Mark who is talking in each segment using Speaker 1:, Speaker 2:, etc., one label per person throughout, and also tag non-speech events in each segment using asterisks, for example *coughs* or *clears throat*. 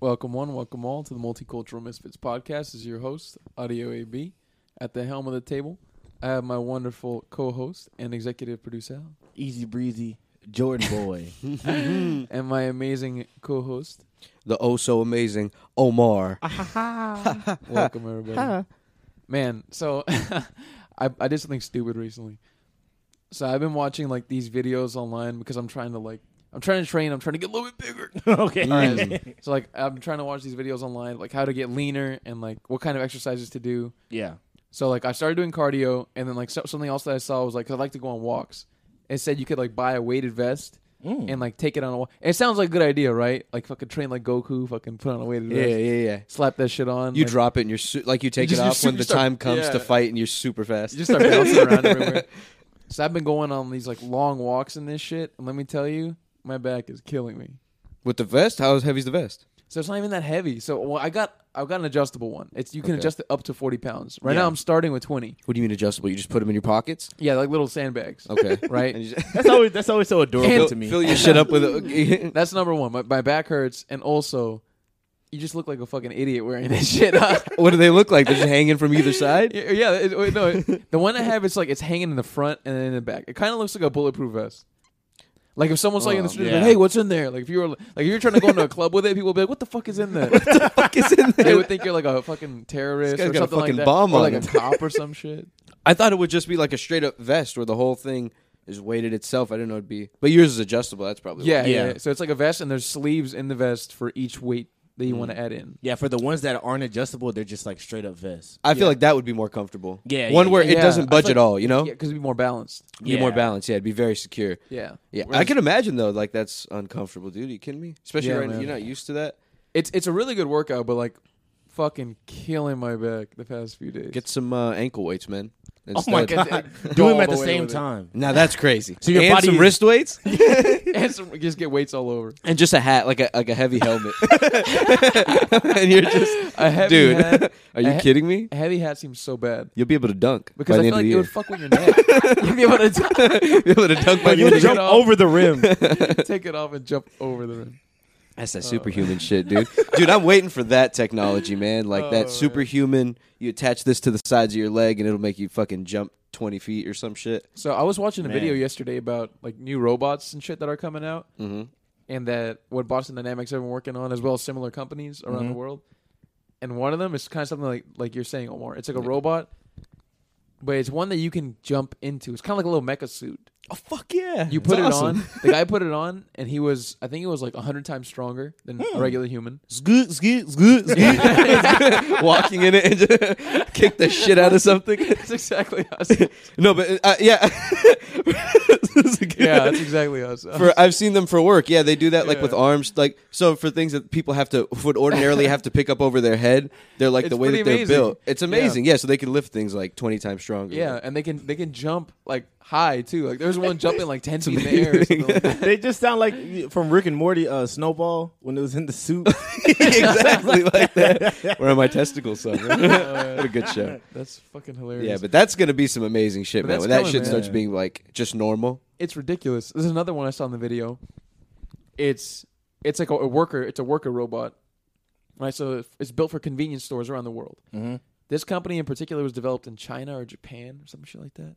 Speaker 1: Welcome one, welcome all to the Multicultural Misfits podcast. This is your host, Audio AB. At the helm of the table, I have my wonderful co-host and executive producer,
Speaker 2: Easy breezy, Jordan boy.
Speaker 1: and my amazing co-host.
Speaker 3: the oh so amazing Omar.
Speaker 1: Welcome everybody. Man, so *laughs* I I did something stupid recently. So I've been watching like these videos online because I'm trying to like I'm trying to train. I'm trying to get a little bit bigger. *laughs*
Speaker 2: *laughs* okay.
Speaker 1: So like I'm trying to watch these videos online, like how to get leaner and like what kind of exercises to do.
Speaker 2: Yeah.
Speaker 1: So like I started doing cardio, and then like so- something else that I saw was like 'cause I like to go on walks. It said you could like buy a weighted vest and like take it on a walk. It sounds like a good idea, right? Like fucking train like Goku, fucking put on a weighted
Speaker 3: Yeah,
Speaker 1: vest,
Speaker 3: yeah, yeah.
Speaker 1: slap that shit on.
Speaker 3: You
Speaker 1: like,
Speaker 3: drop it and you're su- like you take
Speaker 1: You
Speaker 3: it
Speaker 1: just-
Speaker 3: off
Speaker 1: you
Speaker 3: when the
Speaker 1: start-
Speaker 3: time comes
Speaker 1: yeah.
Speaker 3: to fight and you're super fast.
Speaker 1: you just start bouncing around everywhere. So I've been going on these like long walks and this shit, and let me tell you, my back is killing me.
Speaker 3: With the vest, how heavy's the vest?
Speaker 1: So it's not even that heavy. So well, I got I got an adjustable one. It's you can
Speaker 3: Okay.
Speaker 1: adjust it up to forty pounds. Right
Speaker 2: Yeah.
Speaker 1: now I'm starting with twenty.
Speaker 3: What do you mean adjustable? You just put them in your pockets?
Speaker 1: Yeah, like little sandbags.
Speaker 3: *laughs* Okay.
Speaker 1: Right.
Speaker 3: And you just
Speaker 2: That's always that's always so adorable
Speaker 3: fill,
Speaker 2: to me.
Speaker 3: fill your shit up with a, *laughs*
Speaker 1: That's number one. My, my back hurts, and also, you just look like a fucking idiot wearing this shit.
Speaker 3: *laughs*
Speaker 1: Huh?
Speaker 3: What do they look like? They're just hanging from *laughs* either side?
Speaker 1: yeah, yeah, it- wait, no, it- the one I have is like it's hanging in the front and then in the back. It kind of looks like a bulletproof vest. Like if someone's like in the
Speaker 3: Oh,
Speaker 1: street,
Speaker 2: yeah.
Speaker 1: like, "Hey, what's in there?" Like if you were like if you're trying to go into a club with it, people would be like, "What the fuck is in
Speaker 3: *laughs*
Speaker 1: there?"
Speaker 3: Fuck is in
Speaker 1: they
Speaker 3: there?
Speaker 1: would think you're like a fucking terrorist
Speaker 3: This guy's
Speaker 1: or
Speaker 3: got a
Speaker 1: something like
Speaker 3: fucking
Speaker 1: that,
Speaker 3: bomb
Speaker 1: or
Speaker 3: on
Speaker 1: like
Speaker 3: him.
Speaker 1: a *laughs* cop or some
Speaker 3: *laughs*
Speaker 1: shit.
Speaker 3: *laughs* I thought it would just be like a straight up vest where the whole thing is weighted itself. I didn't know it'd be. But yours is adjustable. That's probably
Speaker 1: Yeah,
Speaker 3: why.
Speaker 1: yeah.
Speaker 2: Yeah.
Speaker 1: yeah. So it's like a vest, and there's sleeves in the vest for each weight that you want
Speaker 3: Mm.
Speaker 1: to add in.
Speaker 2: yeah, for the ones that aren't adjustable, they're just like straight up vests.
Speaker 3: I feel like that would be more comfortable.
Speaker 2: Yeah,
Speaker 3: One
Speaker 2: yeah,
Speaker 3: where it
Speaker 1: yeah. I
Speaker 3: doesn't
Speaker 1: feel
Speaker 3: budge
Speaker 1: like-
Speaker 3: at all, you know?
Speaker 1: Yeah, because it'd be more balanced.
Speaker 3: Be more
Speaker 2: Yeah.
Speaker 3: balanced. Yeah, it'd be very secure.
Speaker 1: Yeah.
Speaker 3: Yeah, I
Speaker 2: Whereas-
Speaker 3: can imagine though, like that's uncomfortable, dude. Are you kidding me? Especially
Speaker 1: Yeah,
Speaker 3: right now,
Speaker 1: man.
Speaker 3: you're not used to that.
Speaker 1: It's it's a really good workout, but like fucking killing my back the past few days.
Speaker 3: Get some uh, ankle weights, man.
Speaker 2: Oh my
Speaker 1: *laughs*
Speaker 3: Instead.
Speaker 2: god,
Speaker 1: Go
Speaker 2: do
Speaker 1: all
Speaker 2: them at
Speaker 1: the
Speaker 2: the
Speaker 1: way
Speaker 2: same
Speaker 1: with *laughs* it.
Speaker 2: time.
Speaker 3: Now that's crazy.
Speaker 2: So your
Speaker 3: and
Speaker 2: body
Speaker 3: some
Speaker 2: is-
Speaker 3: wrist weights
Speaker 1: and some, just get weights all over.
Speaker 3: and just a hat, like a like a heavy helmet. *laughs* and you're just,
Speaker 1: A heavy
Speaker 3: dude.
Speaker 1: hat,
Speaker 3: are you
Speaker 1: a he-
Speaker 3: kidding me?
Speaker 1: a heavy hat seems so bad
Speaker 3: You'll be able to dunk
Speaker 1: because
Speaker 3: by
Speaker 1: I
Speaker 3: the
Speaker 1: feel
Speaker 3: end
Speaker 1: like it would
Speaker 3: of
Speaker 1: fuck with your neck. *laughs* You'd be able to t-
Speaker 3: the year. *laughs* be able to
Speaker 2: *laughs*
Speaker 3: dunk by the
Speaker 2: You would
Speaker 3: end of the year.
Speaker 2: jump over the rim.
Speaker 1: take it off and jump over the rim.
Speaker 3: That's that superhuman shit, dude. Dude, I'm waiting for that technology, man. Like
Speaker 1: Oh,
Speaker 3: that superhuman. You attach this to the sides of your leg, and it'll make you fucking jump twenty feet or some shit.
Speaker 1: So I was watching a
Speaker 2: Man.
Speaker 1: video yesterday about like new robots and shit that are coming out,
Speaker 3: Mm-hmm.
Speaker 1: and that what Boston Dynamics have been working on, as well as similar companies around the
Speaker 2: Mhm.
Speaker 1: world. And one of them is kind of something like like you're saying, Omar. It's like a robot, but it's one that you can jump into. It's kind of like a little mecha suit.
Speaker 3: Oh fuck yeah!
Speaker 1: You put it on. The guy put it on, and he was, I think he was like 100 times stronger than a regular human.
Speaker 2: Scoot, scoot, *laughs* scoot, scoot.
Speaker 3: *laughs* walking in it and just *laughs* kick the shit out of something.
Speaker 1: That's exactly *laughs* us. yeah,
Speaker 3: No, but uh, yeah, *laughs* This is good.
Speaker 1: that's exactly us.
Speaker 3: For, I've seen them for work. Yeah, they do that like with
Speaker 1: Yeah.
Speaker 3: arms. Like so for things that people have to would ordinarily have to pick up over their head. They're like
Speaker 1: It's
Speaker 3: the way
Speaker 1: pretty
Speaker 3: that they're
Speaker 1: amazing.
Speaker 3: built. It's amazing. Yeah. so they can lift things like twenty times stronger.
Speaker 1: yeah, and they can they can jump like high too. Like there's one jumping like 10 feet in the air. Or something like that.
Speaker 2: they just sound like from Rick and Morty, uh, Snowball when it was in the suit.
Speaker 3: exactly like that. *laughs* Where are my
Speaker 1: *laughs*
Speaker 3: testicles? Son? what a good show.
Speaker 1: That's fucking hilarious.
Speaker 3: Yeah, but that's gonna be some amazing shit,
Speaker 1: But
Speaker 3: man.
Speaker 1: that's
Speaker 3: When that
Speaker 1: coming,
Speaker 3: shit
Speaker 1: man.
Speaker 3: starts
Speaker 2: Yeah.
Speaker 3: being like just normal.
Speaker 1: it's ridiculous. There's another one I saw in the video. It's it's like a, a worker. It's a worker robot, right? So it's built for convenience stores around the world.
Speaker 2: Mhm.
Speaker 1: This company in particular was developed in China or Japan or some shit like that.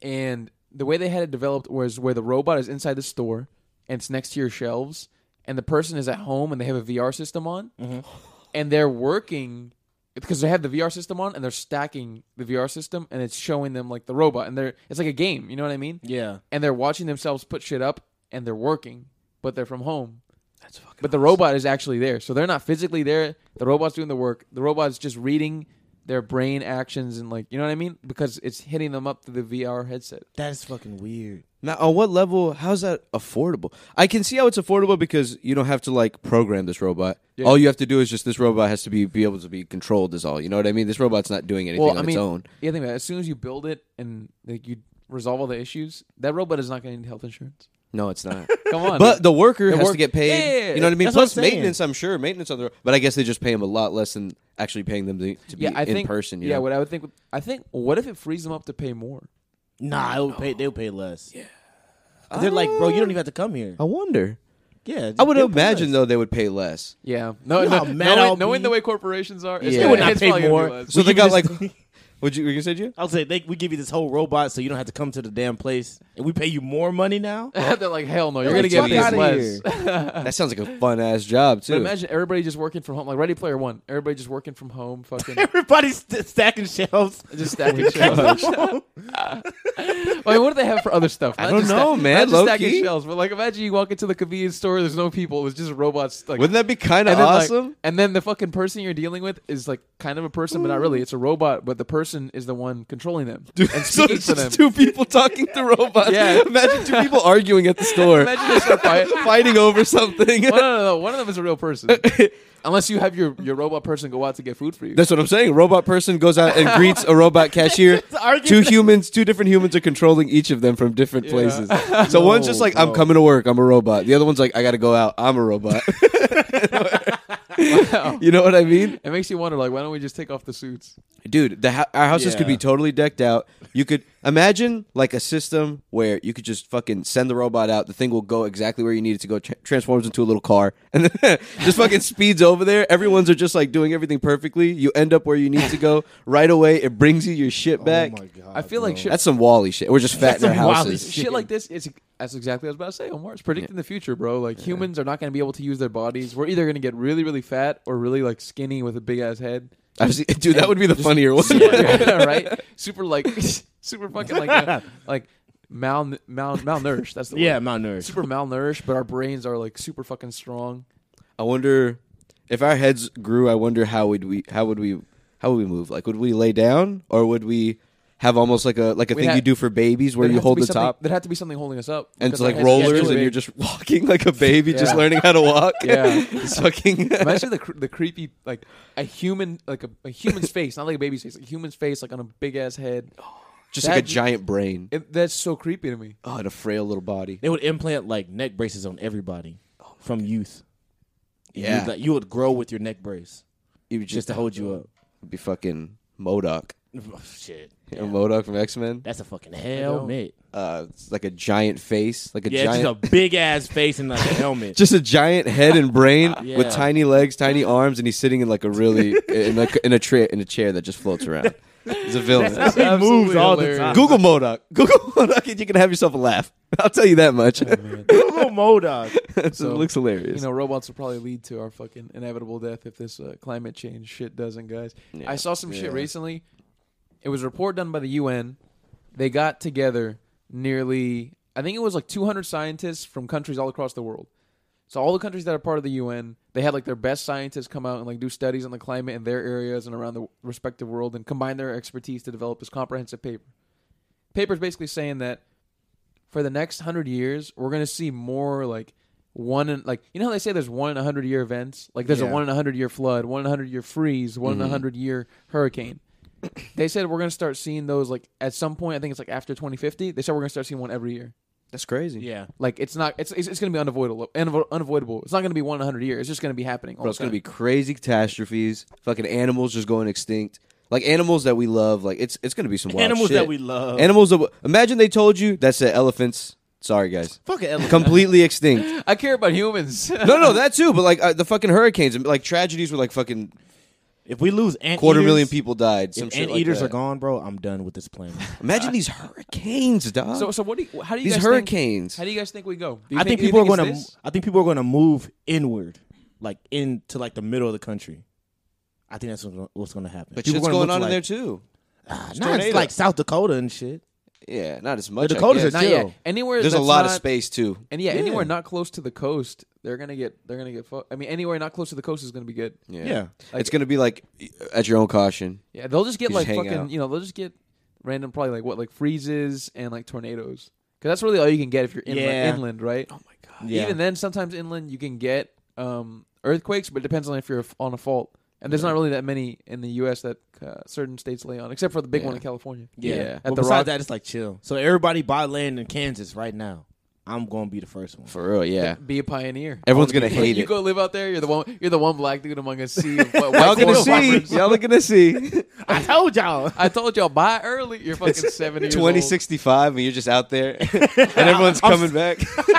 Speaker 1: And the way they had it developed was where the robot is inside the store and it's next to your shelves, and the person is at home and they have a VR system on, *laughs* and they're working because they have the VR system on and they're stacking the VR system and it's showing them like the robot and they're it's like a game. You know what I mean?
Speaker 2: *laughs* Yeah,
Speaker 1: and they're watching themselves put shit up and they're working, but they're from home.
Speaker 3: That's fucking.
Speaker 1: But the robot is actually there. So they're not physically there. The robot's doing the work. The robot's just reading their brain actions and like, you know what I mean? Because it's hitting them up through the VR headset.
Speaker 2: that's fucking weird.
Speaker 3: Now, on what level? How's that affordable? I can see how it's affordable because you don't have to like program this robot.
Speaker 1: Yeah.
Speaker 3: All you have to do is just this robot has to be be able to be controlled. Is all you know what I mean? This robot's not doing anything
Speaker 1: Well,
Speaker 3: on
Speaker 1: I
Speaker 3: its
Speaker 1: mean,
Speaker 3: own.
Speaker 1: yeah, think about it. As soon as you build it and like you resolve all the issues, that robot is not going to need health insurance.
Speaker 3: No, it's *laughs* not.
Speaker 1: Come on.
Speaker 3: but the worker
Speaker 1: The
Speaker 3: has
Speaker 1: work-
Speaker 3: to get paid.
Speaker 1: Yeah,
Speaker 3: you know what I mean?
Speaker 2: that's what
Speaker 3: Plus
Speaker 2: I'm saying.
Speaker 3: maintenance. I'm sure maintenance on the. ro- But I guess they just pay him a lot less than actually paying them to, to be
Speaker 1: yeah, I
Speaker 3: in
Speaker 1: think
Speaker 3: person. You
Speaker 1: yeah,
Speaker 3: know?
Speaker 1: what I would think I think what if it frees them up to pay more?
Speaker 2: Nah, they'll pay. They'll pay less. Yeah, they're like, bro, you don't even have to come here.
Speaker 3: I wonder.
Speaker 2: Yeah,
Speaker 3: Oh. I would imagine though they would pay less.
Speaker 1: Yeah. No,
Speaker 2: You know
Speaker 1: no,
Speaker 2: how mad
Speaker 1: knowing-
Speaker 2: I'll
Speaker 1: knowing
Speaker 2: be?
Speaker 1: the way corporations are, it's,
Speaker 3: Yeah.
Speaker 1: yeah.
Speaker 3: They would not
Speaker 1: it's
Speaker 2: pay
Speaker 1: probably gonna be
Speaker 2: more.
Speaker 1: less.
Speaker 3: So
Speaker 2: We
Speaker 3: they
Speaker 2: give
Speaker 3: got
Speaker 2: you
Speaker 3: like,
Speaker 2: this-
Speaker 1: *laughs*
Speaker 3: would you? Were you gonna say Gio?
Speaker 2: I'll say they, we give you this whole robot so you don't have to come to the damn place, and we pay you more money now.
Speaker 1: *laughs*
Speaker 2: *laughs*
Speaker 1: They're like, hell no, you're
Speaker 3: Get
Speaker 1: gonna
Speaker 3: the
Speaker 1: get
Speaker 3: fuck
Speaker 1: paid *laughs*
Speaker 3: outta
Speaker 1: less.
Speaker 3: That sounds like a fun ass job too.
Speaker 1: But imagine everybody just working from home, like Ready Player One. Everybody just working from home, fucking *laughs*
Speaker 3: *laughs*
Speaker 2: Everybody's st- stacking shelves.
Speaker 1: just stacking shelves. I mean, what do they have for other stuff? Not
Speaker 3: don't
Speaker 1: just
Speaker 3: know, man,
Speaker 1: Not just
Speaker 3: low
Speaker 1: stacking
Speaker 3: key.
Speaker 1: shelves, but like imagine you walk into the convenience store, there's no people, it's just robots. Like,
Speaker 3: Wouldn't that be kind of
Speaker 1: and then, like-
Speaker 3: awesome?
Speaker 1: and then the fucking person you're dealing with is like kind of a person, but not really. It's a robot, but the person is the one controlling them and
Speaker 3: *laughs* *laughs* so
Speaker 1: speaking
Speaker 3: it's
Speaker 1: to
Speaker 3: just
Speaker 1: them.
Speaker 3: two people talking to robots.
Speaker 1: Yeah.
Speaker 3: Imagine two people arguing at the store,
Speaker 1: Imagine this a fight.
Speaker 3: *laughs* fighting over something.
Speaker 1: Well, no, no, no. One of them is a real person, unless you have your, your robot person go out to get food for you.
Speaker 3: *laughs* That's what I'm saying. Robot person goes out and greets
Speaker 1: *laughs*
Speaker 3: a robot cashier. Two humans, two different humans are controlling each of them from
Speaker 1: *laughs*
Speaker 3: different places. So one's just
Speaker 2: No,
Speaker 3: like, I'm
Speaker 2: bro.
Speaker 3: coming to work, I'm a robot. The other one's like, I gotta go out, I'm
Speaker 1: *laughs*
Speaker 3: a robot. *laughs* You know what I mean?
Speaker 1: It makes you wonder, like, why don't we just take off the suits?
Speaker 3: Dude, the ho- our houses could be
Speaker 2: Yeah.
Speaker 3: totally decked out. You could imagine like a system where you could just fucking send the robot out. The thing will go exactly where you need it to go, tra- transforms into a little car, *laughs* and then just fucking speeds over there. Everyone's are just like doing everything perfectly. You end up where you need
Speaker 2: *laughs*
Speaker 3: to go right away. It brings you your shit back.
Speaker 2: Oh god!
Speaker 1: I feel like shit,
Speaker 3: That's some Wally shit. We're just fat in our
Speaker 2: some Wall-E
Speaker 3: houses.
Speaker 1: shit like this is that's exactly what I was about to say. Omar, it's predicting the future, bro. Like humans are not going to be able to use their bodies. We're either going to get really, really fat or really like skinny with a big ass head.
Speaker 3: I've seen- dude, that would be the funnier
Speaker 2: *laughs*
Speaker 3: one.
Speaker 1: *laughs* right? Super like, *laughs* super fucking like, uh, like mal mal malnourished. That's the word.
Speaker 2: yeah, malnourished.
Speaker 1: Super malnourished, but our brains are like super fucking strong.
Speaker 3: I wonder if our heads grew. I wonder how would we how would we how would we move? Like, would we lay down or would we have almost like a like a
Speaker 1: We'd
Speaker 3: thing
Speaker 1: ha-
Speaker 3: you do for babies where
Speaker 1: There'd
Speaker 3: you
Speaker 1: have to
Speaker 3: hold
Speaker 1: be
Speaker 3: the
Speaker 1: something-
Speaker 3: top
Speaker 1: There'd have to be something holding us up.
Speaker 3: and
Speaker 1: because
Speaker 3: it's
Speaker 1: our
Speaker 3: like
Speaker 1: heads are too
Speaker 3: rollers and
Speaker 1: big.
Speaker 3: you're just walking like a baby, just
Speaker 1: Yeah.
Speaker 3: learning how to walk.
Speaker 1: Yeah.
Speaker 3: *laughs* it's
Speaker 2: *laughs*
Speaker 3: fucking.
Speaker 1: Imagine the cr- the creepy like a human like a, a human's face, not like a baby's face, a human's face like on a big ass head.
Speaker 3: just like a
Speaker 1: that-
Speaker 3: giant brain.
Speaker 1: It, that's so creepy to me.
Speaker 3: Oh, and a frail little body.
Speaker 2: They would implant like neck braces on everybody from youth. And
Speaker 3: Yeah.
Speaker 2: you'd, like, you would grow with your neck brace
Speaker 3: It would
Speaker 2: just to hold you up. *laughs* Oh,
Speaker 3: Be fucking Modoc.
Speaker 2: Shit,
Speaker 3: You know Modoc from X Men.
Speaker 2: that's a fucking helmet.
Speaker 3: Uh, it's like a giant face, like a
Speaker 2: Yeah,
Speaker 3: giant.
Speaker 2: it's just a big ass face
Speaker 3: *laughs*
Speaker 2: and like a helmet.
Speaker 3: just a giant head and brain
Speaker 2: Yeah.
Speaker 3: with tiny legs, tiny arms, and he's sitting in like a really in like in a chair in a chair that just floats around. He's a villain. *laughs*
Speaker 2: He moves all the
Speaker 1: hilarious.
Speaker 2: time.
Speaker 3: Google Modoc. Google Modoc, and you can have yourself a laugh. *laughs* I'll tell you that
Speaker 2: *laughs*
Speaker 3: much.
Speaker 2: Google Modoc.
Speaker 1: So,
Speaker 3: *laughs* it looks hilarious.
Speaker 1: You know, robots will probably lead to our fucking inevitable death if this uh, climate change shit doesn't, guys. I saw some
Speaker 3: Yeah.
Speaker 1: shit recently. It was a report done by the UN. They got together nearly, I think it was like 200 scientists from countries all across the world. So all the countries that are part of the UN, they had like their best scientists come out and like do studies on the climate in their areas and around the respective world and combine their expertise to develop this comprehensive paper. Paper's basically saying that for the next 100 years, we're going to see more like one in like you know how they say there's one in a 100 year events? Like there's a
Speaker 2: Yeah.
Speaker 1: one in a 100 year flood, one in a 100 year freeze, one
Speaker 3: Mm-hmm.
Speaker 1: in a 100 year hurricane. *coughs* They said we're going to start seeing those like at some point, I think it's like after 2050, they said we're going to start seeing one every year.
Speaker 3: That's crazy.
Speaker 2: Yeah,
Speaker 1: Like it's not. It's it's, it's going to be unavoidable. unavo- Unavoidable. It's not going to be one hundred years. It's just going to be happening. All the
Speaker 3: Bro, it's gonna
Speaker 1: time.
Speaker 3: be crazy catastrophes. Fucking animals just going extinct. Like animals that we love. Like it's it's gonna be some wild
Speaker 2: animals
Speaker 3: shit.
Speaker 2: that we love.
Speaker 3: Animals that. Imagine they told you that's it. Elephants. Sorry guys.
Speaker 2: fucking elephant.
Speaker 3: Completely extinct.
Speaker 1: *laughs* I care about humans. *laughs*
Speaker 3: No, no, that too. But like uh, the fucking hurricanes and like tragedies where like fucking
Speaker 2: if we lose ant
Speaker 3: quarter
Speaker 2: eaters,
Speaker 3: million people died. Some
Speaker 2: if
Speaker 3: shit
Speaker 2: ant
Speaker 3: like
Speaker 2: eaters
Speaker 3: that.
Speaker 2: are gone, bro, I'm done with this
Speaker 3: *laughs*
Speaker 2: planet.
Speaker 3: Imagine these hurricanes, dog.
Speaker 1: so so what do you, how do you
Speaker 3: these
Speaker 1: guys
Speaker 3: hurricanes.
Speaker 1: Think, how do you guys think we go? Do you
Speaker 2: I think
Speaker 1: do you
Speaker 2: people are
Speaker 1: it's
Speaker 2: going to.
Speaker 1: this?
Speaker 2: I think people are going to move inward, like into like the middle of the country. I think that's what's gonna- what's going to happen.
Speaker 3: but
Speaker 2: people
Speaker 3: shit's
Speaker 2: gonna
Speaker 3: going
Speaker 2: look
Speaker 3: on in
Speaker 2: like,
Speaker 3: there too.
Speaker 2: Ah, nah,
Speaker 3: tornado.
Speaker 2: it's like South Dakota and shit.
Speaker 3: Yeah, not as much. I
Speaker 2: Dakotas
Speaker 3: guess.
Speaker 2: are
Speaker 1: Not yet.
Speaker 2: Chill.
Speaker 1: Anywhere
Speaker 3: There's a
Speaker 1: that's
Speaker 3: lot of
Speaker 1: not-
Speaker 3: space too.
Speaker 1: And yeah,
Speaker 2: Yeah.
Speaker 1: anywhere not close to the coast, they're gonna get they're gonna get. Fu- I mean, anywhere not close to the coast is gonna be good.
Speaker 3: Yeah,
Speaker 2: Yeah.
Speaker 3: it's gonna be like at your own caution.
Speaker 1: Yeah, they'll just get
Speaker 3: You
Speaker 1: like
Speaker 3: just hang
Speaker 1: fucking.
Speaker 3: out.
Speaker 1: You know, they'll just get random probably like what like freezes and like tornadoes. Because that's really all you can get if you're inland,
Speaker 2: Yeah.
Speaker 1: inland right? Oh my god.
Speaker 2: Yeah.
Speaker 1: Even then, sometimes inland you can get um, earthquakes, but it depends on if you're f- on a fault. And there's not really that many in the U.S. that uh, certain states lay on, except for the big
Speaker 3: Yeah.
Speaker 1: one in California.
Speaker 3: Yeah.
Speaker 2: But
Speaker 1: At the
Speaker 2: besides
Speaker 1: rock.
Speaker 2: that, it's like chill. So everybody buy land in Kansas right now. I'm gonna be the first
Speaker 3: *laughs*
Speaker 2: one.
Speaker 3: For real, yeah.
Speaker 1: Be a pioneer.
Speaker 3: Everyone's gonna
Speaker 1: Like, *laughs*
Speaker 3: hate
Speaker 1: you
Speaker 3: it.
Speaker 1: go live out there. You're the one. You're the one black dude among a sea. Of, what,
Speaker 3: Y'all
Speaker 1: white
Speaker 3: gonna
Speaker 1: corn
Speaker 3: see. *laughs*
Speaker 1: poppers.
Speaker 3: Y'all are gonna see.
Speaker 2: I told y'all.
Speaker 1: I told y'all buy early. You're
Speaker 3: *laughs*
Speaker 1: fucking seventy. years old.
Speaker 3: 2065 and you're just out *laughs* there and everyone's coming back *laughs*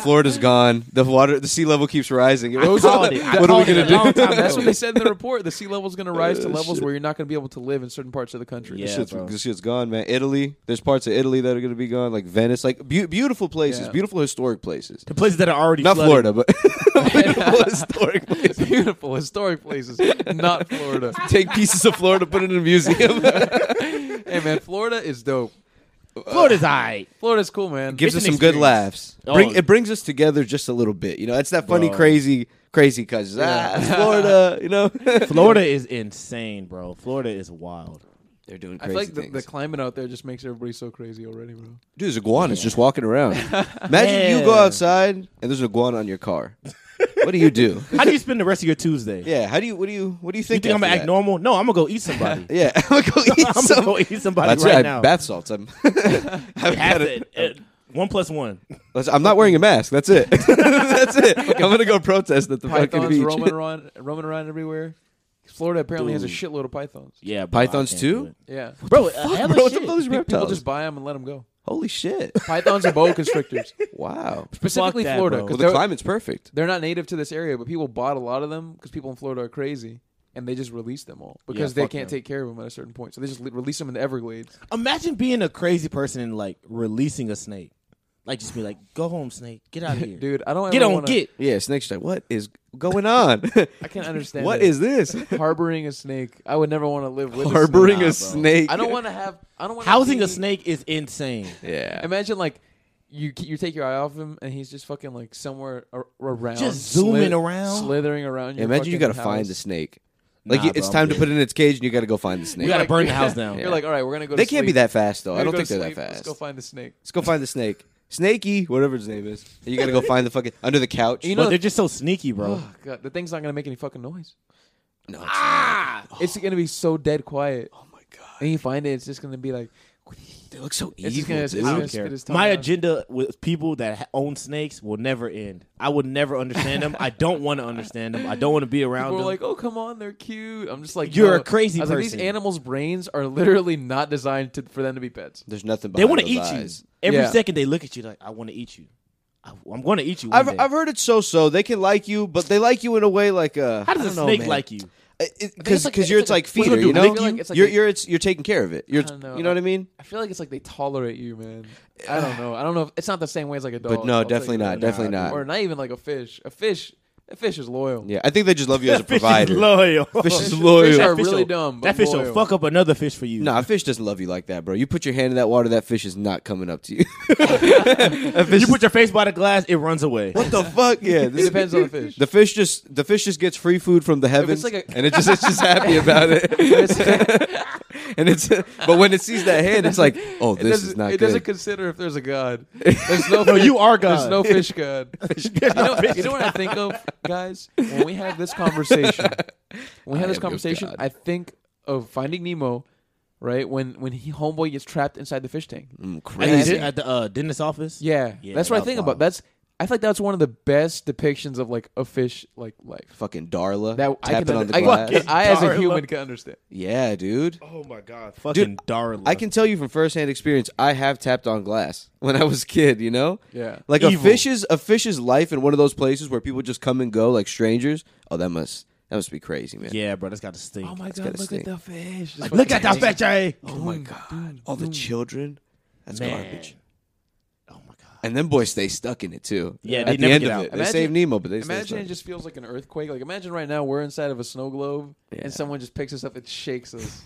Speaker 3: florida's gone the water the sea level keeps rising what
Speaker 2: called it. I
Speaker 3: are we
Speaker 2: called it a
Speaker 3: gonna
Speaker 2: long
Speaker 3: do
Speaker 2: time
Speaker 1: That's what they said in the report. The sea level's going to rise to
Speaker 3: Uh,
Speaker 1: levels
Speaker 3: shit.
Speaker 1: where you're not going to be able to live in certain parts of the country.
Speaker 2: Yeah.
Speaker 3: Shit's,
Speaker 2: bro.
Speaker 3: this shit's gone, man. Italy, there's parts of Italy that are gonna be gone, like Venice, like beau- beautiful places,
Speaker 1: Yeah.
Speaker 3: beautiful historic places.
Speaker 2: *laughs* The places that are already
Speaker 3: Not
Speaker 2: flooded.
Speaker 3: Florida, but *laughs* beautiful historic places.
Speaker 1: *laughs* Beautiful historic places, not Florida.
Speaker 3: Take pieces of Florida, put it in a museum.
Speaker 1: Hey man, Florida is dope.
Speaker 3: *laughs*
Speaker 2: Florida's alright.
Speaker 1: Florida's cool, man.
Speaker 3: gives
Speaker 2: It's
Speaker 3: us
Speaker 2: an
Speaker 3: some good
Speaker 2: experience.
Speaker 3: laughs.
Speaker 2: Oh.
Speaker 3: Bring, it brings us together just a little bit. You know, it's that funny,
Speaker 2: Bro.
Speaker 3: crazy, crazy cousins. Ah,
Speaker 1: Yeah.
Speaker 3: Florida. You know,
Speaker 2: Florida is insane, bro. Florida is wild.
Speaker 3: *laughs* they're doing
Speaker 1: I
Speaker 3: crazy
Speaker 1: feel like the,
Speaker 3: things.
Speaker 1: the climate out there just makes everybody so crazy already, bro.
Speaker 3: *laughs* Dude, there's iguanas just walking around. Imagine you go
Speaker 2: Yeah.
Speaker 3: outside and there's an iguana on your car. what do you do?
Speaker 2: How do you spend the rest of your Tuesday?
Speaker 3: *laughs* Yeah, how do you? What do you? What do you
Speaker 2: You
Speaker 3: think?
Speaker 2: think I'm gonna
Speaker 3: after
Speaker 2: act
Speaker 3: that?
Speaker 2: normal? No, I'm gonna go eat somebody.
Speaker 3: *laughs* Yeah, I'm
Speaker 1: *laughs*
Speaker 3: gonna go eat
Speaker 2: I'm
Speaker 3: some.
Speaker 2: gonna go eat somebody
Speaker 3: That's
Speaker 2: right
Speaker 3: right.
Speaker 2: now.
Speaker 3: Bath salts. I'm. *laughs* I've
Speaker 2: Half
Speaker 3: got
Speaker 2: it.
Speaker 3: it.
Speaker 2: Uh, one plus one.
Speaker 3: That's- I'm not wearing a mask. That's it. *laughs* that's
Speaker 1: *laughs*
Speaker 3: it. I'm gonna go protest at the fucking
Speaker 1: Pythons
Speaker 3: beach. *laughs*
Speaker 1: roaming around, roaming around everywhere. Florida apparently has a shitload of pythons.
Speaker 2: Yeah, bro,
Speaker 3: Pythons
Speaker 2: I can't
Speaker 3: too?
Speaker 2: do it.
Speaker 1: Yeah,
Speaker 2: Bro, a hell of
Speaker 3: Bro, what the
Speaker 2: shit.
Speaker 3: fuck is
Speaker 1: Pe- people
Speaker 3: reptiles?
Speaker 1: just buy them and let them go. *laughs*
Speaker 3: Holy shit!
Speaker 1: Pythons and boa
Speaker 3: *laughs*
Speaker 1: constrictors,
Speaker 3: Wow.
Speaker 1: specifically
Speaker 2: that,
Speaker 1: Florida,
Speaker 2: bro.
Speaker 1: because
Speaker 3: Well,
Speaker 1: they're,
Speaker 3: the climate's perfect.
Speaker 1: they're not native to this area. But people bought a lot of them because people in Florida are crazy. And they just release them all because they
Speaker 2: fuck
Speaker 1: can't
Speaker 2: them.
Speaker 1: take care of them at a certain point, so they just le- release them in the Everglades.
Speaker 2: Imagine being a crazy person and like releasing a snake. Like just be like, go home, snake.
Speaker 1: *laughs*
Speaker 2: Get out of here.
Speaker 1: Dude, I don't
Speaker 2: get
Speaker 1: ever
Speaker 2: on
Speaker 1: wanna-
Speaker 2: get.
Speaker 3: Yeah, snake's like, what is going on?
Speaker 1: *laughs*
Speaker 3: *laughs*
Speaker 1: I can't understand
Speaker 3: What
Speaker 1: that.
Speaker 3: is this?
Speaker 1: *laughs* harboring a snake. I would never want to live with
Speaker 3: *laughs* Harboring
Speaker 1: a
Speaker 3: a
Speaker 2: bro.
Speaker 3: snake.
Speaker 1: snake. I
Speaker 2: *laughs*
Speaker 1: don't want to have. I don't want
Speaker 2: Housing
Speaker 1: be,
Speaker 2: a snake is insane.
Speaker 3: *laughs* Yeah.
Speaker 1: Imagine like you you take your eye off him and he's just fucking like somewhere ar- around,
Speaker 2: Just zooming around.
Speaker 1: slithering around. Your
Speaker 3: Imagine you
Speaker 1: fucking
Speaker 3: gotta find
Speaker 1: house.
Speaker 3: the snake. Like
Speaker 2: Nah,
Speaker 3: you- it's
Speaker 2: bro,
Speaker 3: time
Speaker 2: I'm
Speaker 3: to
Speaker 2: good.
Speaker 3: put it in its cage, and you gotta go find the snake.
Speaker 2: gotta
Speaker 1: Like,
Speaker 2: burn the house
Speaker 1: *laughs*
Speaker 2: down.
Speaker 1: You're like, all right, we're gonna go.
Speaker 3: they
Speaker 1: to
Speaker 3: can't be
Speaker 1: sleep.
Speaker 3: that fast though.
Speaker 1: We're
Speaker 3: I
Speaker 1: gonna
Speaker 3: don't
Speaker 1: go
Speaker 3: think
Speaker 1: to
Speaker 3: they're that
Speaker 1: sleep.
Speaker 3: fast.
Speaker 1: Let's go find the snake.
Speaker 3: Let's go find the snake, Snakey, whatever his name is. And you gotta go find the fucking under the couch.
Speaker 1: You know-
Speaker 2: But they're just so
Speaker 1: *sighs*
Speaker 2: sneaky, bro.
Speaker 1: Oh god, the thing's not gonna make any fucking noise.
Speaker 3: no,
Speaker 2: ah,
Speaker 1: It's gonna be so dead quiet.
Speaker 3: oh my god,
Speaker 1: And you find it, it's just gonna be like,
Speaker 3: they look so
Speaker 1: It's
Speaker 3: evil.
Speaker 1: just gonna- it's
Speaker 3: dude.
Speaker 1: just
Speaker 2: I
Speaker 1: gonna-
Speaker 2: don't care.
Speaker 1: get his tongue
Speaker 2: My
Speaker 1: out.
Speaker 2: agenda with people that ha- own snakes will never end. I would never understand them. I don't want to understand them. I don't want to be around
Speaker 1: people are
Speaker 2: them.
Speaker 1: like, oh come on, they're cute. I'm just like,
Speaker 2: You're
Speaker 1: no.
Speaker 2: a crazy
Speaker 1: I was like, These
Speaker 2: person.
Speaker 1: animals' brains are literally not designed to, for them to be pets.
Speaker 3: There's nothing.
Speaker 2: they want to
Speaker 3: behind
Speaker 2: eat
Speaker 3: those
Speaker 2: you.
Speaker 3: eyes.
Speaker 2: Every
Speaker 1: Yeah.
Speaker 2: second they look at you like, I want to eat you. I, am going to eat you. One
Speaker 3: I've
Speaker 2: day.
Speaker 3: I've heard it so so. They can like you, but they like you in a way like uh,
Speaker 2: How does a snake like you?
Speaker 3: Because
Speaker 1: it's like-
Speaker 3: because you're
Speaker 1: it's
Speaker 3: it's
Speaker 1: like
Speaker 3: like
Speaker 1: a- what's
Speaker 3: feeder,
Speaker 1: it
Speaker 3: you
Speaker 1: gonna
Speaker 3: know.
Speaker 1: do? Like, it's like
Speaker 3: You're
Speaker 1: a-
Speaker 3: you're it's you're taking care of it. You're
Speaker 1: don't know.
Speaker 3: you know what I mean.
Speaker 1: I feel like it's like they tolerate you, man. I
Speaker 3: *sighs*
Speaker 1: don't know. I don't know. If, it's not the same way as like a dog.
Speaker 3: But no,
Speaker 1: I'll tell
Speaker 3: definitely
Speaker 1: you
Speaker 3: not.
Speaker 1: that.
Speaker 3: Definitely
Speaker 2: Nah,
Speaker 1: Or
Speaker 3: not.
Speaker 1: not even like a fish. A fish. A fish is loyal.
Speaker 3: Yeah, I think they just love *laughs* you as a
Speaker 2: Fish is
Speaker 3: provider.
Speaker 2: loyal.
Speaker 3: Fish is
Speaker 1: Fish-
Speaker 3: loyal.
Speaker 1: fish are
Speaker 2: That fish
Speaker 1: really
Speaker 2: will-
Speaker 1: dumb.
Speaker 2: That
Speaker 1: but
Speaker 2: fish will
Speaker 1: loyal.
Speaker 2: fuck up another fish for you.
Speaker 3: Nah, a fish doesn't love you like that, bro. You put your hand in that water, that fish is not coming up to you.
Speaker 2: you put your face by the glass, it runs away.
Speaker 3: what the fuck? *laughs* Yeah,
Speaker 1: It depends on the fish.
Speaker 3: The fish just the fish just gets free food from the heavens,
Speaker 1: like a-
Speaker 3: and it just it's just happy about
Speaker 1: *laughs*
Speaker 3: it. and it's but when it sees that hand, it's like, oh,
Speaker 1: It
Speaker 3: this
Speaker 1: doesn't-
Speaker 3: is not
Speaker 1: It doesn't
Speaker 3: good.
Speaker 1: consider if there's a
Speaker 3: *laughs*
Speaker 1: god. There's no.
Speaker 2: No, you are God. *laughs*
Speaker 1: There's no fish god. you, know, you know what I think of, guys? When we have this conversation, when we
Speaker 3: I
Speaker 1: have this
Speaker 3: am your
Speaker 1: conversation,
Speaker 3: god.
Speaker 1: I think of Finding Nemo, right? When when he homeboy gets trapped inside the fish tank.
Speaker 2: I
Speaker 3: Mm,
Speaker 2: think
Speaker 3: crazy.
Speaker 2: it's at the uh, dentist office.
Speaker 1: Yeah,
Speaker 2: Yeah,
Speaker 1: that's what I
Speaker 2: that
Speaker 1: think
Speaker 2: was
Speaker 1: about.
Speaker 2: wild.
Speaker 1: That's I feel like that's one of the best depictions of like a fish like life.
Speaker 3: Fucking Darla
Speaker 1: That I
Speaker 3: tapping
Speaker 1: can
Speaker 3: on the
Speaker 1: I,
Speaker 3: glass.
Speaker 2: Fucking
Speaker 1: I as a
Speaker 2: Darla.
Speaker 1: human can understand.
Speaker 3: yeah, dude.
Speaker 2: Oh my god, fucking darling.
Speaker 3: I can tell you from firsthand experience. I have tapped on glass when I was a kid. You know,
Speaker 1: Yeah.
Speaker 3: like a
Speaker 2: Evil.
Speaker 3: fish's a fish's life in one of those places where people just come and go like strangers. Oh, that must that must be crazy, man.
Speaker 2: Yeah, bro, that's got to stink.
Speaker 1: Oh my
Speaker 3: gotta
Speaker 1: god, look
Speaker 3: stink.
Speaker 1: at the fish. Just
Speaker 2: Look at
Speaker 1: fucking amazing.
Speaker 2: that fat Jay.
Speaker 3: Oh my god, all the children. That's
Speaker 2: Man.
Speaker 3: garbage.
Speaker 2: Oh my god.
Speaker 3: And them boys stay stuck in it too.
Speaker 2: Yeah,
Speaker 3: at
Speaker 2: they
Speaker 3: the
Speaker 2: never
Speaker 3: end
Speaker 2: get
Speaker 3: of
Speaker 2: out.
Speaker 3: it, they
Speaker 1: Imagine-
Speaker 3: save Nemo, but they stay
Speaker 1: Imagine
Speaker 3: stuck.
Speaker 1: it just feels like an earthquake. Like imagine right now we're inside of a snow globe
Speaker 3: Yeah.
Speaker 1: and someone just picks us up and shakes us.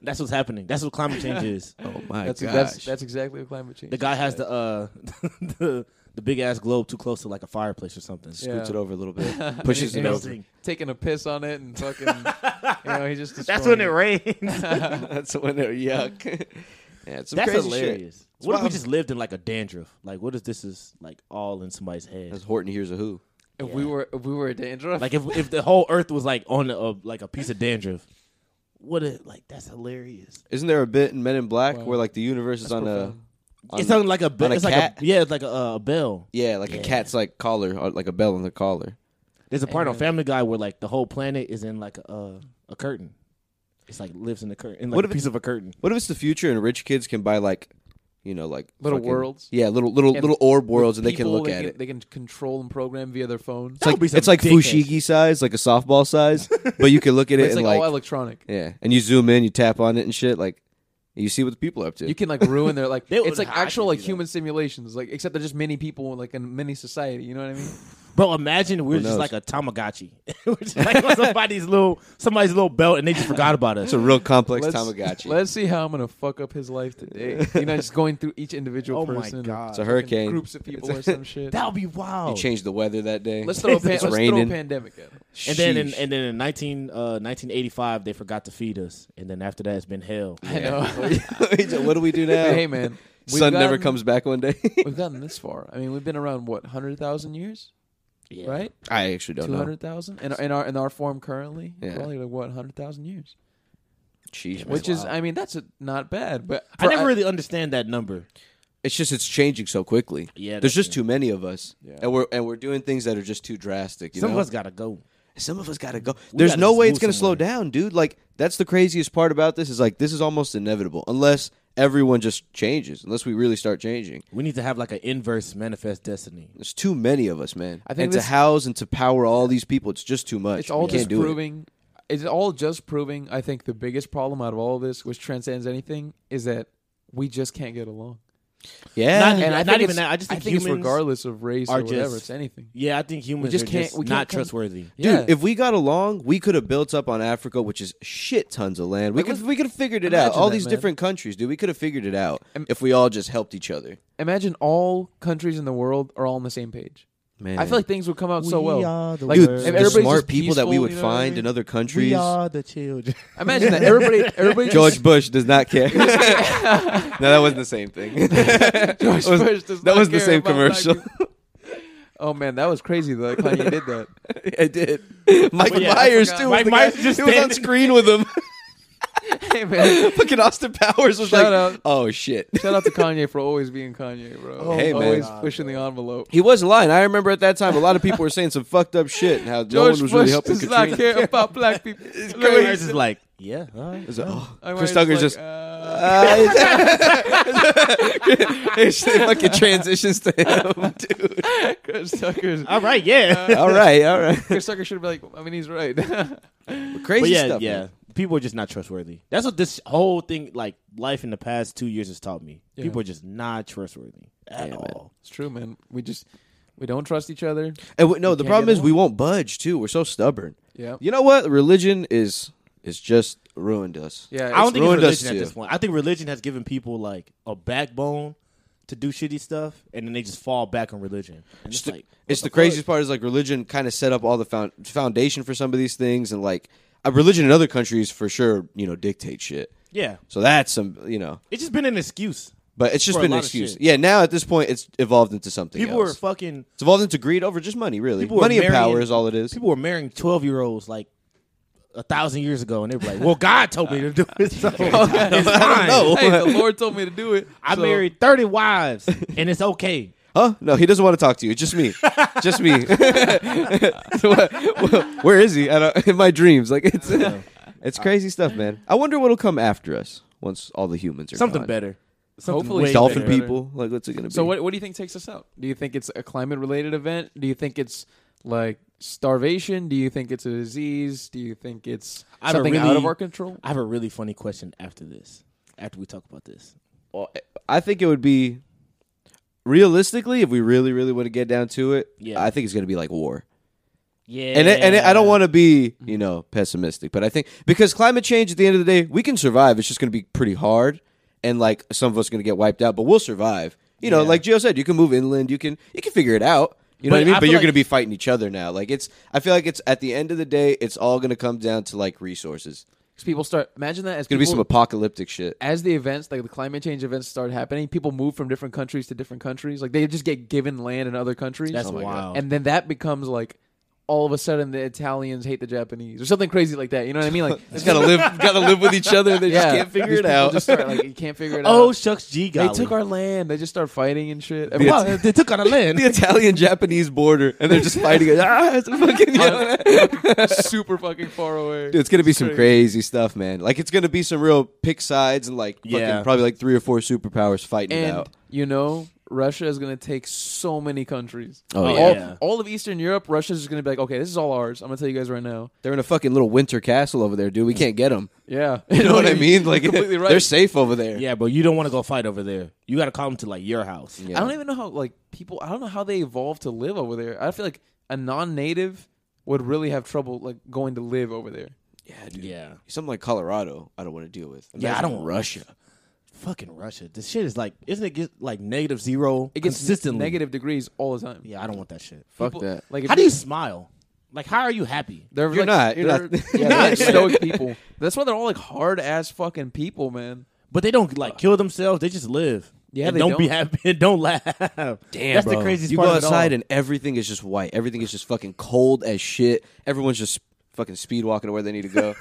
Speaker 2: That's what's happening. That's what climate
Speaker 1: *laughs*
Speaker 2: change is.
Speaker 3: oh my
Speaker 1: That's
Speaker 3: gosh,
Speaker 1: that's that's exactly what climate change.
Speaker 2: The guy has the uh *laughs* the, the big ass globe too close to like a fireplace or something.
Speaker 1: Yeah.
Speaker 3: scoots it over a little *laughs* bit, pushes
Speaker 1: And
Speaker 3: it
Speaker 1: he's
Speaker 3: over.
Speaker 2: melting.
Speaker 1: taking a piss on it and fucking. you
Speaker 2: *laughs*
Speaker 1: know, he just
Speaker 2: That's
Speaker 1: destroying
Speaker 2: when it rains.
Speaker 3: that's when they're
Speaker 1: *laughs*
Speaker 3: yuck. yeah, it's some
Speaker 2: That's
Speaker 3: crazy shit.
Speaker 2: hilarious.
Speaker 3: It's
Speaker 2: What if
Speaker 3: why
Speaker 2: we
Speaker 3: I'm-
Speaker 2: just lived in like a dandruff? Like, what if this is like all in somebody's head?
Speaker 3: As Horton hears a who.
Speaker 1: If we were if we were a dandruff,
Speaker 2: Like, if if the whole Earth was like on a, like a piece of dandruff, what? If, like, that's hilarious.
Speaker 3: Isn't there a bit in Men in Black
Speaker 1: Wow.
Speaker 3: where like the universe is
Speaker 1: That's
Speaker 3: on
Speaker 1: profound.
Speaker 3: a on-
Speaker 2: it's not like a bell.
Speaker 3: on a
Speaker 2: It's like
Speaker 3: cat?
Speaker 2: a yeah, it's like a, uh, a bell.
Speaker 3: yeah, like a cat's like collar, or like a bell on the collar.
Speaker 2: There's a part on
Speaker 1: Amen.
Speaker 2: Family Guy where like the whole planet is in like a uh, a curtain. It's like lives in the curtain, in like
Speaker 3: What
Speaker 2: a
Speaker 3: if
Speaker 2: piece of a curtain.
Speaker 3: What if it's the future and rich kids can buy like, you know, like
Speaker 1: *laughs* Little worlds?
Speaker 3: Yeah, little little
Speaker 1: And
Speaker 3: little orb worlds, and they can
Speaker 1: People,
Speaker 3: look
Speaker 1: they
Speaker 3: at
Speaker 1: can,
Speaker 3: it.
Speaker 1: They can control and program via their phone.
Speaker 3: It's like
Speaker 2: would be some
Speaker 3: it's like
Speaker 2: dick ass
Speaker 3: fushigi size, like a
Speaker 1: *laughs*
Speaker 3: softball size, but you can look at
Speaker 1: But
Speaker 3: it
Speaker 1: it's
Speaker 3: and
Speaker 1: like, oh,
Speaker 3: like,
Speaker 1: all electronic.
Speaker 3: yeah, and you zoom in, you tap on it and shit, like you see what the people are up to.
Speaker 1: You can like ruin their like.
Speaker 2: *laughs* They
Speaker 1: it's
Speaker 2: would
Speaker 1: like
Speaker 2: hack
Speaker 1: actual
Speaker 2: it,
Speaker 1: like
Speaker 2: you know.
Speaker 1: human simulations, like except they're just mini people like in mini society. You know what I
Speaker 3: *laughs*
Speaker 1: mean?
Speaker 2: Bro, imagine we're just
Speaker 3: knows?
Speaker 2: like a Tamagotchi. *laughs* we're just like on somebody's little somebody's little belt, and they just forgot about us.
Speaker 3: *laughs* it's a real complex
Speaker 1: Let's- *laughs*
Speaker 3: Tamagotchi.
Speaker 1: Let's see how I'm gonna fuck up his life today. You know, just going through each individual
Speaker 2: Oh my
Speaker 1: person. and
Speaker 2: God. It's
Speaker 3: a
Speaker 1: fucking
Speaker 3: hurricane.
Speaker 1: Groups of
Speaker 3: *laughs*
Speaker 1: people
Speaker 3: It's
Speaker 1: or
Speaker 3: a-
Speaker 1: some shit.
Speaker 2: That would be
Speaker 3: you
Speaker 2: wild.
Speaker 3: change the weather that day.
Speaker 1: Let's throw a, pan-
Speaker 3: *laughs* It's
Speaker 1: let's throw a
Speaker 3: raining.
Speaker 1: pandemic at him.
Speaker 2: and then in,
Speaker 3: *laughs* Sheesh.
Speaker 2: and then in 19, uh, 1985, they forgot to feed us, and then after that, it's been hell.
Speaker 1: I
Speaker 3: *laughs*
Speaker 1: know.
Speaker 3: what do we *laughs* do now?
Speaker 1: But hey, man. we've
Speaker 3: Sun never
Speaker 1: gotten-
Speaker 3: comes back one day. *laughs*
Speaker 1: We've gotten this far. I mean, we've been around what hundred thousand years,
Speaker 2: Yeah.
Speaker 1: right?
Speaker 3: I actually don't
Speaker 1: Two
Speaker 3: know.
Speaker 1: hundred thousand in, our- in our in our form currently,
Speaker 3: Yeah.
Speaker 1: probably like what hundred thousand years,
Speaker 3: Jeez, man.
Speaker 1: which is I mean that's a, not bad. But
Speaker 2: I
Speaker 1: for-
Speaker 2: never really understand that number.
Speaker 3: it's just it's changing so quickly.
Speaker 2: Yeah,
Speaker 3: there's
Speaker 2: that's
Speaker 3: just
Speaker 2: it.
Speaker 3: too many of us,
Speaker 1: Yeah.
Speaker 3: and we're and we're doing things that are just too drastic. You
Speaker 2: Some
Speaker 3: know?
Speaker 2: of us gotta go.
Speaker 3: some of us gotta go. There's
Speaker 2: gotta
Speaker 3: no
Speaker 2: just
Speaker 3: way
Speaker 2: move
Speaker 3: it's gonna slow
Speaker 2: somewhere.
Speaker 3: down, dude. Like that's the craziest part about this is like this is almost inevitable unless everyone just changes, unless we really start changing.
Speaker 2: We need to have like an inverse manifest destiny.
Speaker 3: There's too many of us, man.
Speaker 1: I think
Speaker 3: and
Speaker 1: this-
Speaker 3: to house and to power all these people, it's just too much.
Speaker 1: it's all
Speaker 3: We can't
Speaker 1: just
Speaker 3: do it.
Speaker 1: proving. It's all just proving. I think the biggest problem out of all of this, which transcends anything, is that we just can't get along.
Speaker 3: Yeah,
Speaker 2: Not-
Speaker 1: And I
Speaker 2: not
Speaker 1: think
Speaker 2: even
Speaker 1: it's-
Speaker 2: that. I just think
Speaker 1: it's
Speaker 2: humans
Speaker 1: regardless of race
Speaker 2: are
Speaker 1: or whatever,
Speaker 2: just-
Speaker 1: it's anything.
Speaker 2: Yeah, I think humans
Speaker 1: just
Speaker 2: are
Speaker 1: can't-
Speaker 2: just
Speaker 1: we can't
Speaker 2: not
Speaker 1: come-
Speaker 2: trustworthy.
Speaker 3: dude.
Speaker 1: Yeah.
Speaker 3: If we got along, we could have built up on Africa, which is shit tons of land. We
Speaker 1: Like,
Speaker 3: could
Speaker 1: let's-
Speaker 3: we could have figured it out.
Speaker 1: imagine
Speaker 3: All
Speaker 1: that,
Speaker 3: these
Speaker 1: man.
Speaker 3: different countries, dude. We could have figured it out
Speaker 1: Im-
Speaker 3: if we all just helped each other.
Speaker 1: Imagine all countries in the world are all on the same page.
Speaker 3: Man,
Speaker 1: I feel like things would come out so
Speaker 2: We
Speaker 1: well.
Speaker 2: are the
Speaker 1: like,
Speaker 3: dude,
Speaker 2: world.
Speaker 1: if
Speaker 2: the
Speaker 3: the
Speaker 1: everybody's
Speaker 3: smart
Speaker 1: just
Speaker 3: people that we
Speaker 1: peaceful,
Speaker 3: would
Speaker 1: you know what I
Speaker 3: find
Speaker 1: mean?
Speaker 3: in other countries.
Speaker 1: *laughs*
Speaker 2: the children.
Speaker 1: Imagine that everybody,
Speaker 3: *laughs*
Speaker 1: everybody,
Speaker 3: George Bush does
Speaker 1: *laughs*
Speaker 3: not care. no, that wasn't the same thing.
Speaker 1: just, *laughs* George
Speaker 3: was-
Speaker 1: Bush does
Speaker 3: that
Speaker 1: not
Speaker 3: was the
Speaker 1: care
Speaker 3: same
Speaker 1: about black
Speaker 3: *laughs* commercial.
Speaker 1: people. *laughs* oh man, that was crazy though. Kanye did
Speaker 3: *laughs*
Speaker 1: that.
Speaker 3: I did. Mike
Speaker 2: yeah, I
Speaker 3: Myers
Speaker 1: forgot.
Speaker 3: too.
Speaker 2: Mike
Speaker 3: was the guy-
Speaker 2: Myers just
Speaker 3: he was on
Speaker 2: standing-
Speaker 3: *laughs* screen with him.
Speaker 1: Hey man,
Speaker 3: *laughs* Fucking Austin Powers was
Speaker 1: Shout
Speaker 3: like,
Speaker 1: out.
Speaker 3: "Oh shit."
Speaker 1: shout out to Kanye for always being Kanye, bro.
Speaker 3: Hey, man.
Speaker 1: always pushing the envelope.
Speaker 3: He wasn't lying. I remember at that time a lot of people were saying some fucked up shit and how no one
Speaker 1: George Bush
Speaker 3: was really helping
Speaker 1: does not
Speaker 3: Katrina. *laughs*
Speaker 1: care about black people.
Speaker 2: Everybody's just like, *laughs* yeah, all right.
Speaker 3: It was like, oh.
Speaker 1: I'm
Speaker 3: Chris
Speaker 1: like,
Speaker 3: Tucker's just,
Speaker 1: uh, *laughs*
Speaker 3: it's- *laughs* it fucking transitions to him, *laughs* dude.
Speaker 1: Chris Tucker's.
Speaker 2: all right, *laughs* yeah.
Speaker 3: All right, all right.
Speaker 1: Chris Tucker should be like. I mean, he's right. *laughs*
Speaker 3: Crazy
Speaker 2: but yeah,
Speaker 3: stuff.
Speaker 2: yeah.
Speaker 3: man.
Speaker 2: People are just not trustworthy. That's what this whole thing, like life in the past two years, has taught me.
Speaker 1: Yeah.
Speaker 2: People are just not trustworthy at
Speaker 3: Yeah, man.
Speaker 2: all.
Speaker 1: it's true, man. We just we don't trust each other.
Speaker 3: And we, no, the
Speaker 1: can't
Speaker 3: problem
Speaker 1: get
Speaker 3: is we won't budge too. We're so stubborn.
Speaker 1: Yeah.
Speaker 3: You know what? Religion is is just ruined us.
Speaker 1: Yeah,
Speaker 2: I don't think
Speaker 3: ruined
Speaker 2: it's
Speaker 3: us
Speaker 2: religion at
Speaker 3: too.
Speaker 2: this point. I think religion has given people like a backbone to do shitty stuff, and then they just fall back on religion. And it's
Speaker 3: Just the-
Speaker 2: like,
Speaker 3: it's
Speaker 2: what
Speaker 3: the,
Speaker 2: fuck?
Speaker 3: craziest part is like religion kind of set up all the found, foundation for some of these things, and like uh, religion in other countries for sure, you know, dictate shit.
Speaker 2: Yeah,
Speaker 3: So that's some, you know,
Speaker 2: it's just been an excuse.
Speaker 3: but it's just
Speaker 2: For a
Speaker 3: been an
Speaker 2: lot of
Speaker 3: excuse.
Speaker 2: shit.
Speaker 3: Yeah, now at this point, it's evolved into something.
Speaker 2: People were
Speaker 3: else.
Speaker 2: fucking.
Speaker 3: it's evolved into greed over just money, really.
Speaker 2: People were
Speaker 3: Money and power
Speaker 2: marrying-
Speaker 3: is all it is.
Speaker 2: People were marrying twelve year olds like a thousand years ago, and they were like,
Speaker 3: *laughs*
Speaker 2: "Well, God told me to do it." So it's fine.
Speaker 3: know.
Speaker 1: Hey, the Lord told me to do
Speaker 3: *laughs*
Speaker 1: it.
Speaker 2: I
Speaker 1: so- *laughs*
Speaker 2: married thirty wives, and it's okay.
Speaker 3: Huh? No, he doesn't want to talk to you.
Speaker 2: *laughs*
Speaker 3: Just me. just me. *laughs* So, *laughs* uh, wh- Where is he? I don't, in my dreams, like it's *laughs* it's crazy stuff, man. I wonder what'll come after us once all the humans are
Speaker 2: Something
Speaker 3: gone.
Speaker 2: better. Something
Speaker 1: Hopefully
Speaker 2: way
Speaker 3: Uh, Dolphin
Speaker 2: better.
Speaker 3: people, like what's it gonna be?
Speaker 1: So what what do you think takes us out? Do you think it's a climate related event? Do you think it's like starvation? Do you think it's a disease? Do you think it's
Speaker 2: I have a
Speaker 1: something out of
Speaker 2: really-
Speaker 1: our control?
Speaker 2: I have a really funny question after this. After we talk about this,
Speaker 3: Well, uh, I think it would be realistically, if we really, really want to get down to it,
Speaker 2: Yeah.
Speaker 3: I think it's gonna be like war.
Speaker 2: yeah,
Speaker 3: And it, and it, I don't want to be you know pessimistic, but I think because climate change at the end of the day, we can survive. It's just going to be pretty hard, and like some of us are going to get wiped out, but we'll survive. You know,
Speaker 2: Yeah.
Speaker 3: like Gio said, you can move inland. You can you can figure it out. You know
Speaker 2: But
Speaker 3: what I mean?
Speaker 2: I
Speaker 3: but
Speaker 2: feel
Speaker 3: you're
Speaker 2: like-
Speaker 3: going to be fighting each other now. Like it's, I feel like it's at the end of the day, it's all going to come down to like resources.
Speaker 1: Because people start imagine that as
Speaker 3: It's going to be
Speaker 1: people,
Speaker 3: some apocalyptic shit.
Speaker 1: as the events like the climate change events start happening, people move from different countries to different countries. Like they just get given land in other countries.
Speaker 2: That's
Speaker 3: my God.
Speaker 2: wild.
Speaker 1: and then that becomes like all of a sudden the Italians hate the Japanese or something crazy like that. You know what I mean?
Speaker 3: *laughs*
Speaker 1: Like
Speaker 3: Just *laughs* gotta live, gotta live with each other. They just can't figure
Speaker 1: these
Speaker 3: it
Speaker 1: people
Speaker 3: out.
Speaker 1: Just start, like you can't
Speaker 3: *laughs*
Speaker 1: figure it
Speaker 2: Oh,
Speaker 1: out.
Speaker 2: shucks, G
Speaker 1: they
Speaker 2: golly.
Speaker 1: took our land. They just start fighting and shit. Everyone-
Speaker 2: Wow, they took our land. *laughs*
Speaker 3: the Italian-Japanese border, and they're just fighting. it. Ah, it's fucking. you know,
Speaker 1: *laughs* super fucking far away.
Speaker 3: Dude, it's gonna be some crazy stuff, man. Like it's gonna be some real pick sides and like
Speaker 2: Yeah.
Speaker 3: fucking probably like three or four superpowers fighting it
Speaker 1: and
Speaker 3: out.
Speaker 1: you know, Russia is gonna take so many countries.
Speaker 3: Oh,
Speaker 1: all,
Speaker 2: yeah.
Speaker 1: all of Eastern Europe, Russia's just gonna be like, okay, this is all ours. I'm gonna tell you guys right now.
Speaker 3: They're in a fucking little winter castle over there, dude. We can't get them.
Speaker 1: *laughs* Yeah,
Speaker 3: You know what I mean?
Speaker 1: You're
Speaker 3: Like
Speaker 1: completely right.
Speaker 3: *laughs* they're safe over there.
Speaker 2: Yeah, but you don't want to go fight over there. You got to call them to like your house.
Speaker 1: I don't even know how like people. I don't know how they evolved to live over there. I feel like a non-native would really have trouble like going to live over there.
Speaker 3: yeah, dude.
Speaker 2: Yeah.
Speaker 3: Something like Colorado, I don't want to deal with.
Speaker 2: Yeah, I don't Russia. Fucking Russia. This shit is like, isn't it get like negative zero
Speaker 1: It gets
Speaker 2: consistently?
Speaker 1: negative degrees all the time.
Speaker 2: Yeah, I don't want that shit.
Speaker 3: Fuck
Speaker 1: People-
Speaker 3: that.
Speaker 1: Like, if
Speaker 2: How do you
Speaker 1: you're-
Speaker 2: smile? Like, how are you happy?
Speaker 1: They're
Speaker 3: You're
Speaker 1: like,
Speaker 3: not, you're
Speaker 1: they're-
Speaker 3: not.
Speaker 1: *laughs*
Speaker 3: *laughs*
Speaker 1: yeah, they're
Speaker 3: You're
Speaker 2: not.
Speaker 1: like stoic people. That's why they're all like hard ass fucking people, man.
Speaker 2: But they don't like kill themselves. Uh, They just live.
Speaker 1: Yeah,
Speaker 2: And
Speaker 1: they
Speaker 2: don't, be
Speaker 1: don't.
Speaker 2: happy. and Don't laugh. Damn, that's the craziest
Speaker 3: You
Speaker 2: part.
Speaker 3: go
Speaker 2: of it all.
Speaker 3: outside and everything is just white. Everything is just fucking cold as shit. Everyone's just fucking speed walking to where they need to go.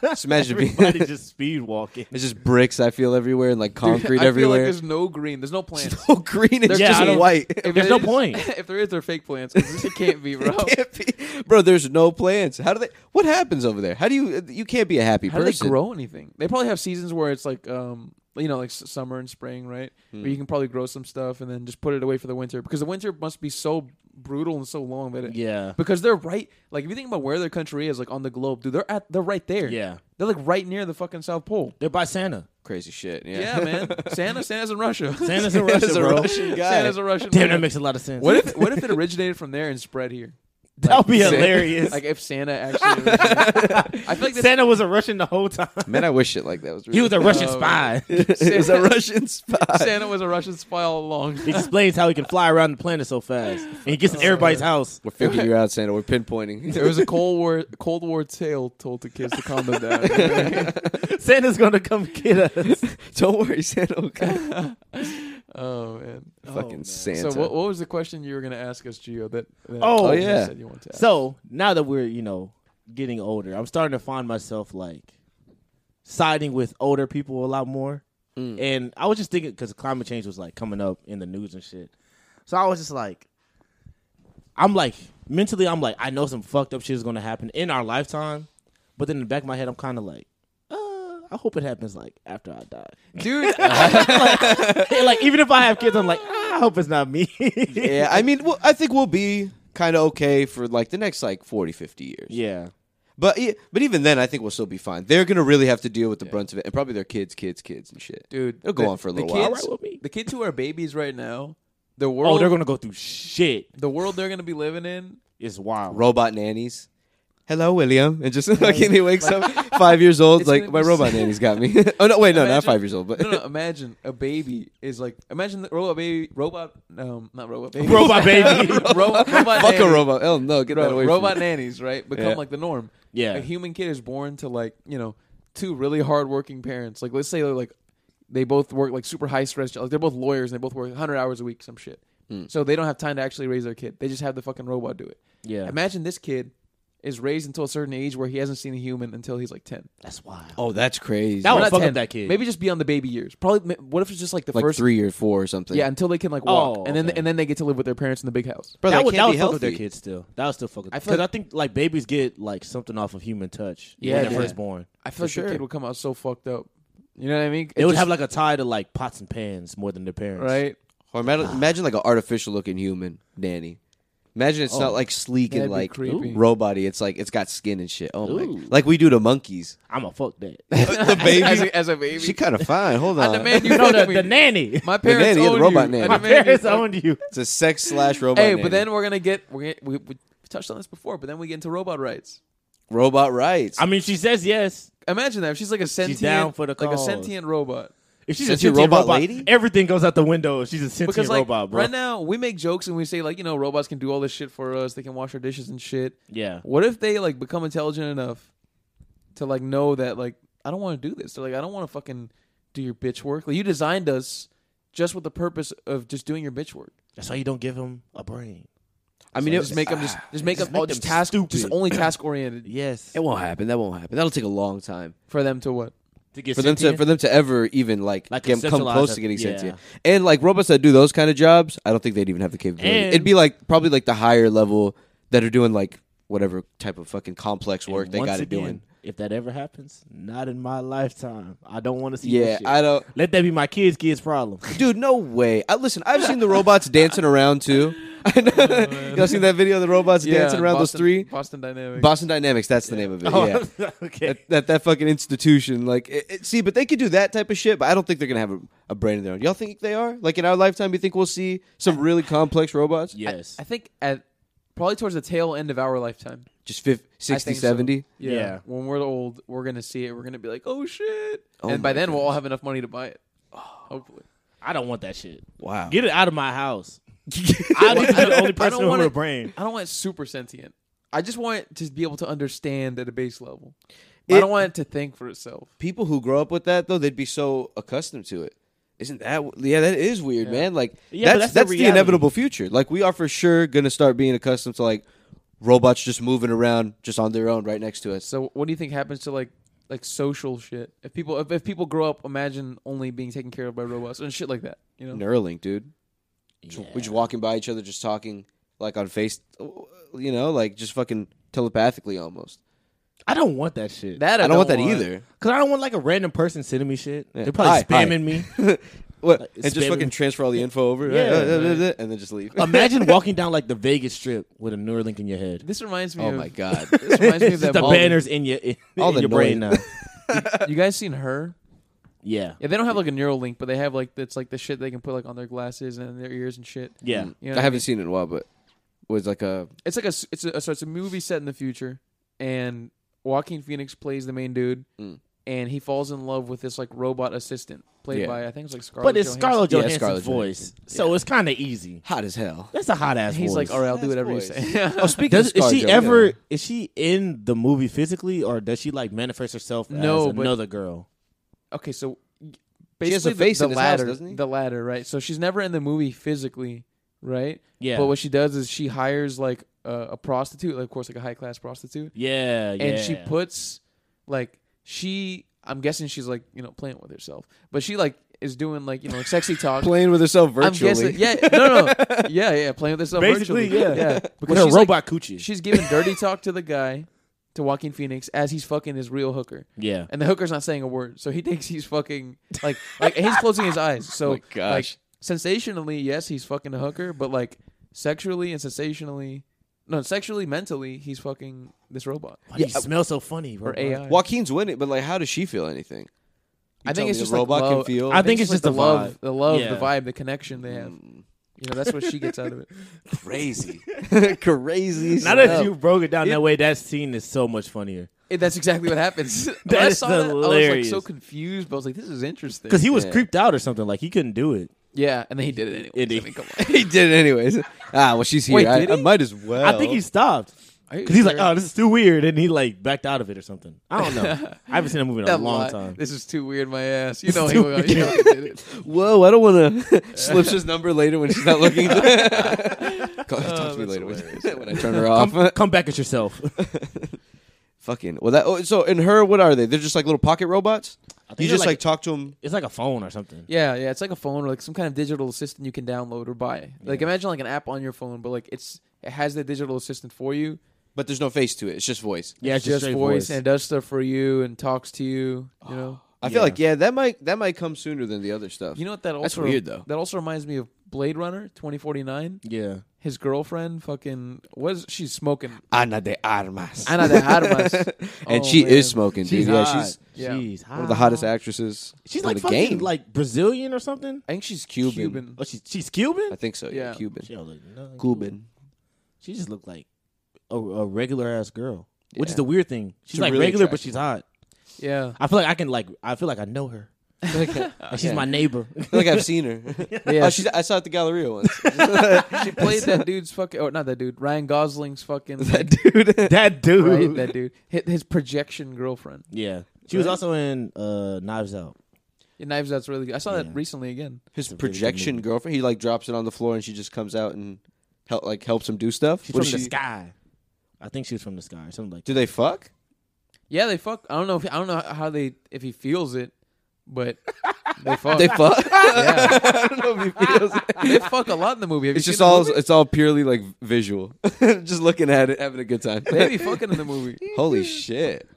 Speaker 3: just imagine it being.
Speaker 2: *laughs* everybody just *laughs* speed walking.
Speaker 3: It's just bricks I feel everywhere and like
Speaker 1: Dude,
Speaker 3: concrete
Speaker 1: I feel like
Speaker 3: everywhere.
Speaker 1: there's no green. There's no *laughs* plants.
Speaker 3: no green. It's
Speaker 1: There's
Speaker 2: Yeah, I
Speaker 3: just
Speaker 2: don't-
Speaker 3: white.
Speaker 1: If *laughs*
Speaker 2: There's
Speaker 1: it
Speaker 2: no
Speaker 1: is- *laughs*
Speaker 2: point.
Speaker 1: if there is, they're fake plants. 'cause It can't be, bro.
Speaker 3: can't be, bro. There's no plans. How do they? What happens over there? How do you? You can't be a happy
Speaker 1: How do they
Speaker 3: person.
Speaker 1: grow anything? They probably have seasons where it's like, um, you know, like s- summer and spring, right? Where you can probably grow some stuff and then just put it away for the winter because the winter must be so brutal and so long that it,
Speaker 2: Yeah.
Speaker 1: Because they're right, like if you think about where their country is, like on the globe, dude, they're at they're right there.
Speaker 2: Yeah.
Speaker 1: they're like right near the fucking South Pole.
Speaker 2: They're by Santa.
Speaker 3: Crazy shit. Yeah.
Speaker 1: Yeah, man. Santa, Santa's in Russia. *laughs*
Speaker 2: Santa's in Russia,
Speaker 3: Santa's a
Speaker 2: bro.
Speaker 3: Russian guy.
Speaker 1: Santa's a Russian.
Speaker 2: Damn, that
Speaker 1: man.
Speaker 2: makes a lot of sense.
Speaker 1: What if what if it originated from there and spread here?
Speaker 2: that would be
Speaker 3: Santa-
Speaker 2: hilarious.
Speaker 1: Like if Santa actually, I
Speaker 3: *laughs*
Speaker 1: feel like this
Speaker 2: Santa was a Russian the whole time.
Speaker 3: *laughs* Man, I wish it like
Speaker 1: *laughs*
Speaker 3: that was. Real.
Speaker 2: He *laughs* was a Russian
Speaker 1: Oh.
Speaker 2: spy.
Speaker 3: *laughs* it was
Speaker 1: *laughs*
Speaker 3: a Russian spy.
Speaker 1: Santa was a Russian spy all along.
Speaker 2: He explains how he can fly around the planet so fast. And he gets in everybody's house.
Speaker 3: We're figuring you out, Santa. We're pinpointing.
Speaker 1: *laughs* *laughs* There was a Cold War Cold War tale told to kids to calm them
Speaker 3: *laughs*
Speaker 1: down.
Speaker 2: Santa's gonna come get us.
Speaker 3: *laughs* Don't worry, Santa. Okay.
Speaker 1: *laughs* oh man.
Speaker 3: Fucking Santa.
Speaker 1: So what,
Speaker 3: *laughs*
Speaker 1: what was the question you were going to ask us, Gio? That, that
Speaker 2: Oh,
Speaker 1: you
Speaker 3: yeah.
Speaker 1: said you want to ask.
Speaker 2: So now that we're, you know, getting older, I'm starting to find myself like siding with older people a lot more. And I was just thinking because climate change was like coming up in the news and shit. So I was just like, I'm like mentally, I'm like, I know some fucked up shit is gonna happen in our lifetime, but then in the back of my head, I'm kind of like, uh, I hope it happens like after I die.
Speaker 1: dude,
Speaker 2: And, *laughs* like even if I have kids, I'm like, ah, I hope it's not me. *laughs*
Speaker 3: yeah, I mean, well, I think we'll be kind of okay for like the next like 40, 50 years.
Speaker 2: yeah.
Speaker 3: But yeah, but even then, I think we'll still be fine. They're gonna really have to deal with the brunt of it, and probably their kids, kids, kids, and shit.
Speaker 1: dude,
Speaker 3: it'll go on for a little
Speaker 1: the
Speaker 3: while.
Speaker 1: Kids,
Speaker 2: All right with me.
Speaker 1: The kids who are babies right now, the
Speaker 2: Oh,
Speaker 1: world
Speaker 2: they're gonna go through shit.
Speaker 1: the world they're going to be living in.
Speaker 2: It's wild.
Speaker 3: robot nannies. Hello, William. And just *laughs* like he wakes up five years old,
Speaker 1: It's
Speaker 3: like
Speaker 1: gonna
Speaker 3: my
Speaker 1: be
Speaker 3: robot
Speaker 1: so-
Speaker 3: nanny's got
Speaker 1: *laughs*
Speaker 3: me. *laughs* oh no, wait, no, not
Speaker 1: Imagine-
Speaker 3: five years old, but
Speaker 1: No, no, imagine a baby is like imagine the robot baby robot um not robot baby
Speaker 2: Robot
Speaker 1: *laughs*
Speaker 2: baby.
Speaker 1: robot, robot
Speaker 3: *laughs* fuck a
Speaker 1: nanny.
Speaker 3: robot. Hell no, get that
Speaker 1: Bro,
Speaker 3: away.
Speaker 1: robot
Speaker 3: from me.
Speaker 1: nannies, right? Become
Speaker 3: Yeah.
Speaker 1: like the norm.
Speaker 2: Yeah.
Speaker 1: A human kid is born to like, you know, two really hardworking parents. Like let's say they're like they both work like super high stress jobs. Like they're both lawyers and they both work 100 hours a week some shit. So they don't have time to actually raise their kid. They just have the fucking robot do it.
Speaker 2: Yeah.
Speaker 1: Imagine this kid is raised until a certain age where he hasn't seen a human until he's like 10.
Speaker 2: That's wild.
Speaker 3: Oh, that's crazy.
Speaker 2: That
Speaker 1: Or
Speaker 2: would
Speaker 1: not
Speaker 2: fuck up
Speaker 1: 10,
Speaker 2: that kid.
Speaker 1: Maybe just beyond the baby years. Probably what if it's just like the
Speaker 3: like
Speaker 1: first
Speaker 3: three or four or something.
Speaker 1: Yeah, until they can like walk
Speaker 2: Oh,
Speaker 1: and then
Speaker 2: okay.
Speaker 1: and then they get to live with their parents in the big house.
Speaker 3: bro,
Speaker 2: that
Speaker 3: they
Speaker 2: would, that
Speaker 3: can't be
Speaker 2: would fuck
Speaker 3: healthy.
Speaker 2: with their kids still. That would still fuck with.
Speaker 1: I
Speaker 2: Because
Speaker 1: feel
Speaker 2: I,
Speaker 1: like-
Speaker 2: think like babies get like something off of human touch
Speaker 1: Yeah,
Speaker 2: when they're
Speaker 1: dude.
Speaker 2: first born.
Speaker 1: I feel like
Speaker 3: sure.
Speaker 1: your kid would come out so fucked up. You know what I mean?
Speaker 2: They would have like a tie to like pots and pans more than their parents.
Speaker 1: right?
Speaker 3: Or imagine, imagine like an artificial looking human nanny. Imagine it's not like sleek
Speaker 1: Oh. That'd
Speaker 3: and
Speaker 1: be
Speaker 3: like
Speaker 1: creepy.
Speaker 3: robot It's like it's got skin and shit. Oh
Speaker 2: Ooh.
Speaker 3: my, like we do
Speaker 1: *laughs*
Speaker 3: to monkeys.
Speaker 2: I'm a fuck *laughs* that.
Speaker 3: *laughs* the
Speaker 1: as,
Speaker 3: baby,
Speaker 1: a, as a baby.
Speaker 3: she kind of fine. Hold on,
Speaker 1: I demand you fuck
Speaker 2: no, *laughs* the,
Speaker 1: me.
Speaker 2: the nanny.
Speaker 1: My
Speaker 3: nanny,
Speaker 1: parents
Speaker 3: the
Speaker 1: own
Speaker 3: robot
Speaker 1: you. I
Speaker 3: nanny.
Speaker 2: My
Speaker 1: demand you
Speaker 2: parents
Speaker 1: fuck-
Speaker 2: owned you.
Speaker 3: it's a sex slash robot.
Speaker 1: Hey,
Speaker 3: nanny.
Speaker 1: but then we're gonna get we're gonna, we, we touched on this before, but then we get into robot rights.
Speaker 3: robot rights.
Speaker 2: I mean, she says yes.
Speaker 1: Imagine that if she's like a sentient,
Speaker 2: down for the
Speaker 1: like a
Speaker 2: cause.
Speaker 1: sentient robot.
Speaker 2: If she's
Speaker 3: Since
Speaker 2: a
Speaker 3: you're
Speaker 2: sentient
Speaker 3: robot
Speaker 2: robot,
Speaker 3: lady?
Speaker 2: everything goes out the window. if She's a sentient
Speaker 1: Because like
Speaker 2: robot, bro.
Speaker 1: right now we make jokes and we say like you know robots can do all this shit for us. They can wash our dishes and shit.
Speaker 2: yeah,
Speaker 1: What if they like become intelligent enough to like know that like I don't want to do this. They're like I don't want to fucking do your bitch work. Like you designed us just with the purpose of just doing your bitch work.
Speaker 2: that's why you don't give him a brain.
Speaker 3: I mean, it,
Speaker 1: just make them just just make
Speaker 2: Just
Speaker 1: them all
Speaker 2: make
Speaker 1: just
Speaker 2: them
Speaker 1: task just
Speaker 2: stupid.
Speaker 1: only task oriented
Speaker 3: *clears throat*
Speaker 2: Yes.
Speaker 3: it won't happen. That won't happen. That'll take a long time
Speaker 1: for them to what?
Speaker 2: To get
Speaker 3: for them to
Speaker 2: sentient?
Speaker 3: for them to ever even like,
Speaker 2: Like
Speaker 3: get- come
Speaker 2: conceptualize
Speaker 3: close
Speaker 2: that-
Speaker 3: to getting
Speaker 2: yeah.
Speaker 3: sentient. And like robots that do those kind of jobs, I don't think they'd even have the capability.
Speaker 2: And-
Speaker 3: It'd be like probably like the higher level that are doing like whatever type of fucking complex work
Speaker 2: And
Speaker 3: they
Speaker 2: once
Speaker 3: got it
Speaker 2: again,
Speaker 3: doing.
Speaker 2: If that ever happens, not in my lifetime. I don't want to see.
Speaker 3: Yeah,
Speaker 2: that shit.
Speaker 3: I don't.
Speaker 2: Let that be my kids' kids' problem.
Speaker 3: Dude, no way. I listen. I've seen the robots *laughs* dancing around too. *laughs*
Speaker 2: Oh,
Speaker 3: Y'all seen that video of the robots dancing around
Speaker 1: Boston,
Speaker 3: those three?
Speaker 1: Boston Dynamics.
Speaker 3: Boston Dynamics. That's the name of it.
Speaker 2: Oh, *laughs*
Speaker 3: Yeah.
Speaker 2: okay.
Speaker 3: That, that that fucking institution, like, it, it- see, but they could do that type of shit. But I don't think they're gonna have a, a brain of their own. Y'all think they are? Like in our lifetime, you think we'll see some really complex robots?
Speaker 1: I-
Speaker 2: yes.
Speaker 1: I, think at probably towards the tail end of our lifetime.
Speaker 3: Just 50,
Speaker 1: I
Speaker 3: 60,
Speaker 1: think so.
Speaker 3: 70?
Speaker 1: Yeah.
Speaker 2: Yeah.
Speaker 1: When we're old, we're gonna see it. We're gonna be like, oh shit.
Speaker 3: Oh
Speaker 1: and by
Speaker 3: my Oh.
Speaker 1: then we'll all have enough money to buy it. Hopefully.
Speaker 2: I don't want that shit.
Speaker 3: Wow.
Speaker 2: Get it out of my
Speaker 3: *laughs*
Speaker 2: house. I'm the only
Speaker 1: I
Speaker 2: person
Speaker 1: don't
Speaker 2: who
Speaker 1: want
Speaker 2: with a
Speaker 1: it-
Speaker 2: brain.
Speaker 1: I don't want it super sentient. I just want it to be able to understand at a base level.
Speaker 3: It-
Speaker 1: I don't want it to think for itself.
Speaker 3: People who grow up with that though, they'd be so accustomed to it. Isn't that w- yeah? That is weird, man. Like
Speaker 2: Yeah, but
Speaker 3: that's
Speaker 2: that's
Speaker 3: that's
Speaker 2: the
Speaker 3: the,
Speaker 2: reality.
Speaker 3: inevitable future. Like we are for sure gonna start being accustomed to like robots just moving around just on their own right next to us.
Speaker 1: So what do you think happens to like like social shit? If people if, if people grow up, imagine only being taken care of by robots and shit like that. You know,
Speaker 3: Neuralink, dude. We're just walking by each other, just talking like on face, you know, like just fucking telepathically almost.
Speaker 2: I don't want that shit.
Speaker 1: that
Speaker 3: I don't want that either.
Speaker 2: Cause I don't want like a random person sending me shit.
Speaker 3: Yeah.
Speaker 2: They're probably
Speaker 3: Hi, hi.
Speaker 2: spamming me.
Speaker 3: What?
Speaker 2: Like,
Speaker 3: and just
Speaker 2: spam-
Speaker 3: fucking transfer all the info over,
Speaker 2: Yeah,
Speaker 3: *laughs* and then just leave.
Speaker 2: Imagine walking down like the Vegas Strip with a Neuralink in your
Speaker 3: *laughs*
Speaker 2: head.
Speaker 1: This reminds me.
Speaker 3: oh
Speaker 1: of, *laughs*
Speaker 3: my god.
Speaker 1: This reminds me of
Speaker 2: It's
Speaker 1: that
Speaker 2: just the
Speaker 1: Molly-
Speaker 2: banners in your in,
Speaker 3: All the
Speaker 2: your brain now.
Speaker 3: noise.
Speaker 1: *laughs* You guys seen her?
Speaker 2: *laughs* Yeah,
Speaker 1: Yeah, they don't have like a neural link, but they have like that's like the shit they can put like on their glasses and in their ears and shit.
Speaker 2: yeah.
Speaker 1: You know
Speaker 3: I
Speaker 1: what
Speaker 3: haven't seen it in a while, but was like a
Speaker 1: It's like a s- it's a so it's a movie set in the future, and Joaquin Phoenix plays the main dude,
Speaker 3: Mm.
Speaker 1: and he falls in love with this like robot assistant played
Speaker 3: Yeah.
Speaker 1: by I think it's like Scarlett.
Speaker 2: But it's
Speaker 1: Johansson.
Speaker 2: Scarlett
Speaker 3: Yeah,
Speaker 2: Johansson's
Speaker 3: Scarlett
Speaker 2: voice, so it's kind of easy.
Speaker 3: hot as hell.
Speaker 2: That's a hot ass.
Speaker 1: He's
Speaker 2: voice.
Speaker 1: like, all right, I'll do
Speaker 3: That's
Speaker 1: whatever you *laughs*
Speaker 3: voice.
Speaker 1: say.
Speaker 2: *laughs*
Speaker 3: Oh, speaking
Speaker 2: Does
Speaker 3: of
Speaker 2: is she
Speaker 3: ScarJo,
Speaker 2: ever
Speaker 3: yeah.
Speaker 2: is she in the movie physically or does she like manifest herself
Speaker 1: No,
Speaker 2: as
Speaker 1: but-
Speaker 2: another girl?
Speaker 1: okay, so basically
Speaker 3: She has a
Speaker 1: the-
Speaker 3: face
Speaker 1: the,
Speaker 3: in his house,
Speaker 1: latter,
Speaker 3: doesn't he?
Speaker 1: the latter, right? So she's never in the movie physically, right?
Speaker 2: Yeah,
Speaker 1: But what she does is she hires like a, a prostitute, like of course like a high class prostitute,
Speaker 2: yeah, yeah.
Speaker 1: and she puts like she. I'm guessing she's like you know playing with herself, but she like is doing like you know like sexy talk.
Speaker 3: playing with herself virtually?
Speaker 1: I'm guessing, yeah, no, no, yeah, yeah, playing with herself
Speaker 2: Basically,
Speaker 1: virtually,
Speaker 2: yeah.
Speaker 1: because
Speaker 2: with her
Speaker 1: she's, like,
Speaker 2: robot coochie.
Speaker 1: she's giving dirty talk to the guy, to Joaquin Phoenix, as he's fucking his real hooker,
Speaker 2: yeah,
Speaker 1: and the hooker's not saying a word, so he *laughs* thinks he's fucking like like he's closing his eyes. So
Speaker 3: my gosh.
Speaker 1: like sensationally, yes, he's fucking a hooker, but like sexually and sensationally, no, sexually, mentally, he's fucking this robot
Speaker 2: Why do you smell so funny?
Speaker 1: or
Speaker 2: robot?
Speaker 1: AI.
Speaker 3: Joaquin's winning, but like, how does she feel anything? You
Speaker 1: I
Speaker 3: tell
Speaker 1: think
Speaker 3: me
Speaker 1: it's
Speaker 3: the
Speaker 1: just
Speaker 3: robot
Speaker 1: like love.
Speaker 3: can feel.
Speaker 2: I think it's
Speaker 1: like
Speaker 2: just the
Speaker 1: love,
Speaker 2: vibe.
Speaker 1: the love,
Speaker 2: Yeah.
Speaker 1: the vibe, the connection they have. You know, that's what she gets out of it. *laughs*
Speaker 3: crazy, *laughs* crazy.
Speaker 2: Now
Speaker 3: stuff.
Speaker 2: that you broke it down that way, that scene is so much funnier.
Speaker 1: It- that's exactly what happens. When I
Speaker 2: is
Speaker 1: saw that, I was
Speaker 2: hilarious.
Speaker 1: like so confused, but I was like, "This is interesting."
Speaker 2: Because he was
Speaker 3: Yeah.
Speaker 2: creeped out or something, like he couldn't do it.
Speaker 1: yeah, and then he did it
Speaker 2: It
Speaker 1: anyway.
Speaker 2: did.
Speaker 1: I mean, come on. *laughs*
Speaker 3: he did it anyways. Ah, well, she's here.
Speaker 1: Wait,
Speaker 3: I,
Speaker 1: did
Speaker 3: I
Speaker 1: he?
Speaker 3: might as well.
Speaker 2: I think he stopped
Speaker 1: Oh. Are you
Speaker 2: because he's like,
Speaker 1: sure?
Speaker 2: "Oh, this is too weird," and he like backed out of it or something. I
Speaker 1: *laughs*
Speaker 2: don't know. I haven't seen a movie in a
Speaker 1: That
Speaker 2: long
Speaker 1: lie.
Speaker 2: time.
Speaker 1: This is too weird, my ass. You
Speaker 2: This
Speaker 1: know
Speaker 2: is
Speaker 1: he
Speaker 2: too
Speaker 1: was- you know he did it.
Speaker 3: Whoa, I don't want to. *laughs* Slips his number later when she's not looking. Call, talk to me
Speaker 1: Oh, that's
Speaker 3: later *laughs* when-
Speaker 1: hilarious.
Speaker 3: when I
Speaker 1: *laughs*
Speaker 3: turn her
Speaker 2: *laughs*
Speaker 3: off.
Speaker 2: Come, come back at yourself.
Speaker 3: Fucking well, that. Oh, so in her, what are they? They're just like little pocket robots.
Speaker 2: think
Speaker 3: You
Speaker 2: they're
Speaker 3: just like,
Speaker 2: like-
Speaker 3: talk to them.
Speaker 2: it's like a phone or something.
Speaker 1: *laughs* Yeah, yeah. It's like a phone or like some kind of digital assistant you can download or buy. Like imagine like an app on your phone, but like it's it has the digital assistant for you.
Speaker 3: But there's no face to it. It's just voice. Oh,
Speaker 2: Yeah, it's
Speaker 1: just
Speaker 2: straight
Speaker 1: voice, and it does stuff for you and talks to you. You know,
Speaker 3: I feel
Speaker 2: Yeah.
Speaker 3: like yeah, that might that might come sooner than the other stuff.
Speaker 1: you know what that also
Speaker 3: That's weird, though.
Speaker 1: That also reminds me of Blade Runner twenty forty nine.
Speaker 2: yeah.
Speaker 1: His girlfriend, fucking, was she's smoking
Speaker 3: Ana de Armas,
Speaker 1: Ana de Armas.
Speaker 3: *laughs* and
Speaker 1: Oh,
Speaker 3: she
Speaker 1: man.
Speaker 3: is smoking, dude.
Speaker 2: She's
Speaker 3: Yeah,
Speaker 2: hot.
Speaker 3: she's
Speaker 1: yeah.
Speaker 2: She's
Speaker 3: one of the hottest
Speaker 2: hot.
Speaker 3: actresses.
Speaker 2: She's
Speaker 3: in
Speaker 2: like
Speaker 3: the
Speaker 2: fucking
Speaker 3: game.
Speaker 2: like Brazilian or something.
Speaker 1: I think she's
Speaker 3: Cuban.
Speaker 1: Cuban.
Speaker 2: Oh, she's she's Cuban.
Speaker 3: I think so. Yeah,
Speaker 1: Yeah.
Speaker 3: Cuban.
Speaker 2: She don't look nothing
Speaker 3: Cuban.
Speaker 2: She just looked like a, a regular ass girl, which
Speaker 3: Yeah.
Speaker 2: is the weird thing. She's,
Speaker 3: She's
Speaker 2: like
Speaker 3: really
Speaker 2: regular, but
Speaker 3: attractive.
Speaker 2: she's hot.
Speaker 1: Yeah.
Speaker 2: I feel like I can like. I feel like I know her. Like, she's
Speaker 3: Yeah.
Speaker 2: my neighbor.
Speaker 3: I feel like I've
Speaker 2: *laughs*
Speaker 3: seen her. *laughs*
Speaker 1: Yeah.
Speaker 3: oh, she's, I saw her at the Galleria once.
Speaker 1: She played
Speaker 3: *laughs*
Speaker 1: that dude's fucking. Oh, not that dude. Ryan Gosling's fucking.
Speaker 3: that
Speaker 1: Like,
Speaker 3: dude.
Speaker 2: that
Speaker 1: *laughs*
Speaker 2: dude.
Speaker 1: right, that dude. Hit his projection girlfriend.
Speaker 2: Yeah, she was also in uh, Knives Out.
Speaker 1: Yeah, Knives Out's really good. I saw that
Speaker 2: Yeah.
Speaker 1: recently again.
Speaker 2: a
Speaker 3: His
Speaker 2: really good
Speaker 3: projection
Speaker 2: movie.
Speaker 3: girlfriend. He like drops it on the floor, and she just comes out and Hel- like helps him do stuff.
Speaker 2: She's
Speaker 3: What
Speaker 2: from
Speaker 3: is
Speaker 2: the
Speaker 3: she-
Speaker 2: sky. I think she was from the sky or something like
Speaker 3: Do they fuck?
Speaker 1: Yeah, they fuck. I don't know. If, I don't know how they if he feels it, but
Speaker 3: *laughs*
Speaker 1: they fuck.
Speaker 3: They fuck.
Speaker 1: Yeah.
Speaker 3: I don't know if he feels it.
Speaker 1: *laughs* they fuck a lot in the movie. Have
Speaker 3: It's
Speaker 1: you
Speaker 3: just
Speaker 1: seen
Speaker 3: all
Speaker 1: The movie?
Speaker 3: it's all purely like visual. *laughs* just looking at it, having a good time.
Speaker 1: They be fucking in the movie.
Speaker 3: *laughs* Holy shit.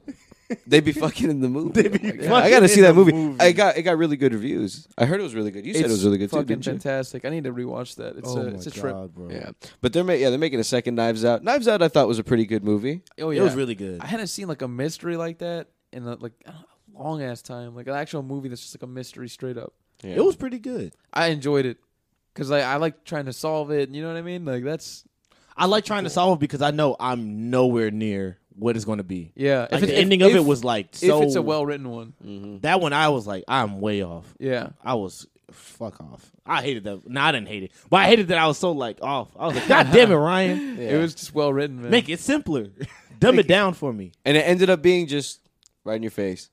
Speaker 3: They be fucking in the movie. Oh my God.
Speaker 2: fucking
Speaker 3: I gotta see
Speaker 2: in
Speaker 3: that
Speaker 2: the
Speaker 3: movie.
Speaker 2: movie.
Speaker 3: I got it got really good reviews. I heard it was really good. You said it was really good too,
Speaker 1: fucking
Speaker 3: didn't you? Oh
Speaker 1: fantastic. I need to rewatch that. It's a it's a trip.
Speaker 2: Oh bro.
Speaker 3: Yeah, but they're ma- yeah they're making a second Knives Out. Knives Out I thought was a pretty good movie.
Speaker 1: Oh
Speaker 2: It
Speaker 1: yeah,
Speaker 2: was really good.
Speaker 1: I hadn't seen like a mystery like that in a, like I don't know, a long ass time. Like an actual movie that's just like a mystery straight up.
Speaker 3: Yeah.
Speaker 2: It was pretty good.
Speaker 1: I enjoyed it because like I like trying to solve it. You know what I mean? Like that's
Speaker 2: I like trying to solve it because I know I'm nowhere near what it's going to be.
Speaker 1: yeah.
Speaker 2: Like
Speaker 1: it's-
Speaker 2: the ending of it was like so.
Speaker 1: if it's a well written one.
Speaker 2: that one I was like, I'm way off.
Speaker 1: Yeah.
Speaker 2: I was fuck off. I hated that. No, I didn't hate it, but I hated that I was so like off. I was like, God damn it, *laughs* Ryan,
Speaker 1: It was just well written, man.
Speaker 2: make it simpler, *laughs* dumb it down for me.
Speaker 3: and it ended up being just right in your face.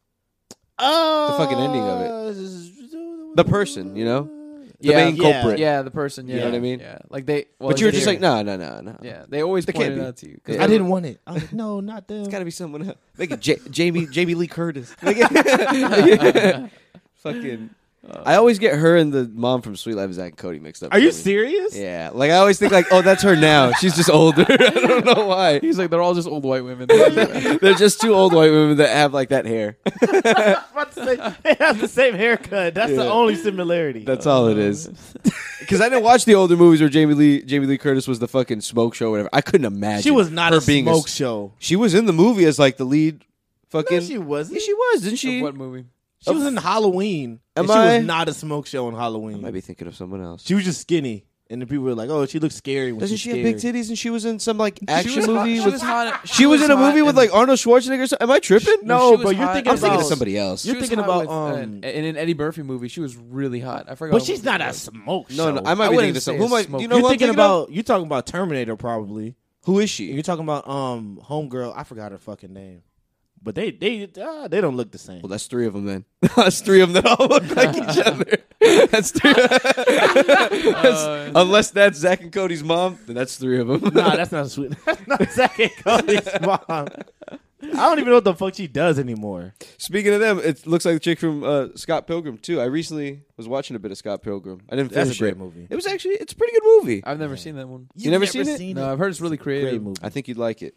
Speaker 2: Oh,
Speaker 3: fucking ending of
Speaker 2: it.
Speaker 3: The person, you know, the
Speaker 1: Yeah.
Speaker 3: main
Speaker 2: Yeah.
Speaker 3: culprit.
Speaker 1: yeah, the person. Yeah.
Speaker 2: You know what
Speaker 3: I mean?
Speaker 1: Yeah, like they. Well,
Speaker 3: But you were
Speaker 1: they-
Speaker 3: just like, no, no, no, no.
Speaker 1: yeah, they always
Speaker 3: can't
Speaker 1: pointed
Speaker 3: be.
Speaker 1: it out to you. 'cause
Speaker 2: I
Speaker 1: they-
Speaker 2: *laughs* didn't want it. I was like, no, not them.
Speaker 3: It's got to be someone else. Make it J-
Speaker 2: *laughs*
Speaker 3: Jamie Jamie Lee Curtis. Make it- fucking. *laughs* I always get her and the mom from Sweet Life Zach and Cody mixed up.
Speaker 2: Are you
Speaker 3: for me.
Speaker 2: serious?
Speaker 3: Yeah, like I always think like, oh, that's her now. She's just older. *laughs* I don't know why. *laughs*
Speaker 1: He's like, they're all just old white women. yeah,
Speaker 3: They're just two old white women that have like that hair.
Speaker 2: about to say, *laughs* they have the same haircut. That's the
Speaker 3: Yeah.
Speaker 2: only similarity.
Speaker 3: That's all it is. Because I didn't watch the older movies where Jamie Lee Jamie Lee Curtis was the fucking smoke show or whatever. I couldn't imagine.
Speaker 2: she was not
Speaker 3: her
Speaker 2: a
Speaker 3: being
Speaker 2: smoke
Speaker 3: s-
Speaker 2: show.
Speaker 3: She was in the movie as like the lead. Fucking.
Speaker 2: No, she wasn't.
Speaker 3: Yeah, she was,
Speaker 1: *laughs*
Speaker 3: didn't she?
Speaker 1: what movie?
Speaker 2: She was in Halloween. and
Speaker 3: Am
Speaker 2: she
Speaker 3: I-
Speaker 2: was not a smoke show on
Speaker 3: I
Speaker 2: Halloween.
Speaker 3: might be thinking of someone else.
Speaker 2: She was just skinny, and the people were like, "Oh, she looks scary." When
Speaker 3: Doesn't
Speaker 2: she's
Speaker 3: she have big
Speaker 2: scared."
Speaker 3: titties? And she was in some like action
Speaker 1: she was hot-
Speaker 3: movie.
Speaker 1: she
Speaker 3: with-
Speaker 1: was hot.
Speaker 3: She was in a
Speaker 1: hot
Speaker 3: movie with
Speaker 1: and-
Speaker 3: like Arnold Schwarzenegger. or something? Am I tripping?
Speaker 1: she
Speaker 2: No,
Speaker 1: was
Speaker 2: but you're
Speaker 1: hot.
Speaker 2: thinking
Speaker 3: I'm thinking of
Speaker 2: about-
Speaker 3: somebody else.
Speaker 1: She
Speaker 2: You're
Speaker 1: was
Speaker 2: thinking
Speaker 1: hot
Speaker 2: about,
Speaker 1: with, uh,
Speaker 2: um,
Speaker 1: in an Eddie Murphy movie. She was really hot. I forgot.
Speaker 2: But
Speaker 1: what
Speaker 2: she's
Speaker 1: movie
Speaker 2: not
Speaker 1: it
Speaker 2: a
Speaker 1: was.
Speaker 2: smoke show.
Speaker 3: No, no, I might
Speaker 1: I
Speaker 3: be
Speaker 1: wouldn't
Speaker 3: thinking of
Speaker 1: say
Speaker 3: someone. Who
Speaker 1: it's
Speaker 3: might?
Speaker 1: smoke.
Speaker 3: You know
Speaker 2: you're
Speaker 3: who I'm
Speaker 2: thinking
Speaker 3: of?
Speaker 2: about you're talking about Terminator probably.
Speaker 3: Who is she?
Speaker 2: You're talking about um Homegirl. I forgot her fucking name, but they they uh, they don't look the same.
Speaker 3: Well, that's three of them then. *laughs* that's three of them that all look like each other. *laughs* That's three. that's- unless that's Zach and Cody's mom, then that's three of them.
Speaker 2: Uh, *laughs* nah, that's not sweet. That's not Zach and Cody's *laughs* mom. I don't even know what the fuck she does anymore.
Speaker 3: *laughs* Speaking of them, it looks like the chick from uh, Scott Pilgrim too. I recently was watching a bit of Scott Pilgrim. I didn't
Speaker 2: That's
Speaker 3: finish
Speaker 2: a great
Speaker 3: it.
Speaker 2: movie.
Speaker 3: It was actually it's a pretty good movie. I,
Speaker 1: I've never seen that one.
Speaker 3: You never seen it?
Speaker 1: No, I've heard it's really creative.
Speaker 2: Great movie.
Speaker 3: think you'd like it.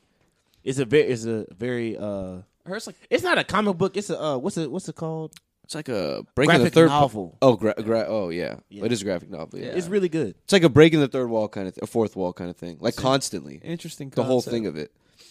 Speaker 2: It's a very it's a very uh
Speaker 1: Hers like
Speaker 2: it's not a comic book. It's a uh, what's it what's it called?
Speaker 3: It's like a breaking
Speaker 2: Graphic
Speaker 3: the third
Speaker 2: novel.
Speaker 3: Oh, gra- gra- oh yeah.
Speaker 2: Yeah.
Speaker 3: it is a graphic novel. Yeah.
Speaker 1: Yeah.
Speaker 2: It's really good.
Speaker 3: It's like a breaking the third wall kind of, th- a fourth wall kind of thing, like constantly.
Speaker 1: interesting.
Speaker 3: The whole
Speaker 1: concept.
Speaker 3: thing of it.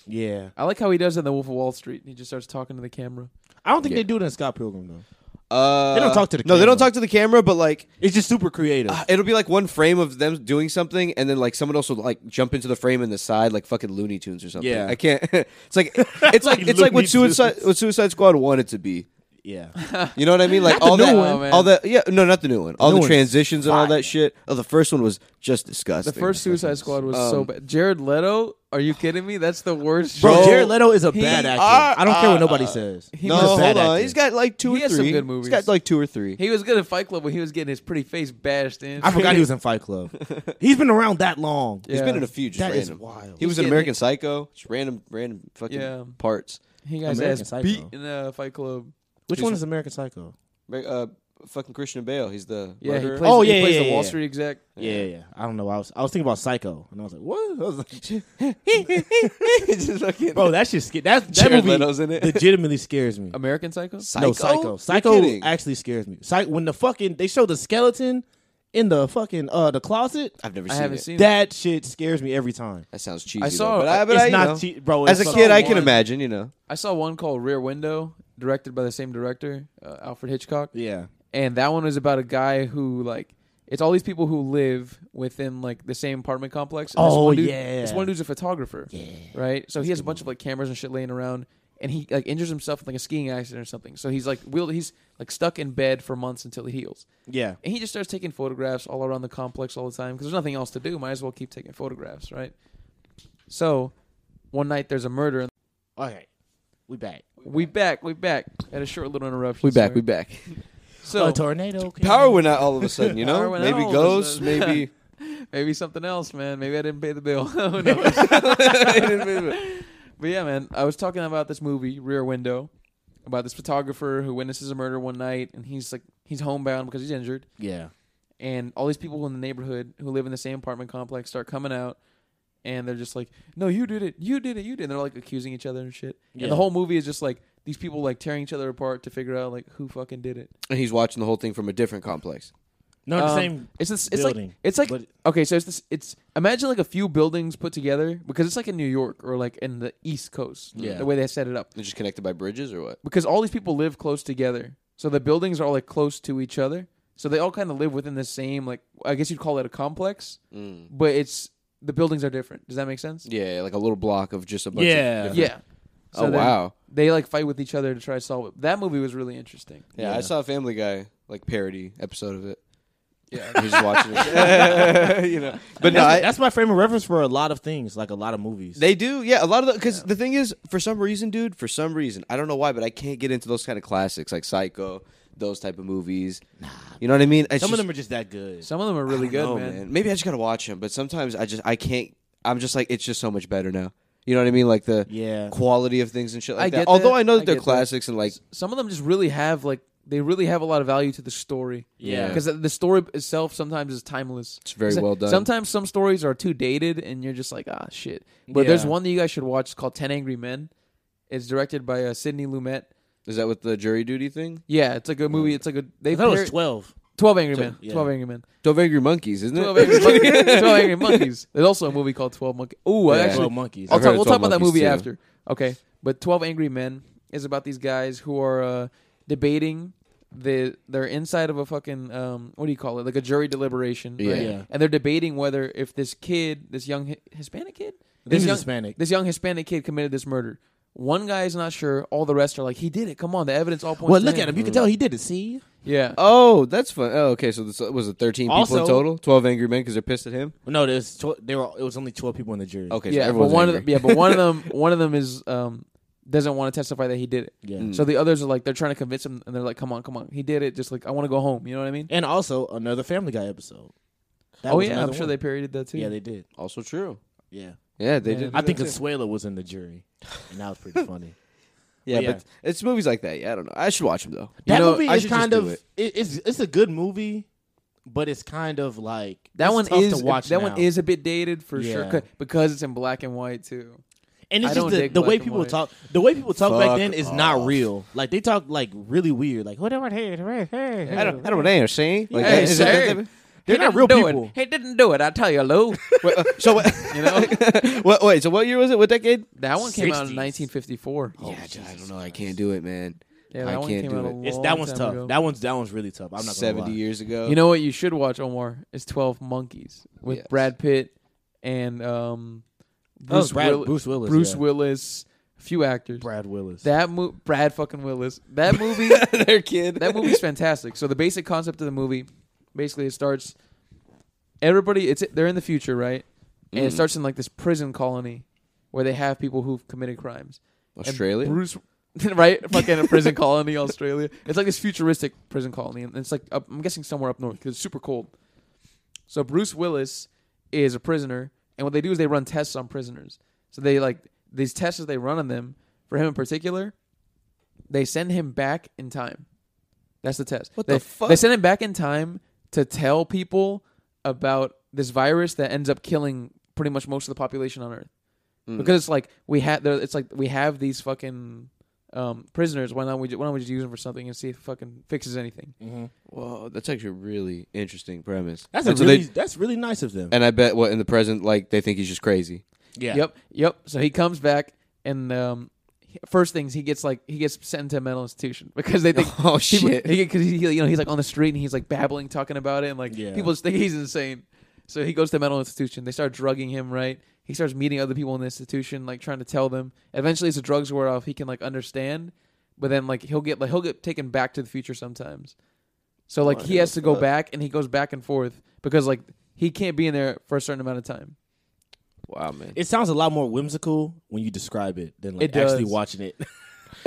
Speaker 2: Yeah,
Speaker 1: I like how he does it in The Wolf of Wall Street. and He just starts talking to the camera.
Speaker 2: I don't think
Speaker 3: Yeah.
Speaker 2: they do it in Scott Pilgrim though.
Speaker 3: Uh,
Speaker 2: They don't talk to the
Speaker 3: no, they don't
Speaker 2: camera.
Speaker 3: talk to the camera, but like
Speaker 2: It's just super creative.
Speaker 3: Uh, *sighs* It'll be like one frame of them doing something, and then like someone else will like jump into the frame in the side, like fucking Looney Tunes or something.
Speaker 2: Yeah.
Speaker 3: I can't. *laughs*
Speaker 1: *laughs*
Speaker 3: It's like it's like,
Speaker 2: Like
Speaker 3: it's
Speaker 2: Looney
Speaker 3: like what Suicide
Speaker 2: Tunes.
Speaker 3: what Suicide Squad wanted to be. *laughs*
Speaker 2: yeah,
Speaker 3: You know what I mean? Like all
Speaker 1: new
Speaker 3: that,
Speaker 1: one. Oh, man.
Speaker 3: all that. Yeah, no, not the new one. all
Speaker 2: new
Speaker 3: the
Speaker 2: one's
Speaker 3: transitions and all
Speaker 2: fire.
Speaker 3: that shit. Oh, the first one was just disgusting.
Speaker 1: The first Suicide Squad was so
Speaker 3: Um,
Speaker 1: bad. Jared Leto? Are you kidding me? That's the worst.
Speaker 2: bro.
Speaker 1: shit.
Speaker 2: Jared Leto is a
Speaker 1: he-
Speaker 2: bad actor.
Speaker 3: uh,
Speaker 2: I don't care what
Speaker 3: uh,
Speaker 2: nobody says.
Speaker 1: he
Speaker 3: No,
Speaker 2: He's a
Speaker 3: hold
Speaker 2: bad
Speaker 3: on.
Speaker 2: actor.
Speaker 3: He's got like two
Speaker 1: He
Speaker 3: or
Speaker 1: has some
Speaker 3: three.
Speaker 1: good
Speaker 3: He's
Speaker 1: movies.
Speaker 3: got like two or three.
Speaker 1: He was good in Fight Club when he was getting his pretty face bashed in.
Speaker 2: I forgot he was in Fight
Speaker 3: *laughs*
Speaker 2: Club. He's been around that long.
Speaker 1: Yeah.
Speaker 3: He's been in a few just
Speaker 2: That is
Speaker 3: random.
Speaker 2: wild.
Speaker 3: He was in
Speaker 1: getting
Speaker 3: American Psycho. Just random, random fucking
Speaker 1: Yeah.
Speaker 3: parts.
Speaker 1: He got his
Speaker 2: American
Speaker 1: ass
Speaker 2: Psycho.
Speaker 1: beat in uh, Fight Club.
Speaker 2: Which one is American Psycho?
Speaker 3: Uh, fucking Christian Bale. He's the
Speaker 1: Yeah, he
Speaker 3: murderer.
Speaker 1: plays,
Speaker 2: Oh,
Speaker 1: he
Speaker 2: yeah,
Speaker 1: plays
Speaker 2: yeah,
Speaker 1: the
Speaker 2: yeah,
Speaker 1: Wall
Speaker 2: yeah.
Speaker 1: Street *laughs* exec.
Speaker 2: Yeah, yeah, yeah. I don't know. I was I was thinking about Psycho, and I was like, what? *laughs* I was like,
Speaker 3: just fucking-
Speaker 2: bro, *laughs* that shit. sca- That that
Speaker 3: Jared
Speaker 2: movie
Speaker 3: Leto's in
Speaker 2: *laughs*
Speaker 3: it.
Speaker 2: legitimately scares me.
Speaker 1: American Psycho?
Speaker 3: Oh,
Speaker 2: No,
Speaker 3: You're
Speaker 2: Psycho. Psycho
Speaker 3: kidding.
Speaker 2: actually scares me. Psych- when the fucking they show the skeleton in the fucking uh the closet,
Speaker 3: I've never
Speaker 1: I
Speaker 3: seen
Speaker 1: haven't
Speaker 3: it.
Speaker 1: seen it.
Speaker 2: that shit scares me every time.
Speaker 3: That sounds cheesy.
Speaker 1: I saw-
Speaker 3: though, but I, but
Speaker 2: it's
Speaker 3: I, you
Speaker 2: not
Speaker 3: know,
Speaker 2: cheap, bro.
Speaker 3: as a
Speaker 2: it's
Speaker 3: kid,
Speaker 2: so
Speaker 3: I can
Speaker 2: one-
Speaker 3: imagine. You know,
Speaker 1: I saw one called Rear Window, directed by the same director, uh, Alfred Hitchcock.
Speaker 2: Yeah,
Speaker 1: and that one is about a guy who like it's all these people who live within like the same apartment complex. And this
Speaker 2: Oh,
Speaker 1: one dude-
Speaker 2: yeah.
Speaker 1: this one dude's a photographer,
Speaker 2: Yeah.
Speaker 1: right? So he has a bunch of like cameras and shit laying around, and he like injures himself in like a skiing accident or something. So he's like wheel he's like stuck in bed for months until he heals,
Speaker 2: yeah.
Speaker 1: and he just starts taking photographs all around the complex all the time because there's nothing else to do. Might as well keep taking photographs, right? So one night there's a murder. and
Speaker 2: All right, we back.
Speaker 1: We back, we back. Had a short little interruption. sorry.
Speaker 3: back.
Speaker 1: So
Speaker 2: tornado.
Speaker 3: *laughs* Power went out all of a sudden. You
Speaker 1: Power
Speaker 3: know, *laughs*
Speaker 1: went out
Speaker 3: maybe
Speaker 1: all of a
Speaker 3: ghosts,
Speaker 1: sudden.
Speaker 3: *laughs* maybe
Speaker 1: Maybe something else, man. Maybe I didn't pay the bill. *laughs* Who knows? but yeah, man, I was talking about this movie, Rear Window, about this photographer who witnesses a murder one night, and he's like, he's homebound because he's injured,
Speaker 2: Yeah.
Speaker 1: and all these people in the neighborhood who live in the same apartment complex start coming out, and they're just like, "No, you did it, you did it, you did," it. and they're like accusing each other and shit.
Speaker 2: Yeah.
Speaker 1: And the whole movie is just like these people like tearing each other apart to figure out like who fucking did it.
Speaker 3: and he's watching the whole thing from a different complex.
Speaker 2: No, the
Speaker 1: Um,
Speaker 2: same.
Speaker 1: It's this, it's
Speaker 2: building,
Speaker 1: like it's like
Speaker 2: but-
Speaker 1: okay, so it's this. It's imagine like a few buildings put together because it's like in New York or like in the East Coast.
Speaker 2: Yeah.
Speaker 1: the way they set it up
Speaker 3: They're just connected by bridges or what?
Speaker 1: because all these people live close together, so the buildings are all like close to each other. So they all kind of live within the same like I guess you'd call it a complex,
Speaker 3: Mm.
Speaker 1: but it's the buildings are different. Does that make sense?
Speaker 3: Yeah, like a little block of just a bunch.
Speaker 2: Yeah.
Speaker 3: Of different-
Speaker 1: Yeah. So
Speaker 3: oh
Speaker 1: then
Speaker 3: wow.
Speaker 1: They like fight with each other to try to solve it. That movie was really interesting.
Speaker 3: Yeah,
Speaker 2: Yeah.
Speaker 3: I saw a Family Guy like parody episode of it.
Speaker 1: Yeah.
Speaker 3: *laughs* He's watching it. *laughs* you know, but no,
Speaker 2: that's,
Speaker 3: I,
Speaker 2: that's my frame of reference for a lot of things, like a lot of movies.
Speaker 3: *laughs* They do, yeah. A lot of the because the thing is, for some reason, dude, for some reason, I don't know why, but I can't get into those kind of classics like Psycho, those type of movies. Nah, you know what I mean? It's
Speaker 2: Some
Speaker 3: just-
Speaker 2: of them are just that good.
Speaker 1: Some of them are
Speaker 3: I don't
Speaker 1: really good,
Speaker 3: know,
Speaker 1: man.
Speaker 3: Maybe I just gotta watch them, but sometimes I just I can't. I'm just like it's just so much better now. You know what I mean? Like the
Speaker 2: Yeah.
Speaker 3: quality of things and shit like
Speaker 1: I
Speaker 3: that.
Speaker 1: get that.
Speaker 3: Although I know that
Speaker 1: I
Speaker 3: they're
Speaker 1: get that.
Speaker 3: classics and like
Speaker 1: Some of them just really have like they really have a lot of value to the story.
Speaker 2: Yeah.
Speaker 1: because the story itself sometimes is timeless.
Speaker 3: it's very
Speaker 1: So-
Speaker 3: well done.
Speaker 1: Sometimes some stories are too dated, and you're just like, ah, shit. But
Speaker 2: Yeah.
Speaker 1: there's one that you guys should watch. It's called Ten Angry Men. It's directed by uh, Sidney Lumet.
Speaker 3: is that with the jury duty thing?
Speaker 1: Yeah, it's like a movie. It's like a they
Speaker 2: I thought it
Speaker 1: par-
Speaker 2: was twelve.
Speaker 1: twelve Angry Men.
Speaker 2: yeah.
Speaker 1: Twelve Angry Men.
Speaker 3: Twelve Angry Monkeys, isn't
Speaker 1: Twelve
Speaker 2: *laughs*
Speaker 3: it?
Speaker 1: Angry, Monkeys. 12 Angry Monkeys. There's also a movie called Twelve Monkeys. Oh,
Speaker 3: Yeah.
Speaker 1: actually,
Speaker 2: Twelve monkeys.
Speaker 1: I'll
Speaker 3: I've heard
Speaker 1: talk,
Speaker 3: of
Speaker 1: we'll
Speaker 3: 12
Speaker 1: talk about that
Speaker 3: Monkeys,
Speaker 1: movie
Speaker 3: too.
Speaker 1: after. Okay, but Twelve Angry Men is about these guys who are uh, debating the they're inside of a fucking um, what do you call it? Like a jury deliberation. right?
Speaker 3: Yeah.
Speaker 2: Yeah.
Speaker 1: And they're debating whether if this kid, this young Hi- Hispanic kid, this
Speaker 2: This is
Speaker 1: young
Speaker 2: Hispanic.
Speaker 1: this young Hispanic kid committed this murder. One guy is not sure. All the rest are like, he did it. Come on, the evidence all points.
Speaker 2: Well,
Speaker 1: to
Speaker 2: look at him. You can tell he did it. See,
Speaker 1: Yeah.
Speaker 3: Oh, that's fun. Oh, okay. So this was it. Thirteen people
Speaker 2: Also-
Speaker 3: in total. Twelve Angry Men because they're pissed at him.
Speaker 2: no, there's tw- there were it was only twelve people in the jury.
Speaker 3: Okay. so
Speaker 1: yeah, but
Speaker 3: everyone's
Speaker 1: one
Speaker 3: angry.
Speaker 1: of them, yeah, but one of them,
Speaker 2: *laughs*
Speaker 1: one of them is um, doesn't want to testify that he did it.
Speaker 2: Yeah. Mm.
Speaker 1: So the others are like they're trying to convince him, and they're like, "Come on, come on, he did it." Just like I want to go home. You know what I mean?
Speaker 2: And also another Family Guy episode. That
Speaker 1: oh
Speaker 2: was
Speaker 1: yeah, I'm
Speaker 2: another
Speaker 1: sure
Speaker 2: one.
Speaker 1: they parodied that too.
Speaker 2: Yeah, they did.
Speaker 3: Also true.
Speaker 2: Yeah,
Speaker 3: Yeah, they
Speaker 1: Yeah.
Speaker 3: did.
Speaker 2: I think
Speaker 3: it's.
Speaker 2: Consuela was in the jury, and that was pretty funny.
Speaker 3: Yeah,
Speaker 2: But yeah.
Speaker 3: but it's movies like that. Yeah, I don't know. I should watch them though.
Speaker 2: That
Speaker 3: you know,
Speaker 2: movie
Speaker 3: I
Speaker 2: is
Speaker 3: should just
Speaker 2: kind
Speaker 3: do
Speaker 2: of it.
Speaker 3: it.
Speaker 2: it's it's a good movie, but it's kind of like
Speaker 1: that
Speaker 2: it's
Speaker 1: one
Speaker 2: tough
Speaker 1: is
Speaker 2: to watch.
Speaker 1: that
Speaker 2: now.
Speaker 1: one is a bit dated for sure
Speaker 2: Yeah.
Speaker 1: 'cause- because it's in black and white too.
Speaker 2: and it's
Speaker 1: I
Speaker 2: just
Speaker 1: don't
Speaker 2: the,
Speaker 1: dig
Speaker 2: the way
Speaker 1: black and
Speaker 2: people
Speaker 1: white.
Speaker 2: talk. The way people talk back
Speaker 3: Fuck
Speaker 2: then is not
Speaker 3: off.
Speaker 2: real. Like they talk like really weird. Like whatever. Hey, hey, hey,
Speaker 3: I don't. I don't know. Saying like,
Speaker 1: Hey,
Speaker 3: is
Speaker 1: sir.
Speaker 3: that-
Speaker 2: They're
Speaker 1: He
Speaker 2: not
Speaker 1: didn't
Speaker 2: real
Speaker 1: do
Speaker 2: people.
Speaker 1: It. He didn't do it. I tell you, Lou.
Speaker 3: Wait, uh, so *laughs* what?
Speaker 1: You
Speaker 2: *laughs*
Speaker 1: know
Speaker 3: what? Wait. So what year was it? What decade?
Speaker 1: that one came out in
Speaker 2: 60s.
Speaker 1: 1954.
Speaker 2: Oh,
Speaker 3: yeah, I don't know. I can't do it, man.
Speaker 1: Yeah,
Speaker 3: I
Speaker 1: that one
Speaker 3: can't
Speaker 1: came
Speaker 3: do
Speaker 1: out a
Speaker 3: it.
Speaker 1: long
Speaker 2: It's that one's
Speaker 1: time
Speaker 2: tough.
Speaker 1: ago.
Speaker 2: That one's that one's really tough. I'm not gonna
Speaker 3: Seventy
Speaker 2: lie.
Speaker 3: years ago.
Speaker 1: You know what you should watch, Omar? It's Twelve Monkeys with
Speaker 3: Yes.
Speaker 1: Brad Pitt and um,
Speaker 2: That
Speaker 1: Bruce,
Speaker 2: was Oh, Brad-
Speaker 1: Will-
Speaker 2: Bruce Willis.
Speaker 1: Bruce
Speaker 2: yeah.
Speaker 1: Willis, a few actors.
Speaker 2: Brad Willis.
Speaker 1: That mo- Brad fucking Willis. That
Speaker 2: *laughs*
Speaker 1: movie.
Speaker 3: *laughs* their kid.
Speaker 1: that movie's fantastic. So the basic concept of the movie, basically, it starts. Everybody, it's they're in the future, right? And
Speaker 2: Mm-hmm.
Speaker 3: Mm.
Speaker 1: it starts in like this prison colony where they have people who've committed crimes. And
Speaker 3: Australia.
Speaker 1: Bruce, *laughs* right? Fucking a prison colony, Australia. It's like this futuristic prison colony, and it's like up, I'm guessing somewhere up north because it's super cold. So Bruce Willis is a prisoner, and what they do is they run tests on prisoners. So they like these tests that they run on them for him in particular. They send him back in time. That's the test.
Speaker 3: What
Speaker 1: they,
Speaker 3: the fuck?
Speaker 1: They send him back in time to tell people about this virus that ends up killing pretty much most of the population on Earth
Speaker 3: Mm.
Speaker 1: because it's like we have it's like we have these fucking um, prisoners. Why not we ju- why don't we just use them for something and see if it fucking fixes anything?
Speaker 2: Mhm.
Speaker 3: Whoa, that's actually a really interesting premise.
Speaker 2: That's a
Speaker 3: and so
Speaker 2: really
Speaker 3: They,
Speaker 2: that's really nice of them.
Speaker 3: and I bet what in the present, like they think he's just crazy.
Speaker 2: Yeah.
Speaker 1: Yep, yep. So he comes back and um, he- first things he gets like he gets sent to a mental institution *laughs* because they think people-
Speaker 3: oh shit.
Speaker 1: he because he, you know he's like on the street and he's like babbling talking about it and like
Speaker 2: Yeah.
Speaker 1: people just think he's insane. So he goes to a mental institution. They start drugging him, right? He starts meeting other people in the institution, like trying to tell them. Eventually, as the drugs wear off, he can like understand, but then like he'll get like he'll get taken back to the future sometimes. So like he
Speaker 3: What
Speaker 1: has
Speaker 3: the
Speaker 1: to go
Speaker 3: fuck?
Speaker 1: back and he goes back and forth because like he can't be in there for a certain amount of time.
Speaker 2: *laughs*
Speaker 3: wow, man.
Speaker 2: It sounds a lot more whimsical when you describe it than like
Speaker 1: It *laughs*
Speaker 2: actually
Speaker 1: does.
Speaker 2: watching it.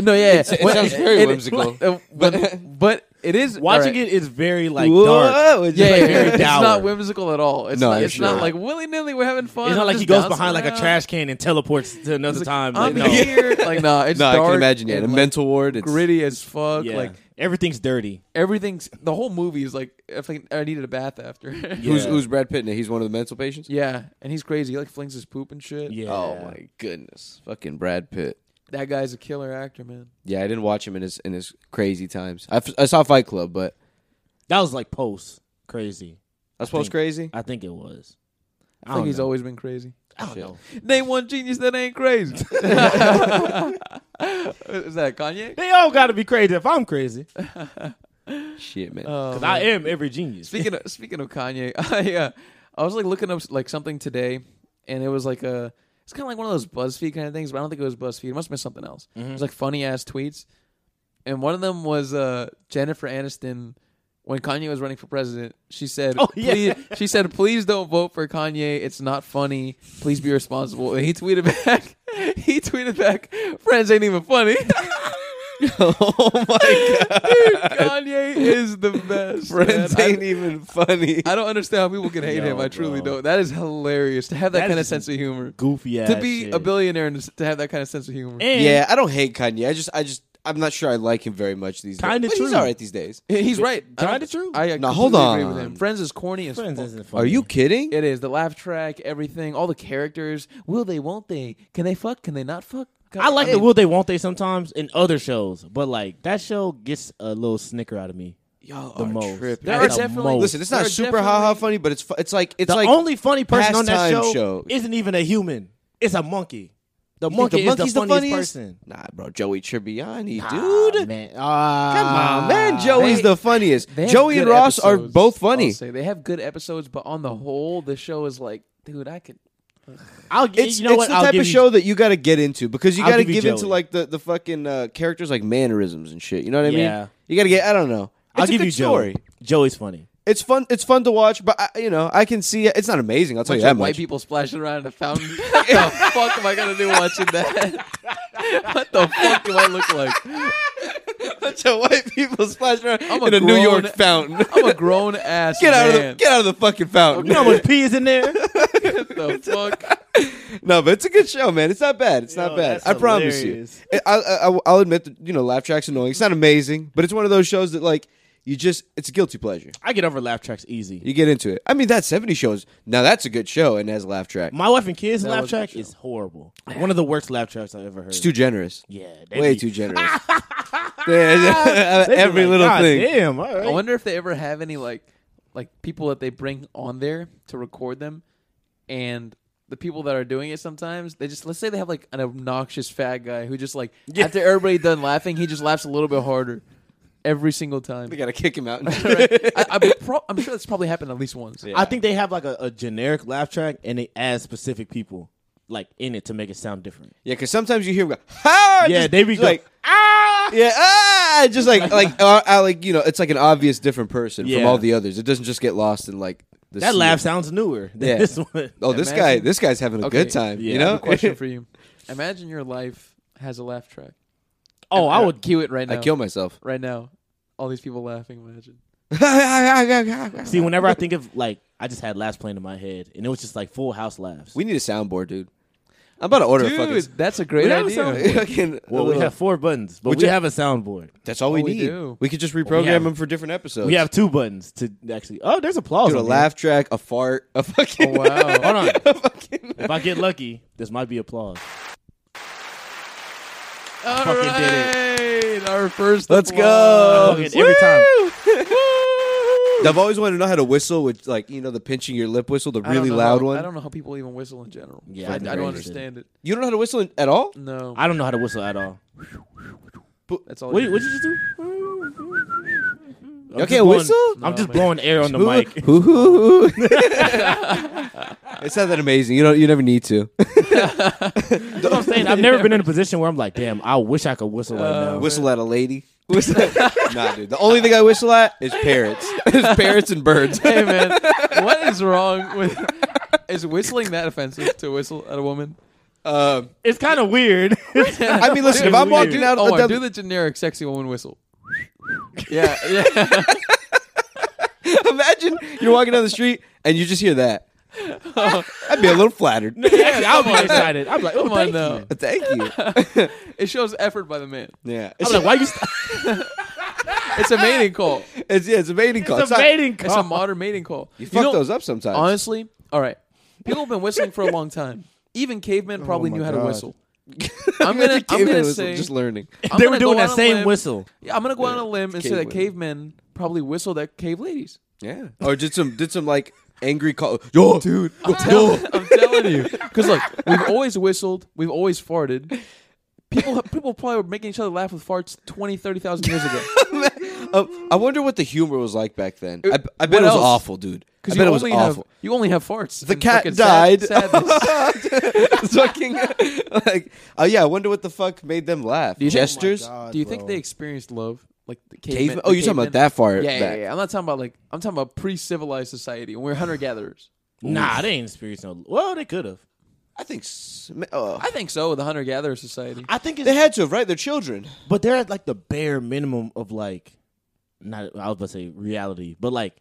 Speaker 1: No, yeah, yeah.
Speaker 3: *laughs* it sounds very whimsical.
Speaker 1: uh, when- *laughs* but It is
Speaker 2: Watching
Speaker 1: alright.
Speaker 2: it is very like dark.
Speaker 3: Whoa, it's
Speaker 1: Yeah, yeah,
Speaker 3: just like
Speaker 2: very
Speaker 1: yeah.
Speaker 3: very
Speaker 1: it's
Speaker 2: dour.
Speaker 1: not whimsical at all. It's
Speaker 3: No,
Speaker 1: not,
Speaker 3: I'm
Speaker 1: it's
Speaker 3: sure.
Speaker 1: not like willy nilly. We're having fun.
Speaker 2: It's not
Speaker 1: I'm
Speaker 2: like he
Speaker 1: just
Speaker 2: goes
Speaker 1: bouncing
Speaker 2: behind like a
Speaker 1: around.
Speaker 2: trash can and teleports to another
Speaker 1: It's like,
Speaker 2: time.
Speaker 1: I'm
Speaker 2: Like, no. *laughs*
Speaker 1: here. *laughs* Like no, it's
Speaker 3: No, I
Speaker 1: dark.
Speaker 3: can imagine. Yeah, in a
Speaker 1: and, like,
Speaker 3: mental ward. It's
Speaker 1: gritty as fuck.
Speaker 2: Yeah.
Speaker 1: Like
Speaker 2: everything's dirty.
Speaker 1: everything's the whole movie is like if I, I needed a bath after. *laughs*
Speaker 3: Who's
Speaker 2: Yeah.
Speaker 3: who's Brad Pitt? Now? He's one of the mental patients.
Speaker 1: yeah, and he's crazy. He like flings his poop and shit.
Speaker 2: Yeah.
Speaker 3: Oh my goodness, fucking Brad Pitt.
Speaker 1: That guy's a killer actor, man.
Speaker 3: Yeah, I didn't watch him in his in his crazy times. I, f- I saw Fight Club, but
Speaker 2: That was like post crazy.
Speaker 3: I suppose
Speaker 2: think-
Speaker 3: crazy.
Speaker 2: I think it was.
Speaker 1: I, think he's always been crazy.
Speaker 2: I don't
Speaker 3: Shit.
Speaker 2: know.
Speaker 1: Name one genius that ain't
Speaker 2: *laughs*
Speaker 1: crazy. *laughs* is that Kanye?
Speaker 2: They all got to be crazy if I'm crazy,
Speaker 3: Shit, man. *laughs*
Speaker 1: Oh,
Speaker 2: because
Speaker 1: man.
Speaker 2: I am every genius.
Speaker 1: Speaking of speaking of Kanye, *laughs* I uh, I was like looking up like something today, and it was like a it's kind of like one of those BuzzFeed kind of things, but I don't think it was BuzzFeed. It must have been something else. It was like funny ass tweets, and one of them was uh, Jennifer Aniston when Kanye was running for president. She said,
Speaker 2: Oh, yeah.
Speaker 1: "Please," she said, "Please don't vote for Kanye. It's not funny. Please be responsible." And he tweeted back. *laughs* He tweeted back, "Friends ain't even funny." *laughs*
Speaker 3: oh my god,
Speaker 1: Dude, Kanye is the best.
Speaker 3: friends
Speaker 1: man. I-
Speaker 3: ain't even funny.
Speaker 1: I don't understand how people can hate
Speaker 2: Yo,
Speaker 1: him. I truly
Speaker 2: bro.
Speaker 1: don't. That is hilarious to have that,
Speaker 2: That
Speaker 1: kind of
Speaker 2: is
Speaker 1: sense of humor.
Speaker 2: Goofy ass
Speaker 1: To be
Speaker 2: shit.
Speaker 1: a billionaire and to have that kind of sense of humor.
Speaker 2: And
Speaker 3: yeah, I don't hate Kanye. I just I just I'm not sure I like him very much these
Speaker 2: Kinda
Speaker 3: days. But he's
Speaker 2: true.
Speaker 3: all right these days.
Speaker 1: He's right. I don't-
Speaker 2: Kinda true.
Speaker 1: I uh,
Speaker 3: Now, hold
Speaker 1: completely Agree with
Speaker 3: on.
Speaker 1: him. Friends is corny as
Speaker 2: friends
Speaker 1: fuck.
Speaker 2: isn't funny.
Speaker 3: Are you kidding?
Speaker 1: It is the laugh track, everything, all the characters. Will they? Won't they? Can they fuck? Can they not fuck?
Speaker 2: I like
Speaker 1: Hey,
Speaker 2: the will they won't they sometimes in other shows, but like that show gets a little snicker out of me.
Speaker 1: Y'all
Speaker 2: the
Speaker 1: are
Speaker 2: most.
Speaker 1: tripping.
Speaker 2: There
Speaker 1: There are
Speaker 2: the
Speaker 1: definitely-
Speaker 2: most.
Speaker 3: Listen, it's
Speaker 1: There
Speaker 3: not
Speaker 1: are
Speaker 3: super ha ha
Speaker 1: definitely-
Speaker 3: funny, but it's fu- it's like it's
Speaker 2: the
Speaker 3: like
Speaker 2: only funny person on that
Speaker 3: pastime
Speaker 2: show,
Speaker 3: show.
Speaker 2: isn't even a human. It's a monkey. The
Speaker 3: You think
Speaker 2: monkey
Speaker 3: the monkey's
Speaker 2: is the
Speaker 3: the
Speaker 2: funniest, person.
Speaker 3: funniest Nah, bro, Joey Tribbiani,
Speaker 2: Ah,
Speaker 3: dude.
Speaker 2: man.
Speaker 3: Come
Speaker 2: Ah.
Speaker 3: on, man. Joey's
Speaker 1: They-
Speaker 3: the funniest.
Speaker 1: They have
Speaker 3: Joey and
Speaker 1: good
Speaker 3: Ross are
Speaker 1: episodes,
Speaker 3: both
Speaker 1: I'll
Speaker 3: funny.
Speaker 1: say. They have good episodes, but on the whole, the show is like, dude, I could.
Speaker 2: I'll g-
Speaker 3: It's,
Speaker 2: you know
Speaker 3: it's
Speaker 2: what?
Speaker 3: the
Speaker 2: I'll
Speaker 3: type
Speaker 2: give
Speaker 3: of
Speaker 2: you-
Speaker 3: show that you got to get into because you
Speaker 2: I'll
Speaker 3: got to
Speaker 2: give you
Speaker 3: give into
Speaker 2: Joey.
Speaker 3: like the the fucking uh, characters like mannerisms and shit. You know what I
Speaker 2: Yeah.
Speaker 3: mean? You got to get. I don't know.
Speaker 2: I'll
Speaker 3: It's a
Speaker 2: give
Speaker 3: good
Speaker 2: you
Speaker 3: story.
Speaker 2: Joey. Joey's funny.
Speaker 3: It's fun. It's fun to watch, but I, you know I can see it. it's not amazing. I'll tell you
Speaker 1: bunch
Speaker 3: that
Speaker 1: of white
Speaker 3: much.
Speaker 1: people splashing around in a fountain. *laughs* what the fuck am I gonna do watching that? *laughs* what the fuck do I look like?
Speaker 3: bunch of white people splash around
Speaker 1: I'm a
Speaker 3: in a New
Speaker 1: grown-
Speaker 3: York fountain.
Speaker 1: *laughs* I'm a grown ass.
Speaker 3: *laughs* get out of
Speaker 1: man.
Speaker 3: the get out of the fucking fountain.
Speaker 2: You know how much pee is in
Speaker 3: *laughs*
Speaker 2: there?
Speaker 1: What the fuck?
Speaker 3: No, but it's a good show, man. It's not bad. It's not
Speaker 2: Yo,
Speaker 3: bad.
Speaker 2: that's
Speaker 3: I promise
Speaker 2: hilarious.
Speaker 3: you. I, I, I, I'll admit that you know, laugh track's annoying. It's not amazing, but it's one of those shows that like you just it's a guilty pleasure.
Speaker 2: I get over laugh tracks easy.
Speaker 3: You get into it. I mean, that seventy shows now that's a good show and has laugh track.
Speaker 2: My wife and kids laugh
Speaker 1: was a
Speaker 2: track
Speaker 1: good
Speaker 2: is horrible. One of the worst laugh tracks I've ever heard.
Speaker 3: It's too generous.
Speaker 2: yeah, they
Speaker 3: Way
Speaker 2: be-
Speaker 3: too generous. *laughs* Yeah,
Speaker 2: they be
Speaker 3: Every
Speaker 2: like,
Speaker 3: little
Speaker 2: "God
Speaker 3: thing.
Speaker 2: Damn, all right.
Speaker 1: I wonder if they ever have any like like people that they bring on there to record them, and the people that are doing it sometimes they just let's say they have like an obnoxious fat guy who just like after everybody done laughing he just laughs a little bit harder every single
Speaker 3: *laughs*
Speaker 1: time.
Speaker 3: We gotta kick him out.
Speaker 1: *laughs* Right? I, I'm, pro- I'm sure that's probably happened at least once.
Speaker 2: I think they have like a, a generic laugh track and they add specific people like in it to make it sound different.
Speaker 3: Yeah, because sometimes you hear him go, ha!
Speaker 2: Yeah,
Speaker 3: just,
Speaker 2: they be
Speaker 3: just
Speaker 2: go-
Speaker 3: like, ah! Yeah, ah! Just
Speaker 2: *laughs*
Speaker 3: like, like, uh, uh, like you know, it's like an obvious different person
Speaker 2: Yeah.
Speaker 3: from all the others. It doesn't just get lost in like the
Speaker 2: That
Speaker 3: sea
Speaker 2: laugh
Speaker 3: of-
Speaker 2: sounds newer than
Speaker 3: Yeah.
Speaker 2: this
Speaker 3: *laughs*
Speaker 2: one.
Speaker 3: Oh, this
Speaker 1: Imagine-
Speaker 3: guy, this guy's having a
Speaker 1: Okay,
Speaker 3: good time.
Speaker 2: yeah,
Speaker 3: you
Speaker 2: I have
Speaker 3: *laughs* know,
Speaker 1: a question for you. Imagine your life has a laugh track.
Speaker 2: Oh, I
Speaker 1: Uh,
Speaker 2: would.
Speaker 1: cue it right
Speaker 3: I
Speaker 1: now.
Speaker 3: kill myself.
Speaker 2: *laughs*
Speaker 3: *laughs*
Speaker 1: right now. All these people laughing. Imagine.
Speaker 3: we
Speaker 2: See, whenever I think of like, I just had laughs playing in my head, and it was just like Full House laughs.
Speaker 3: need a soundboard, dude. I'm about to order
Speaker 1: Dude,
Speaker 3: a fucking.
Speaker 1: that's a great
Speaker 2: We have
Speaker 1: idea.
Speaker 2: some-
Speaker 3: *laughs*
Speaker 1: *laughs*
Speaker 3: fucking a
Speaker 2: well, we
Speaker 3: little-
Speaker 2: have four buttons, but
Speaker 3: Would
Speaker 2: we
Speaker 3: you-
Speaker 2: have a soundboard.
Speaker 3: that's all we
Speaker 1: Oh, we
Speaker 3: need.
Speaker 1: do.
Speaker 3: could just reprogram
Speaker 2: have-
Speaker 3: them for different episodes.
Speaker 2: We have two buttons to actually. Oh, there's applause.
Speaker 3: Dude, a
Speaker 2: on here.
Speaker 3: laugh track, a fart, a fucking.
Speaker 1: Oh, wow.
Speaker 2: Hold on.
Speaker 3: *laughs* a fucking-
Speaker 2: if I get lucky, this might be applause.
Speaker 1: All
Speaker 2: fucking
Speaker 1: right, our first.
Speaker 3: Let's
Speaker 1: applause.
Speaker 3: go.
Speaker 2: Fucking every
Speaker 3: *laughs*
Speaker 2: time.
Speaker 3: I've always wanted to know how to whistle with, like, you know, the pinching your lip whistle, the
Speaker 1: I don't
Speaker 3: really
Speaker 1: know
Speaker 3: loud
Speaker 1: how-
Speaker 3: one.
Speaker 1: I don't know how people even whistle in general.
Speaker 2: Yeah,
Speaker 1: Like,
Speaker 2: I've
Speaker 1: I
Speaker 2: never
Speaker 1: don't
Speaker 2: understood
Speaker 1: understand it.
Speaker 3: You don't know how to whistle in- at all?
Speaker 1: No,
Speaker 2: I don't know how to whistle at all.
Speaker 1: that's all.
Speaker 2: What,
Speaker 1: you-
Speaker 2: what did you do? I'm
Speaker 3: Y'all
Speaker 2: just
Speaker 3: can't
Speaker 2: blowing-
Speaker 3: whistle? Oh,
Speaker 2: I'm
Speaker 1: No,
Speaker 2: just
Speaker 1: man.
Speaker 2: blowing air on the
Speaker 3: Ooh,
Speaker 2: mic.
Speaker 3: ooh, ooh, ooh. it's not that amazing. You don't. You never
Speaker 1: *laughs*
Speaker 3: need to.
Speaker 2: That's what I'm saying. I've *laughs* never been in a position where I'm like, damn, I wish I could whistle right now.
Speaker 3: whistle at
Speaker 1: *laughs*
Speaker 3: a lady. Whistle- *laughs* nah, dude. The only thing I whistle at is
Speaker 1: *laughs*
Speaker 3: parrots. it's parrots and
Speaker 1: *laughs*
Speaker 3: birds.
Speaker 1: hey man, what is wrong with? *laughs* Is whistling that offensive to whistle at a woman?
Speaker 3: *laughs* Um,
Speaker 2: It's kind of weird. *laughs*
Speaker 3: I mean, listen. if I'm
Speaker 1: *laughs*
Speaker 2: Weird.
Speaker 3: walking out,
Speaker 1: Omar,
Speaker 3: another-
Speaker 1: do the generic sexy woman whistle. Yeah, yeah.
Speaker 3: *laughs* Imagine you're walking down the street and you just hear
Speaker 1: *laughs*
Speaker 3: that. I'd be a little flattered.
Speaker 2: Actually, I'll be excited. I'm like, oh,
Speaker 1: Come on
Speaker 2: thank
Speaker 1: now.
Speaker 2: you.
Speaker 1: *laughs*
Speaker 3: Thank you.
Speaker 1: It shows effort by the man.
Speaker 3: Yeah.
Speaker 2: I'm
Speaker 3: It's,
Speaker 2: like, why you? St-
Speaker 1: It's a
Speaker 2: *laughs*
Speaker 1: mating call.
Speaker 3: it's, yeah, it's a mating call.
Speaker 2: it's a
Speaker 3: not-
Speaker 2: mating
Speaker 1: It's a
Speaker 2: call.
Speaker 1: modern mating call.
Speaker 3: You fuck those up sometimes.
Speaker 1: Honestly, all right. People have been whistling for a long time. Even cavemen probably
Speaker 2: my
Speaker 1: knew how to
Speaker 2: God.
Speaker 1: whistle. I'm gonna, I'm gonna say
Speaker 3: just learning.
Speaker 1: I'm
Speaker 2: they
Speaker 1: gonna
Speaker 2: were
Speaker 1: go
Speaker 2: doing
Speaker 1: out on
Speaker 2: that
Speaker 1: a
Speaker 2: same
Speaker 1: limb-
Speaker 2: whistle.
Speaker 1: Yeah, I'm gonna go out on a limb and say that
Speaker 3: Cavewomen.
Speaker 1: cavemen probably whistled at cave
Speaker 2: *laughs*
Speaker 1: ladies. *laughs*
Speaker 3: Yeah. Or did some did some like angry call. Yo, dude. Yo,
Speaker 1: *laughs* I'm telling you, because
Speaker 2: *laughs*
Speaker 1: look, we've always whistled, we've always farted. People, people probably were making each other laugh with farts 20, 30,000 years ago.
Speaker 3: Um, I wonder what the humor was like back then. I,
Speaker 1: Uh,
Speaker 3: I bet
Speaker 1: what
Speaker 3: it was
Speaker 1: else?
Speaker 3: awful, dude. I
Speaker 1: Because
Speaker 3: bet
Speaker 1: you
Speaker 3: it was
Speaker 1: only have
Speaker 3: awful.
Speaker 1: you only have farts.
Speaker 3: The
Speaker 1: and
Speaker 3: cat
Speaker 1: fucking sad- *laughs*
Speaker 3: died. *laughs*
Speaker 1: sadness.
Speaker 3: It's *laughs* fucking like, oh yeah. I wonder what the fuck made them laugh.
Speaker 1: you Oh think-
Speaker 3: Gestures.
Speaker 1: Do you think they experienced love? Like the cavemen?
Speaker 3: Cavemen? Oh,
Speaker 1: the
Speaker 3: you're talking about
Speaker 1: cavemen-
Speaker 3: that far
Speaker 1: Yeah, yeah,
Speaker 3: back.
Speaker 1: yeah. I'm not talking about like I'm talking about pre-civilized society when we we're hunter gatherers.
Speaker 2: Nah, they ain't experienced no. Well, they could have.
Speaker 3: I think. sm- Uh,
Speaker 1: I think so. The hunter gatherer society.
Speaker 2: I think it's
Speaker 3: they had to have, right? They're children.
Speaker 2: But they're at like the bare minimum of like, not I was about to say reality, but like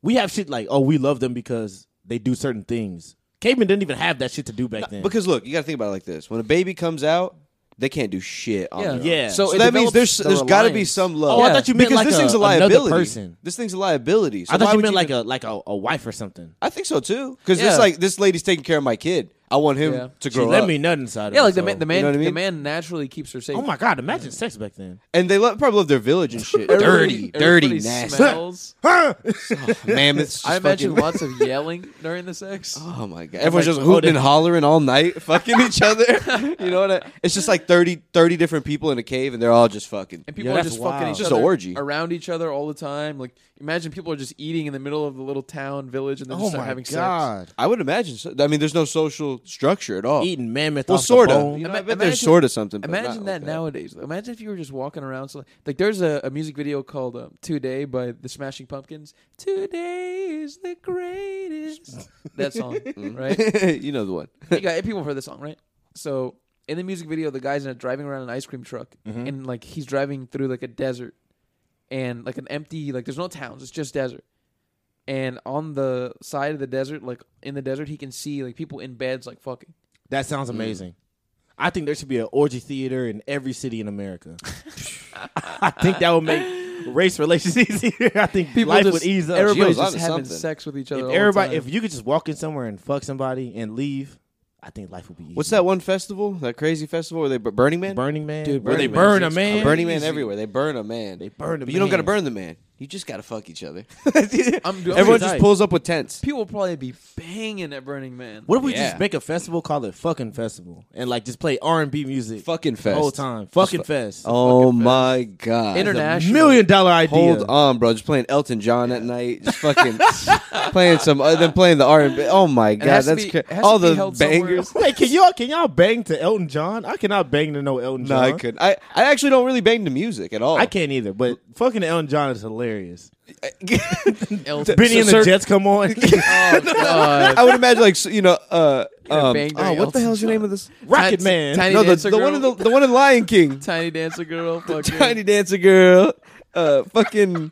Speaker 2: we have shit like oh we love them because they do certain things. Cavemen didn't even have that shit to do back then.
Speaker 3: Because look, you got to think about it like this: when a baby comes out, they can't do shit. On
Speaker 1: Yeah.
Speaker 3: their own.
Speaker 2: Yeah.
Speaker 1: So,
Speaker 3: Oh, So
Speaker 1: it
Speaker 3: that means
Speaker 1: develops
Speaker 3: there's
Speaker 1: the
Speaker 3: there's got to be
Speaker 1: reliance.
Speaker 3: some love.
Speaker 2: Oh, I thought you meant
Speaker 3: because
Speaker 2: like
Speaker 3: this
Speaker 2: a-
Speaker 3: thing's a
Speaker 2: another
Speaker 3: liability.
Speaker 2: person.
Speaker 3: This thing's a liability.
Speaker 2: I
Speaker 3: So why
Speaker 2: thought you
Speaker 3: would
Speaker 2: meant like
Speaker 3: even-
Speaker 2: a like a, a wife or something.
Speaker 3: I think so too. Because
Speaker 1: Yeah.
Speaker 3: this like this lady's taking care of my kid. I want him
Speaker 1: Yeah.
Speaker 3: to
Speaker 2: She
Speaker 3: grow
Speaker 2: let
Speaker 3: up.
Speaker 2: me nut inside.
Speaker 1: Yeah,
Speaker 2: her,
Speaker 1: like the
Speaker 2: so-
Speaker 1: man, the man,
Speaker 3: know what I
Speaker 1: the
Speaker 3: mean?
Speaker 1: man naturally keeps her safe.
Speaker 2: Oh my god! Imagine sex back then.
Speaker 3: and they love, probably love their village and shit.
Speaker 1: Everybody-
Speaker 3: dirty, dirty,
Speaker 1: everybody
Speaker 2: *laughs*
Speaker 3: nasty *laughs*
Speaker 1: Smells.
Speaker 3: mammoths. just
Speaker 1: I imagine
Speaker 3: fucking-
Speaker 1: lots of yelling during the sex.
Speaker 3: *laughs* Oh my god! Everyone's just
Speaker 2: oh,
Speaker 3: hooting
Speaker 2: they-
Speaker 3: and hollering all night, *laughs* fucking
Speaker 2: *laughs*
Speaker 3: each other. you know what? I, it's just like 30, 30 different people in a cave, and they're all just fucking.
Speaker 1: And people
Speaker 2: Yeah,
Speaker 1: are
Speaker 2: that's
Speaker 1: just
Speaker 2: wild.
Speaker 1: fucking each
Speaker 2: It's
Speaker 3: just
Speaker 1: other
Speaker 3: an orgy.
Speaker 1: around each other all the time. Like imagine people are just eating in the middle of the little town village and
Speaker 2: Oh
Speaker 1: then just start having
Speaker 3: I would imagine. So. I mean, there's no social structure at all.
Speaker 2: Eating mammoth.
Speaker 3: Well,
Speaker 2: off the
Speaker 3: sort of.
Speaker 2: bone.
Speaker 3: You know, I
Speaker 1: Ima-
Speaker 3: bet there's
Speaker 1: imagine-
Speaker 3: sort of something.
Speaker 1: sex.
Speaker 3: but
Speaker 1: Imagine
Speaker 3: not
Speaker 1: that
Speaker 3: like
Speaker 1: nowadays. Imagine if you were just walking around. So like, there's a, a music video called um, "Today" by the Smashing Pumpkins. Today is the greatest. that
Speaker 3: *laughs*
Speaker 1: song,
Speaker 3: Mm-hmm.
Speaker 1: right?
Speaker 3: you know the one.
Speaker 1: Hey, guy- people have heard this song, right? So in the music video, the guy's in a, driving around an ice cream truck, and like he's driving through like a desert, and like an empty like there's no towns, it's just desert. And on the side of the desert, like in the desert, he can see like people in beds like fucking.
Speaker 2: That sounds amazing. I think there should be an orgy theater in every city in America. I think that would make race relations *laughs* easier. I think
Speaker 1: People
Speaker 2: life
Speaker 1: just,
Speaker 2: would ease up.
Speaker 1: Everybody's
Speaker 3: She was
Speaker 1: just
Speaker 3: onto
Speaker 1: having
Speaker 3: something.
Speaker 1: sex with each other.
Speaker 2: if
Speaker 1: all
Speaker 2: everybody,
Speaker 1: the
Speaker 2: if
Speaker 1: time.
Speaker 2: you could just walk in somewhere and fuck somebody and leave, I think life would be easier.
Speaker 3: What's that one festival? That crazy festival where they bur- Burning Man?
Speaker 2: Burning Man,
Speaker 1: Dude,
Speaker 2: where they
Speaker 1: Burning
Speaker 2: burn
Speaker 1: Man
Speaker 2: a
Speaker 1: is
Speaker 2: man,
Speaker 1: crazy.
Speaker 3: Burning Man
Speaker 1: Easy.
Speaker 3: everywhere. They burn a man. They
Speaker 2: burn a
Speaker 3: But you don't gotta
Speaker 2: man.
Speaker 3: burn the man. You just gotta fuck each
Speaker 1: *laughs*
Speaker 3: other.
Speaker 1: I'm doing
Speaker 3: Everyone
Speaker 2: pretty
Speaker 3: just
Speaker 2: tight.
Speaker 3: pulls up with tents.
Speaker 1: people will probably be banging at Burning Man.
Speaker 2: What if we
Speaker 3: Yeah.
Speaker 2: just make a festival, call it fucking festival, and like just play R and B music
Speaker 3: Fucking
Speaker 2: the
Speaker 3: fest.
Speaker 2: whole time? Fucking fest.
Speaker 3: Oh my god.
Speaker 1: International
Speaker 2: Million dollar idea.
Speaker 3: Hold on, bro. Just playing Elton John at night.
Speaker 1: *laughs*
Speaker 3: Just fucking playing some. Uh, then playing the R and B. Oh my
Speaker 1: it
Speaker 3: god,
Speaker 1: has to
Speaker 3: that's
Speaker 1: be-
Speaker 3: cra-
Speaker 1: it has to
Speaker 3: all
Speaker 1: be
Speaker 3: the
Speaker 1: held somewhere. *laughs*
Speaker 3: bangers.
Speaker 2: Wait, can y'all can y'all bang to Elton John? I cannot bang to no Elton
Speaker 3: No,
Speaker 2: John.
Speaker 3: I couldn't. I, I actually don't really bang to music at all.
Speaker 2: I can't either, but fucking Elton John is
Speaker 3: *laughs*
Speaker 2: hilarious. *laughs*
Speaker 1: Elton-
Speaker 2: Benny and the
Speaker 3: sir-
Speaker 2: Jets come
Speaker 3: *laughs*
Speaker 2: on. *laughs*
Speaker 1: Oh, God.
Speaker 3: I would imagine like s- you know. Uh, um,
Speaker 1: bang during
Speaker 3: oh, what the
Speaker 1: Elton
Speaker 3: hell's the name of this?
Speaker 2: Rocket
Speaker 1: Tiny-
Speaker 2: Man.
Speaker 1: Tiny
Speaker 3: No, the,
Speaker 1: dancer
Speaker 3: the
Speaker 1: girl.
Speaker 3: one in the the one in
Speaker 1: *laughs*
Speaker 3: Lion King.
Speaker 1: tiny dancer girl. Fucking
Speaker 3: Tiny Dancer Girl. Uh, fucking.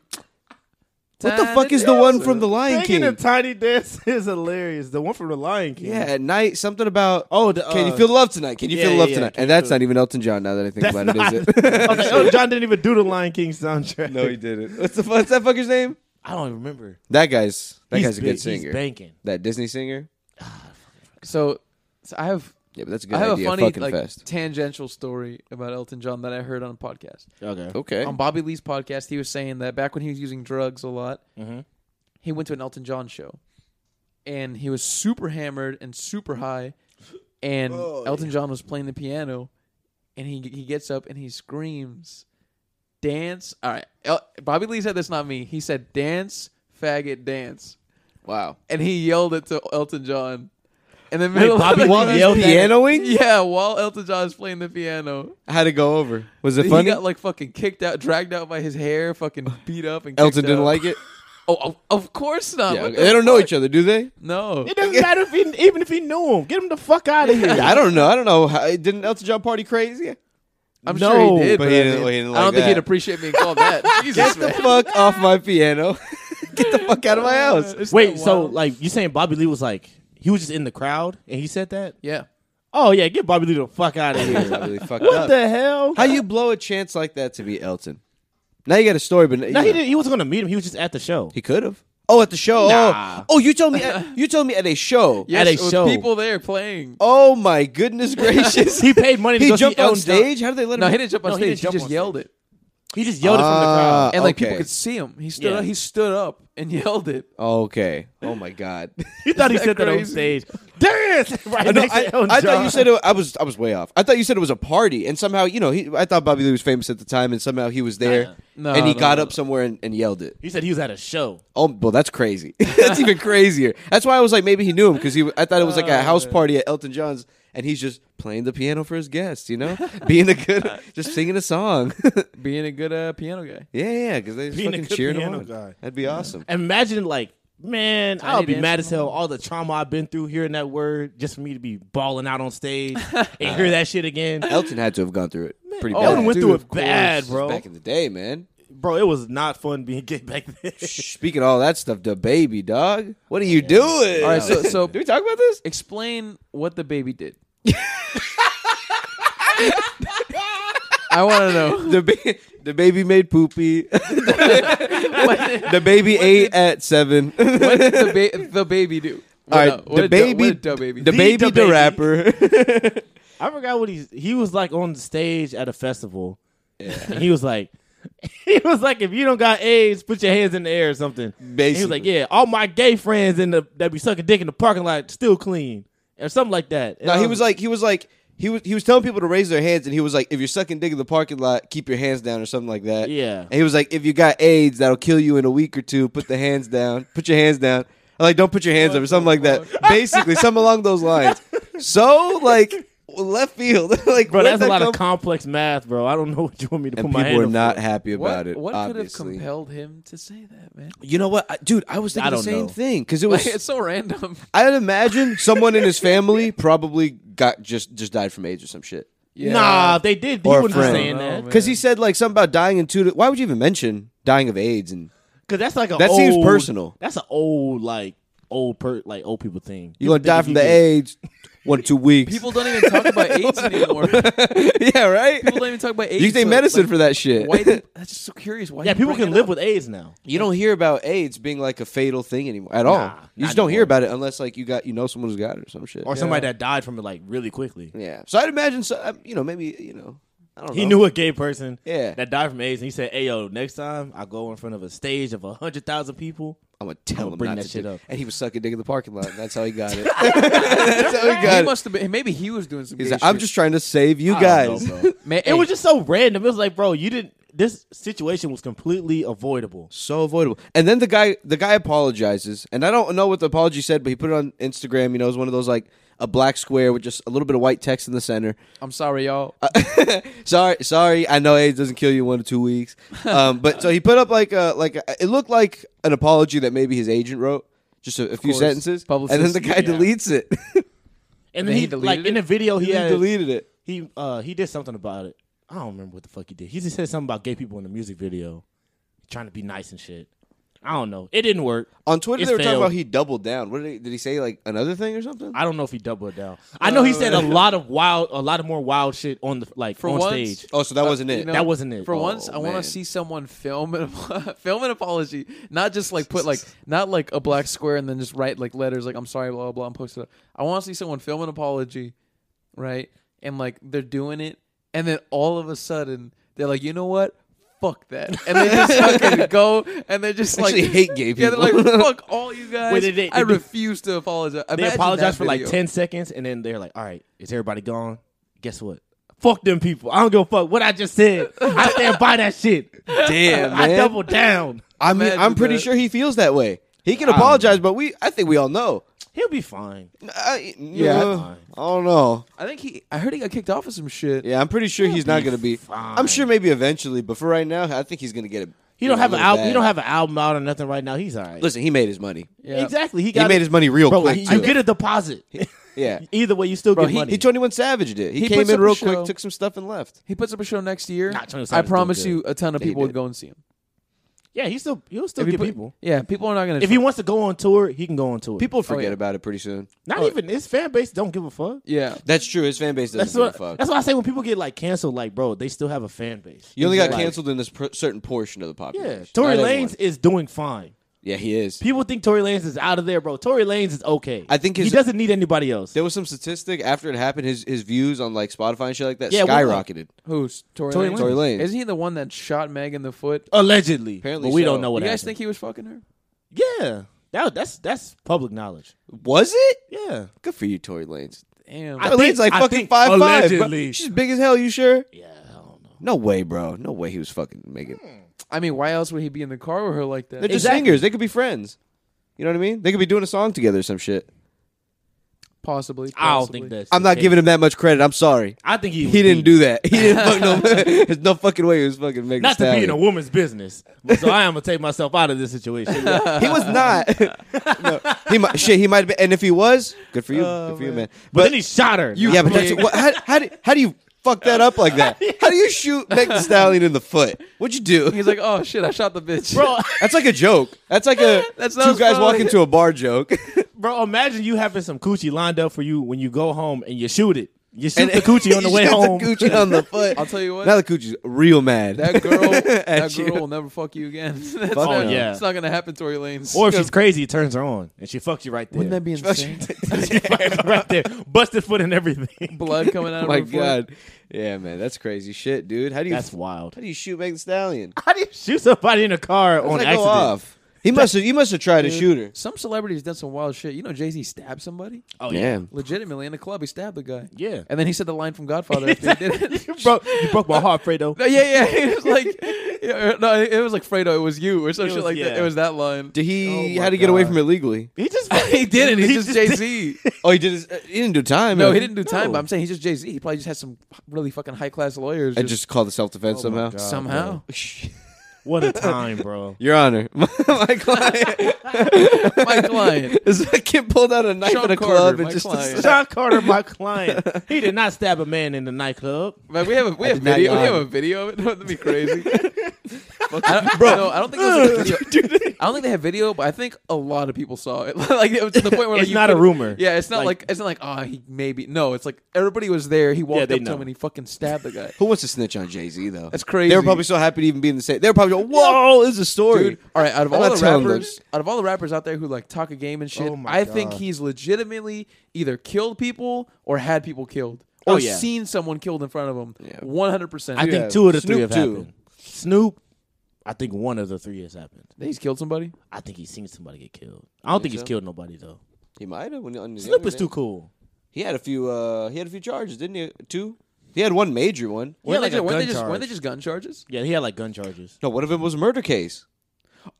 Speaker 3: What the fuck is the one from the Lion
Speaker 2: Singing a
Speaker 3: King?
Speaker 2: tiny dance *laughs* is hilarious. The one from the Lion King.
Speaker 3: Yeah, at night something about.
Speaker 2: Oh, the, uh,
Speaker 3: Can you feel the love tonight? Can you
Speaker 2: yeah,
Speaker 3: feel the love
Speaker 2: yeah, yeah.
Speaker 3: tonight?
Speaker 2: Can
Speaker 3: And
Speaker 2: you
Speaker 3: that's
Speaker 2: feel-
Speaker 3: not even Elton John. Now that I think
Speaker 2: *laughs* That's
Speaker 3: about
Speaker 2: not.
Speaker 3: it, is
Speaker 2: *laughs*
Speaker 3: *laughs* it?
Speaker 2: I was like, Elton John didn't even do the Lion King soundtrack.
Speaker 3: no, he didn't. What's the fu- what's that fucker's name?
Speaker 2: I don't even remember.
Speaker 3: That guy's that
Speaker 2: He's
Speaker 3: guy's a
Speaker 2: big-
Speaker 3: good singer.
Speaker 2: He's banking.
Speaker 3: that Disney singer.
Speaker 1: So, so I have
Speaker 3: Yeah, but that's a good
Speaker 1: I have
Speaker 3: idea.
Speaker 1: a funny
Speaker 3: Fucking
Speaker 1: like
Speaker 3: fest.
Speaker 1: tangential story about Elton John that I heard on a podcast.
Speaker 2: Okay.
Speaker 3: Okay.
Speaker 1: On Bobby Lee's podcast, he was saying that back when he was using drugs a lot,
Speaker 3: Mm-hmm.
Speaker 2: Mhm.
Speaker 1: he went to an Elton John show, and he was super hammered and super high, and
Speaker 3: Oh,
Speaker 1: Elton John was playing the piano, and he he gets up and he screams, "Dance!" All right, El- Bobby Lee said that's not me. He said, "Dance, faggot, dance."
Speaker 3: wow.
Speaker 1: and he yelled it to Elton John. And then
Speaker 2: Bobby Lee yelled that?
Speaker 3: Pianoing?
Speaker 1: *laughs* Yeah, while Elton John is playing the piano,
Speaker 3: How'd it go over? Was it
Speaker 1: he
Speaker 3: funny?
Speaker 1: got like fucking kicked out, dragged out by his hair, fucking beat up, and
Speaker 3: Elton
Speaker 1: kicked
Speaker 3: didn't
Speaker 1: out.
Speaker 3: like it.
Speaker 1: Oh, of, of course not.
Speaker 3: Yeah,
Speaker 1: What
Speaker 3: okay. They
Speaker 1: the
Speaker 3: don't know
Speaker 1: fuck?
Speaker 3: each other, do they?
Speaker 1: No,
Speaker 2: It doesn't matter if he,
Speaker 3: *laughs*
Speaker 2: even if he knew him. Get him the fuck out of here.
Speaker 3: Yeah, I don't know. I don't know. How, didn't Elton John party crazy?
Speaker 1: I'm
Speaker 2: No,
Speaker 1: sure he did,
Speaker 3: but
Speaker 1: but,
Speaker 3: he
Speaker 1: I
Speaker 3: didn't-
Speaker 1: mean,
Speaker 3: he didn't
Speaker 1: I
Speaker 3: like
Speaker 1: don't think he'd
Speaker 3: that.
Speaker 1: appreciate being called that.
Speaker 3: *laughs*
Speaker 1: Jesus,
Speaker 3: Get the
Speaker 1: man.
Speaker 3: fuck off my piano. *laughs* Get the fuck out of my house.
Speaker 1: Isn't
Speaker 2: Wait,
Speaker 1: that
Speaker 2: so
Speaker 1: wild?
Speaker 2: like you saying Bobby Lee was like he was just in the crowd and he said that?
Speaker 1: yeah,
Speaker 2: Oh yeah, get Bobby Lee the fuck out of *laughs*
Speaker 3: *laughs* Yeah,
Speaker 2: here.
Speaker 3: I really fucked
Speaker 2: what
Speaker 3: up.
Speaker 2: the hell?
Speaker 3: How you blow a chance like that to be Elton? Now you got a story, but
Speaker 2: no, he didn't. He wasn't gonna meet him. He was just at the show.
Speaker 3: He could have. Oh, at the show.
Speaker 2: Nah.
Speaker 3: Oh, oh, you told me. At, you told me at a show.
Speaker 1: *laughs* yes,
Speaker 2: a
Speaker 1: it was
Speaker 2: show.
Speaker 1: people there playing.
Speaker 3: Oh my
Speaker 1: *laughs*
Speaker 3: goodness gracious!
Speaker 2: He *laughs* paid money to
Speaker 3: he
Speaker 2: go see
Speaker 3: jumped on
Speaker 2: Elton John.
Speaker 3: stage. How did they let him?
Speaker 1: No, he didn't jump on
Speaker 2: No, he
Speaker 1: stage.
Speaker 2: didn't
Speaker 1: He,
Speaker 2: jump
Speaker 1: just
Speaker 2: on
Speaker 1: yelled
Speaker 2: stage.
Speaker 1: it,
Speaker 2: He just yelled it from the
Speaker 3: Ah.
Speaker 2: *laughs* crowd.
Speaker 1: and like
Speaker 3: okay.
Speaker 1: people could see him. He stood.
Speaker 2: Yeah.
Speaker 1: Up, he stood up and *laughs* yelled it.
Speaker 3: Okay. Oh my god. *laughs*
Speaker 2: He thought he
Speaker 1: that
Speaker 2: said that on
Speaker 1: crazy?
Speaker 2: stage. Dance *laughs* right
Speaker 3: I, know,
Speaker 2: next
Speaker 3: I,
Speaker 2: to Elton
Speaker 3: I
Speaker 2: John.
Speaker 3: thought you said it, I was. I was way off. I thought you said it was a party, and somehow you know. He, I thought Bobby Lee was famous at the time, and somehow he was there,
Speaker 1: No,
Speaker 3: and he
Speaker 1: no,
Speaker 3: got
Speaker 1: no.
Speaker 3: up somewhere and, and yelled it.
Speaker 2: He said he was at a show.
Speaker 3: Oh well, that's crazy. *laughs*
Speaker 2: *laughs*
Speaker 3: that's even crazier. That's why I was like, maybe he knew him because he. I thought it was
Speaker 2: Oh,
Speaker 3: like a house party at Elton John's, and he's just playing the piano for his guests. You know, being a
Speaker 2: *laughs*
Speaker 3: good, just singing a song. *laughs*
Speaker 1: Being a good uh, piano guy.
Speaker 3: yeah, yeah, because they just
Speaker 2: Being a
Speaker 3: fucking
Speaker 2: good
Speaker 3: cheering him
Speaker 2: piano
Speaker 3: on.
Speaker 2: guy.
Speaker 3: That'd be awesome.
Speaker 2: Imagine like, man,
Speaker 1: Tiny
Speaker 2: I'll be
Speaker 1: dancing
Speaker 2: mad as hell. All the trauma I've been through hearing that word just for me to be balling out on stage *laughs* and hear that shit again.
Speaker 3: Elton had to have gone through it pretty
Speaker 1: oh,
Speaker 3: bad.
Speaker 2: Elton went
Speaker 1: dude,
Speaker 2: through
Speaker 1: of
Speaker 2: it bad,
Speaker 1: course.
Speaker 2: bro.
Speaker 3: back in the day, man.
Speaker 2: Bro, it was not fun being *laughs* gay back then.
Speaker 3: Speaking of all that stuff, the baby dog. What are you doing?
Speaker 1: All right, so
Speaker 3: *laughs*
Speaker 1: so
Speaker 3: do we talk about this?
Speaker 1: explain what the baby did. I want to know.
Speaker 3: *laughs* The ba- the baby made poopy. *laughs* the baby ate at seven. *laughs*
Speaker 1: What did the, ba- the baby do?
Speaker 3: All right,
Speaker 1: No, what
Speaker 3: the
Speaker 1: did
Speaker 3: baby-
Speaker 1: what did the baby.
Speaker 3: the
Speaker 1: do?
Speaker 3: baby, the,
Speaker 2: the baby.
Speaker 3: rapper.
Speaker 2: I forgot what he's. He was like on the stage at a festival. And he was like, *laughs* he was like, if you don't got AIDS, put your hands in the air or something. And he was like,
Speaker 3: Basically.
Speaker 2: yeah, all my gay friends in the that be sucking dick in the parking lot still clean or something like that. And
Speaker 3: no,
Speaker 2: I
Speaker 3: he was like, he was like, he was he was telling people to raise their hands, and he was like, if you're sucking dick in the parking lot, keep your hands down or something like that.
Speaker 2: Yeah.
Speaker 3: And he was like, if you got AIDS, that'll kill you in a week or two. Put the hands down. Put your hands down. Or, like, don't put your hands up or something like that. Basically, something along those lines. So like left field, *laughs* like
Speaker 2: bro,
Speaker 3: where'd
Speaker 2: that's a
Speaker 3: that
Speaker 2: lot
Speaker 3: come
Speaker 2: of complex math, bro. I don't know *laughs* what you want me to
Speaker 3: and
Speaker 2: put my hand
Speaker 3: people are
Speaker 2: up
Speaker 3: not
Speaker 2: for.
Speaker 3: happy
Speaker 1: What-
Speaker 3: about it.
Speaker 1: What could have
Speaker 3: obviously,
Speaker 1: compelled him to say that, man?
Speaker 3: you know what, I, dude? I was thinking
Speaker 2: I
Speaker 3: the
Speaker 2: don't
Speaker 3: same
Speaker 2: know.
Speaker 3: thing because
Speaker 2: *laughs*
Speaker 3: it was.
Speaker 1: Like, it's so random.
Speaker 3: I'd imagine someone in his family probably got just just died from AIDS or some shit.
Speaker 1: Yeah.
Speaker 2: Nah, if they did. He
Speaker 3: Or a
Speaker 2: wouldn't be
Speaker 3: friend.
Speaker 2: saying
Speaker 1: I don't
Speaker 2: that
Speaker 1: know, man.
Speaker 3: Because he said like something about dying in two. To, why would you even mention dying of AIDS? And
Speaker 2: because that's like a
Speaker 3: That seems
Speaker 2: old-
Speaker 3: personal.
Speaker 2: That's an old like old per like old people thing.
Speaker 3: you're gonna die from the AIDS
Speaker 2: *laughs*
Speaker 3: one two weeks.
Speaker 1: People don't even talk about AIDS anymore. People
Speaker 3: *laughs* yeah, right.
Speaker 1: don't even talk about AIDS.
Speaker 3: You take
Speaker 1: so,
Speaker 3: medicine
Speaker 1: like,
Speaker 3: for that shit.
Speaker 1: Why? Did, that's just so curious. Why?
Speaker 2: Yeah,
Speaker 1: you
Speaker 2: people
Speaker 1: bring
Speaker 2: can
Speaker 1: it
Speaker 2: live
Speaker 1: up?
Speaker 2: with AIDS now.
Speaker 3: you don't hear about AIDS being like a fatal thing anymore at all.
Speaker 2: Nah,
Speaker 3: you just
Speaker 2: not
Speaker 3: don't hear
Speaker 2: anymore.
Speaker 3: about it unless like you got you know someone who's got it or some shit.
Speaker 2: or somebody that died from it like really quickly.
Speaker 3: yeah. So I'd imagine, so, um, you know, maybe you know, I don't know.
Speaker 2: He knew a gay person
Speaker 3: Yeah.
Speaker 2: that died from AIDS, and he said, "Hey, yo, next time I go in front of a stage of hundred thousand people,
Speaker 3: I'm gonna tell
Speaker 2: I'ma
Speaker 3: him
Speaker 2: bring
Speaker 3: not
Speaker 2: that
Speaker 3: to
Speaker 2: shit
Speaker 3: do-
Speaker 2: up.
Speaker 3: And he was sucking dick in the parking lot. And that's how he
Speaker 2: *laughs*
Speaker 3: got it. *laughs* that's how he
Speaker 1: He
Speaker 3: got it.
Speaker 1: must have been. Maybe he was doing some.
Speaker 3: Oh He's
Speaker 1: gay
Speaker 3: like, I'm
Speaker 1: shit.
Speaker 3: just trying to save you
Speaker 2: I don't
Speaker 3: guys.
Speaker 2: know,
Speaker 3: *laughs*
Speaker 2: bro.
Speaker 1: Man,
Speaker 2: it was just so random. It was like, bro, you didn't. This situation was completely avoidable.
Speaker 3: so avoidable. And then the guy, the guy apologizes, and I don't know what the apology said, but he put it on Instagram. You know, it was one of those like a black square with just a little bit of white text in the center.
Speaker 1: I'm sorry, y'all.
Speaker 3: sorry, sorry. I know AIDS doesn't kill you in one to two weeks, um, but so he put up like a like a, it looked like an apology that maybe his agent wrote, just a, a few
Speaker 1: course.
Speaker 3: sentences, and then
Speaker 1: Publicist.
Speaker 3: the guy
Speaker 2: Yeah.
Speaker 3: deletes it. *laughs*
Speaker 2: And
Speaker 1: then
Speaker 2: then
Speaker 1: he
Speaker 2: he,
Speaker 1: deleted
Speaker 2: like in
Speaker 1: it?
Speaker 2: the video, he
Speaker 3: he
Speaker 2: had,
Speaker 3: deleted it.
Speaker 2: he uh he did something about it. I don't remember what the fuck he did. He just said something about gay people in the music video, trying to be nice and shit. I don't know. It didn't work.
Speaker 3: On Twitter,
Speaker 2: It's
Speaker 3: they were talking
Speaker 2: failed.
Speaker 3: about he doubled down. What did he, did he say? Like another thing or something?
Speaker 2: I don't know if he doubled down. I know he said
Speaker 3: *laughs*
Speaker 2: a lot of wild, a lot of more wild shit on the like
Speaker 1: For
Speaker 2: on
Speaker 1: once,
Speaker 2: stage.
Speaker 3: oh, so that wasn't it.
Speaker 1: Uh, You know,
Speaker 2: That wasn't it.
Speaker 1: For
Speaker 2: Oh,
Speaker 1: once, I want
Speaker 3: man.
Speaker 1: to see someone film an *laughs* film an apology, not just like put
Speaker 3: *laughs*
Speaker 1: like not like a black square and then just write like letters like I'm sorry, blah blah, blah and post it. Up. I want to see someone film an apology, right? And like they're doing it, and then all of a sudden they're like, you know what? Fuck that, *laughs* and they just fucking go, and they just like
Speaker 3: Actually hate gay
Speaker 1: *laughs* Yeah, they're like,
Speaker 3: people.
Speaker 1: fuck all you guys.
Speaker 2: Wait, they- they-
Speaker 1: I
Speaker 2: they do-
Speaker 1: refuse to apologize.
Speaker 2: They
Speaker 1: Imagine
Speaker 2: apologized
Speaker 1: that
Speaker 2: for like
Speaker 1: video.
Speaker 2: ten seconds, and then they're like, "All right, is everybody gone? Guess what? Fuck them people. I don't give a fuck what I just said. I stand by that
Speaker 1: *laughs*
Speaker 2: shit.
Speaker 3: Damn,
Speaker 2: I double down.
Speaker 3: I mean, I'm
Speaker 1: Imagine
Speaker 3: pretty
Speaker 1: that.
Speaker 3: sure he feels that way. He can apologize, but we, I think we all know.
Speaker 2: He'll be fine.
Speaker 3: I, yeah,
Speaker 1: Yeah.
Speaker 3: I don't know.
Speaker 1: I think he. I heard he got kicked off of some shit.
Speaker 3: Yeah, I'm pretty sure he's not going to be.
Speaker 2: fine.
Speaker 3: I'm sure maybe eventually, but for right now, I think he's going to get a
Speaker 2: He don't
Speaker 3: know,
Speaker 2: have an
Speaker 3: look
Speaker 2: album. He
Speaker 3: bad.
Speaker 2: don't have an album out or nothing right now. He's all right.
Speaker 3: Listen, he made his money.
Speaker 1: Yeah.
Speaker 2: exactly. He
Speaker 3: He
Speaker 2: got
Speaker 3: made
Speaker 2: it.
Speaker 3: his money real
Speaker 2: Bro,
Speaker 3: quick.
Speaker 2: you
Speaker 3: too.
Speaker 2: get a deposit.
Speaker 3: *laughs* yeah.
Speaker 2: Either way, you still
Speaker 3: Bro,
Speaker 2: get
Speaker 3: he,
Speaker 2: money.
Speaker 3: he 21 Savage did. He,
Speaker 1: He
Speaker 3: came
Speaker 1: puts
Speaker 3: in
Speaker 1: up a
Speaker 3: real
Speaker 1: show.
Speaker 3: quick, took some stuff, and left.
Speaker 1: He puts up a show next year.
Speaker 2: Nah, Tony Savage's
Speaker 1: I
Speaker 2: doing
Speaker 1: promise
Speaker 2: good.
Speaker 1: you, a ton of
Speaker 3: Yeah, he
Speaker 1: people would
Speaker 3: did.
Speaker 1: go and see him.
Speaker 2: yeah, he still he'll still
Speaker 1: If he
Speaker 2: get
Speaker 1: put-
Speaker 2: people.
Speaker 1: Yeah, people are not gonna.
Speaker 2: If he wants to go on tour, he can go on tour.
Speaker 3: People forget
Speaker 1: yeah.
Speaker 3: about it pretty soon.
Speaker 2: not even his fan base don't give a fuck.
Speaker 1: yeah,
Speaker 3: That's true. His fan base doesn't
Speaker 2: That's
Speaker 3: give
Speaker 2: what.
Speaker 3: a fuck.
Speaker 2: That's why I say when people get like canceled, like bro, they still have a fan base.
Speaker 3: You only got
Speaker 2: Like,
Speaker 3: canceled in this pr- certain portion of the population.
Speaker 2: Yeah, Tory
Speaker 3: Not everyone.
Speaker 2: Lanez is doing fine.
Speaker 3: Yeah, he is.
Speaker 2: People think Tory Lanez is out of there, bro. Tory Lanez is okay.
Speaker 3: I think
Speaker 2: he
Speaker 3: his-
Speaker 2: doesn't need anybody else.
Speaker 3: There was some statistic after it happened. His his views on like Spotify and shit like that
Speaker 2: Yeah, well, like-
Speaker 3: skyrocketed.
Speaker 1: who's Tory,
Speaker 2: Tory
Speaker 1: Lanez?
Speaker 3: Tory Lanez.
Speaker 1: Isn't he the one that shot Meg in the foot?
Speaker 2: Allegedly,
Speaker 3: Apparently
Speaker 2: but we
Speaker 3: so.
Speaker 2: don't know what
Speaker 1: you guys
Speaker 2: happened.
Speaker 1: think he was fucking her?
Speaker 2: yeah, that, that's that's public knowledge.
Speaker 3: Was it?
Speaker 2: Yeah,
Speaker 3: Good for you, Tory Lanez.
Speaker 1: Damn.
Speaker 2: I
Speaker 3: Tory
Speaker 2: think-
Speaker 3: Lanez like
Speaker 2: I
Speaker 3: fucking
Speaker 2: think
Speaker 3: five five.
Speaker 2: allegedly.
Speaker 3: She's big as hell. You sure?
Speaker 2: yeah, I don't know.
Speaker 3: No way, bro. No way he was fucking making.
Speaker 1: I mean, why else would he be in the car with her like that?
Speaker 3: They're just
Speaker 2: Exactly.
Speaker 3: singers. They could be friends. You know what I mean? They could be doing a song together or some shit.
Speaker 1: possibly, possibly.
Speaker 2: I don't think that's.
Speaker 3: I'm
Speaker 2: the
Speaker 3: not
Speaker 2: case.
Speaker 3: giving him that much credit. I'm sorry.
Speaker 2: I think he
Speaker 3: He
Speaker 2: was
Speaker 3: didn't
Speaker 2: beat.
Speaker 3: do that. He didn't fuck *laughs* no. There's no fucking way he was fucking making.
Speaker 2: Not to be in a
Speaker 3: Stallion.
Speaker 2: woman's business, so I am gonna take myself out of this
Speaker 3: *laughs*
Speaker 2: situation.
Speaker 3: He was not. *laughs* no, he might, shit. He might have been. And if he was, good for you. good for you, Oh, man.
Speaker 2: But then he shot her.
Speaker 3: You, yeah, but that's, what, how, how, do, how do you fuck that up like *laughs* that? How do you shoot Meg Thee Stallion in the foot? What'd you do?
Speaker 1: He's like, oh shit, I shot the bitch.
Speaker 2: *laughs* bro,
Speaker 3: That's like a joke. That's like a
Speaker 1: *laughs* That's not
Speaker 3: two guys
Speaker 1: probably-
Speaker 3: walk into a
Speaker 2: *laughs*
Speaker 3: bar joke.
Speaker 2: bro, imagine you having some coochie lined up for you when you go home and you shoot it. You shoot
Speaker 3: And
Speaker 2: the coochie on the
Speaker 3: *laughs* you
Speaker 2: way
Speaker 3: shoot
Speaker 2: home.
Speaker 3: The coochie on the foot.
Speaker 1: I'll tell you what.
Speaker 3: Now the coochie's real
Speaker 1: *laughs*
Speaker 3: mad. *laughs*
Speaker 1: that
Speaker 2: *laughs*
Speaker 1: girl, that
Speaker 3: At
Speaker 1: girl
Speaker 3: you.
Speaker 1: will never fuck you again. *laughs* That's
Speaker 3: Fuck
Speaker 1: not,
Speaker 3: no.
Speaker 2: Yeah.
Speaker 1: it's not gonna happen, Tory Lanez.
Speaker 2: Or if
Speaker 1: *laughs*
Speaker 2: she's crazy, it turns her on and she fucks you right there.
Speaker 1: wouldn't that be insane?
Speaker 2: *laughs* She fucks you right there, busted foot and everything.
Speaker 1: *laughs* Blood coming out
Speaker 2: *laughs*
Speaker 3: oh
Speaker 1: of
Speaker 3: my
Speaker 1: her foot.
Speaker 3: god. Yeah, man, that's crazy shit, dude. How do you
Speaker 2: That's wild.
Speaker 3: how do you shoot Meg Thee Stallion?
Speaker 2: How do you shoot somebody in a car
Speaker 3: How
Speaker 2: on
Speaker 3: does that go
Speaker 2: accident?
Speaker 3: off? He must have. You must have tried to shoot her.
Speaker 1: Some celebrities done some wild shit. You know, Jay Z stabbed somebody
Speaker 2: Oh
Speaker 3: Yeah.
Speaker 1: legitimately in the club. He stabbed the guy.
Speaker 2: Yeah.
Speaker 1: and then he said the line from Godfather after he did it.
Speaker 2: you *laughs* broke you broke my
Speaker 1: *laughs*
Speaker 2: heart, Fredo.
Speaker 1: No, yeah, yeah. It was like, yeah, no, it was like Fredo. It was you or some
Speaker 2: It
Speaker 1: shit
Speaker 2: was-
Speaker 1: like that.
Speaker 2: yeah.
Speaker 1: It was that line.
Speaker 3: Did *laughs* he?
Speaker 2: Oh my
Speaker 3: how to get away
Speaker 2: God.
Speaker 3: from it legally?
Speaker 2: *laughs* He just
Speaker 1: he didn't. He's just Jay
Speaker 2: did-
Speaker 1: Z.
Speaker 3: Oh, he did. His, he didn't do
Speaker 1: *laughs*
Speaker 3: time.
Speaker 1: No, he didn't do time.
Speaker 3: No.
Speaker 1: But I'm saying he's just Jay Z. He probably just had some really fucking high class lawyers.
Speaker 3: I just called the self defense
Speaker 2: Oh my
Speaker 3: somehow.
Speaker 2: God,
Speaker 1: somehow.
Speaker 2: What *laughs* a time, bro.
Speaker 3: *laughs* Your Honor, *laughs*
Speaker 1: *laughs*
Speaker 3: my client,
Speaker 1: My client.
Speaker 3: this *laughs* kid pulled out a knife
Speaker 1: Sean
Speaker 3: at a
Speaker 1: Carter,
Speaker 3: club
Speaker 1: my
Speaker 3: and just.
Speaker 1: client.
Speaker 2: Sean Carter, my client, he did not stab a man in the nightclub.
Speaker 1: Man, we have a, we have
Speaker 3: did not
Speaker 1: video. We
Speaker 3: yawn.
Speaker 1: have a video of it. *laughs* That'd be crazy. I don't, Bro, no, I don't think it was a video. I don't think they have video, but I think a lot of people saw it. *laughs* like it was to the point where like,
Speaker 2: It's
Speaker 1: you
Speaker 2: not a
Speaker 1: couldn't-
Speaker 2: rumor.
Speaker 1: Yeah, it's not
Speaker 2: Like-
Speaker 1: like, it's not like oh he maybe no. It's like everybody was there. He walked
Speaker 2: they
Speaker 1: up to
Speaker 2: know.
Speaker 1: him and he fucking stabbed the
Speaker 2: *laughs*
Speaker 1: guy.
Speaker 3: Who wants to snitch on Jay Z though?
Speaker 1: That's crazy.
Speaker 3: They were probably so happy to even be in the same. They were probably like, "Whoa, this is a story."
Speaker 1: Dude, all right. Out of
Speaker 3: I'm
Speaker 1: all
Speaker 3: not
Speaker 1: the
Speaker 3: telling them.
Speaker 1: rappers, out of all the rappers out there who like talk a game and shit,
Speaker 2: Oh my
Speaker 1: I think
Speaker 2: God.
Speaker 1: he's legitimately either killed people or had people killed
Speaker 2: Oh,
Speaker 1: or
Speaker 2: yeah.
Speaker 1: seen someone killed in front of him.
Speaker 3: Yeah.
Speaker 1: One hundred percent.
Speaker 2: *laughs* I
Speaker 1: I think
Speaker 2: think two of the three have
Speaker 3: Snoop too.
Speaker 2: happened. Snoop, I think one of the three has happened.
Speaker 1: he's killed somebody.
Speaker 2: I think he's seen somebody get killed. I don't think he's
Speaker 3: so?
Speaker 2: killed nobody though.
Speaker 3: He might have. When, on the
Speaker 2: Snoop
Speaker 3: younger
Speaker 2: is too
Speaker 3: man.
Speaker 2: cool.
Speaker 3: He had a few. Uh, he had a few charges, didn't he? Two. He had one major one.
Speaker 1: Yeah,
Speaker 2: had,
Speaker 1: like,
Speaker 2: like, a
Speaker 1: weren't they
Speaker 2: gun
Speaker 1: just weren't they
Speaker 2: charge.
Speaker 1: just gun charges?
Speaker 2: Yeah, he had like gun charges.
Speaker 3: No, one of them was a murder case.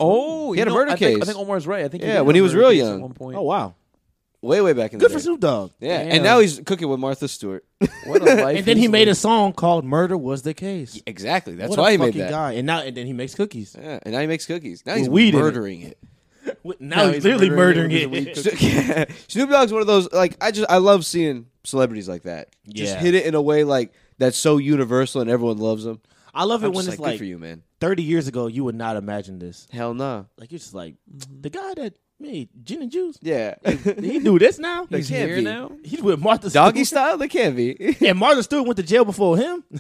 Speaker 1: Oh,
Speaker 3: He had
Speaker 1: you
Speaker 3: a murder
Speaker 1: I think, I
Speaker 3: case.
Speaker 1: think Omar's right. I think
Speaker 3: Yeah,
Speaker 1: did
Speaker 3: when he
Speaker 1: have a
Speaker 3: was
Speaker 1: murder
Speaker 3: real
Speaker 1: case at
Speaker 3: young.
Speaker 1: one point.
Speaker 2: Oh wow,
Speaker 3: Way, way back in
Speaker 2: good
Speaker 3: the
Speaker 2: for
Speaker 3: day.
Speaker 2: Snoop Dogg.
Speaker 3: Yeah,
Speaker 2: Damn.
Speaker 3: and now he's cooking with Martha
Speaker 2: *laughs*
Speaker 3: Stewart.
Speaker 1: what a life!
Speaker 2: and then he
Speaker 1: he's
Speaker 2: made a
Speaker 1: lived.
Speaker 2: song called "Murder Was the Case."
Speaker 3: exactly. That's
Speaker 2: What a
Speaker 3: why he made
Speaker 2: fucking
Speaker 3: that.
Speaker 2: guy. And now and then he makes cookies.
Speaker 3: Yeah, and now he makes cookies. Now
Speaker 2: With
Speaker 3: he's
Speaker 2: weed in it.
Speaker 3: murdering it.
Speaker 2: What- Now, he's, literally murdering,
Speaker 1: it with
Speaker 2: it.
Speaker 1: his
Speaker 3: *laughs* Snoop Snoop Dogg's one of those like I just I love seeing celebrities like that. Just
Speaker 2: Yeah.
Speaker 3: hit it in a way like that's so universal and everyone loves them.
Speaker 2: I love it
Speaker 3: I'm
Speaker 2: when
Speaker 3: just
Speaker 2: it's
Speaker 3: like, good
Speaker 2: like
Speaker 3: for you, man.
Speaker 2: 30 years ago, you would not imagine this.
Speaker 3: Hell nah.
Speaker 2: Like you're just like
Speaker 3: Mm-hmm.
Speaker 2: the guy that made gin and
Speaker 3: *laughs*
Speaker 2: juice.
Speaker 3: Yeah.
Speaker 2: He do this now.
Speaker 3: They
Speaker 1: He's
Speaker 3: can't
Speaker 1: here
Speaker 3: be.
Speaker 1: now.
Speaker 2: He's with Martha.
Speaker 3: Doggy
Speaker 2: Stewart.
Speaker 3: style? They can't be.
Speaker 2: and Martha Stewart went to jail before him. *laughs*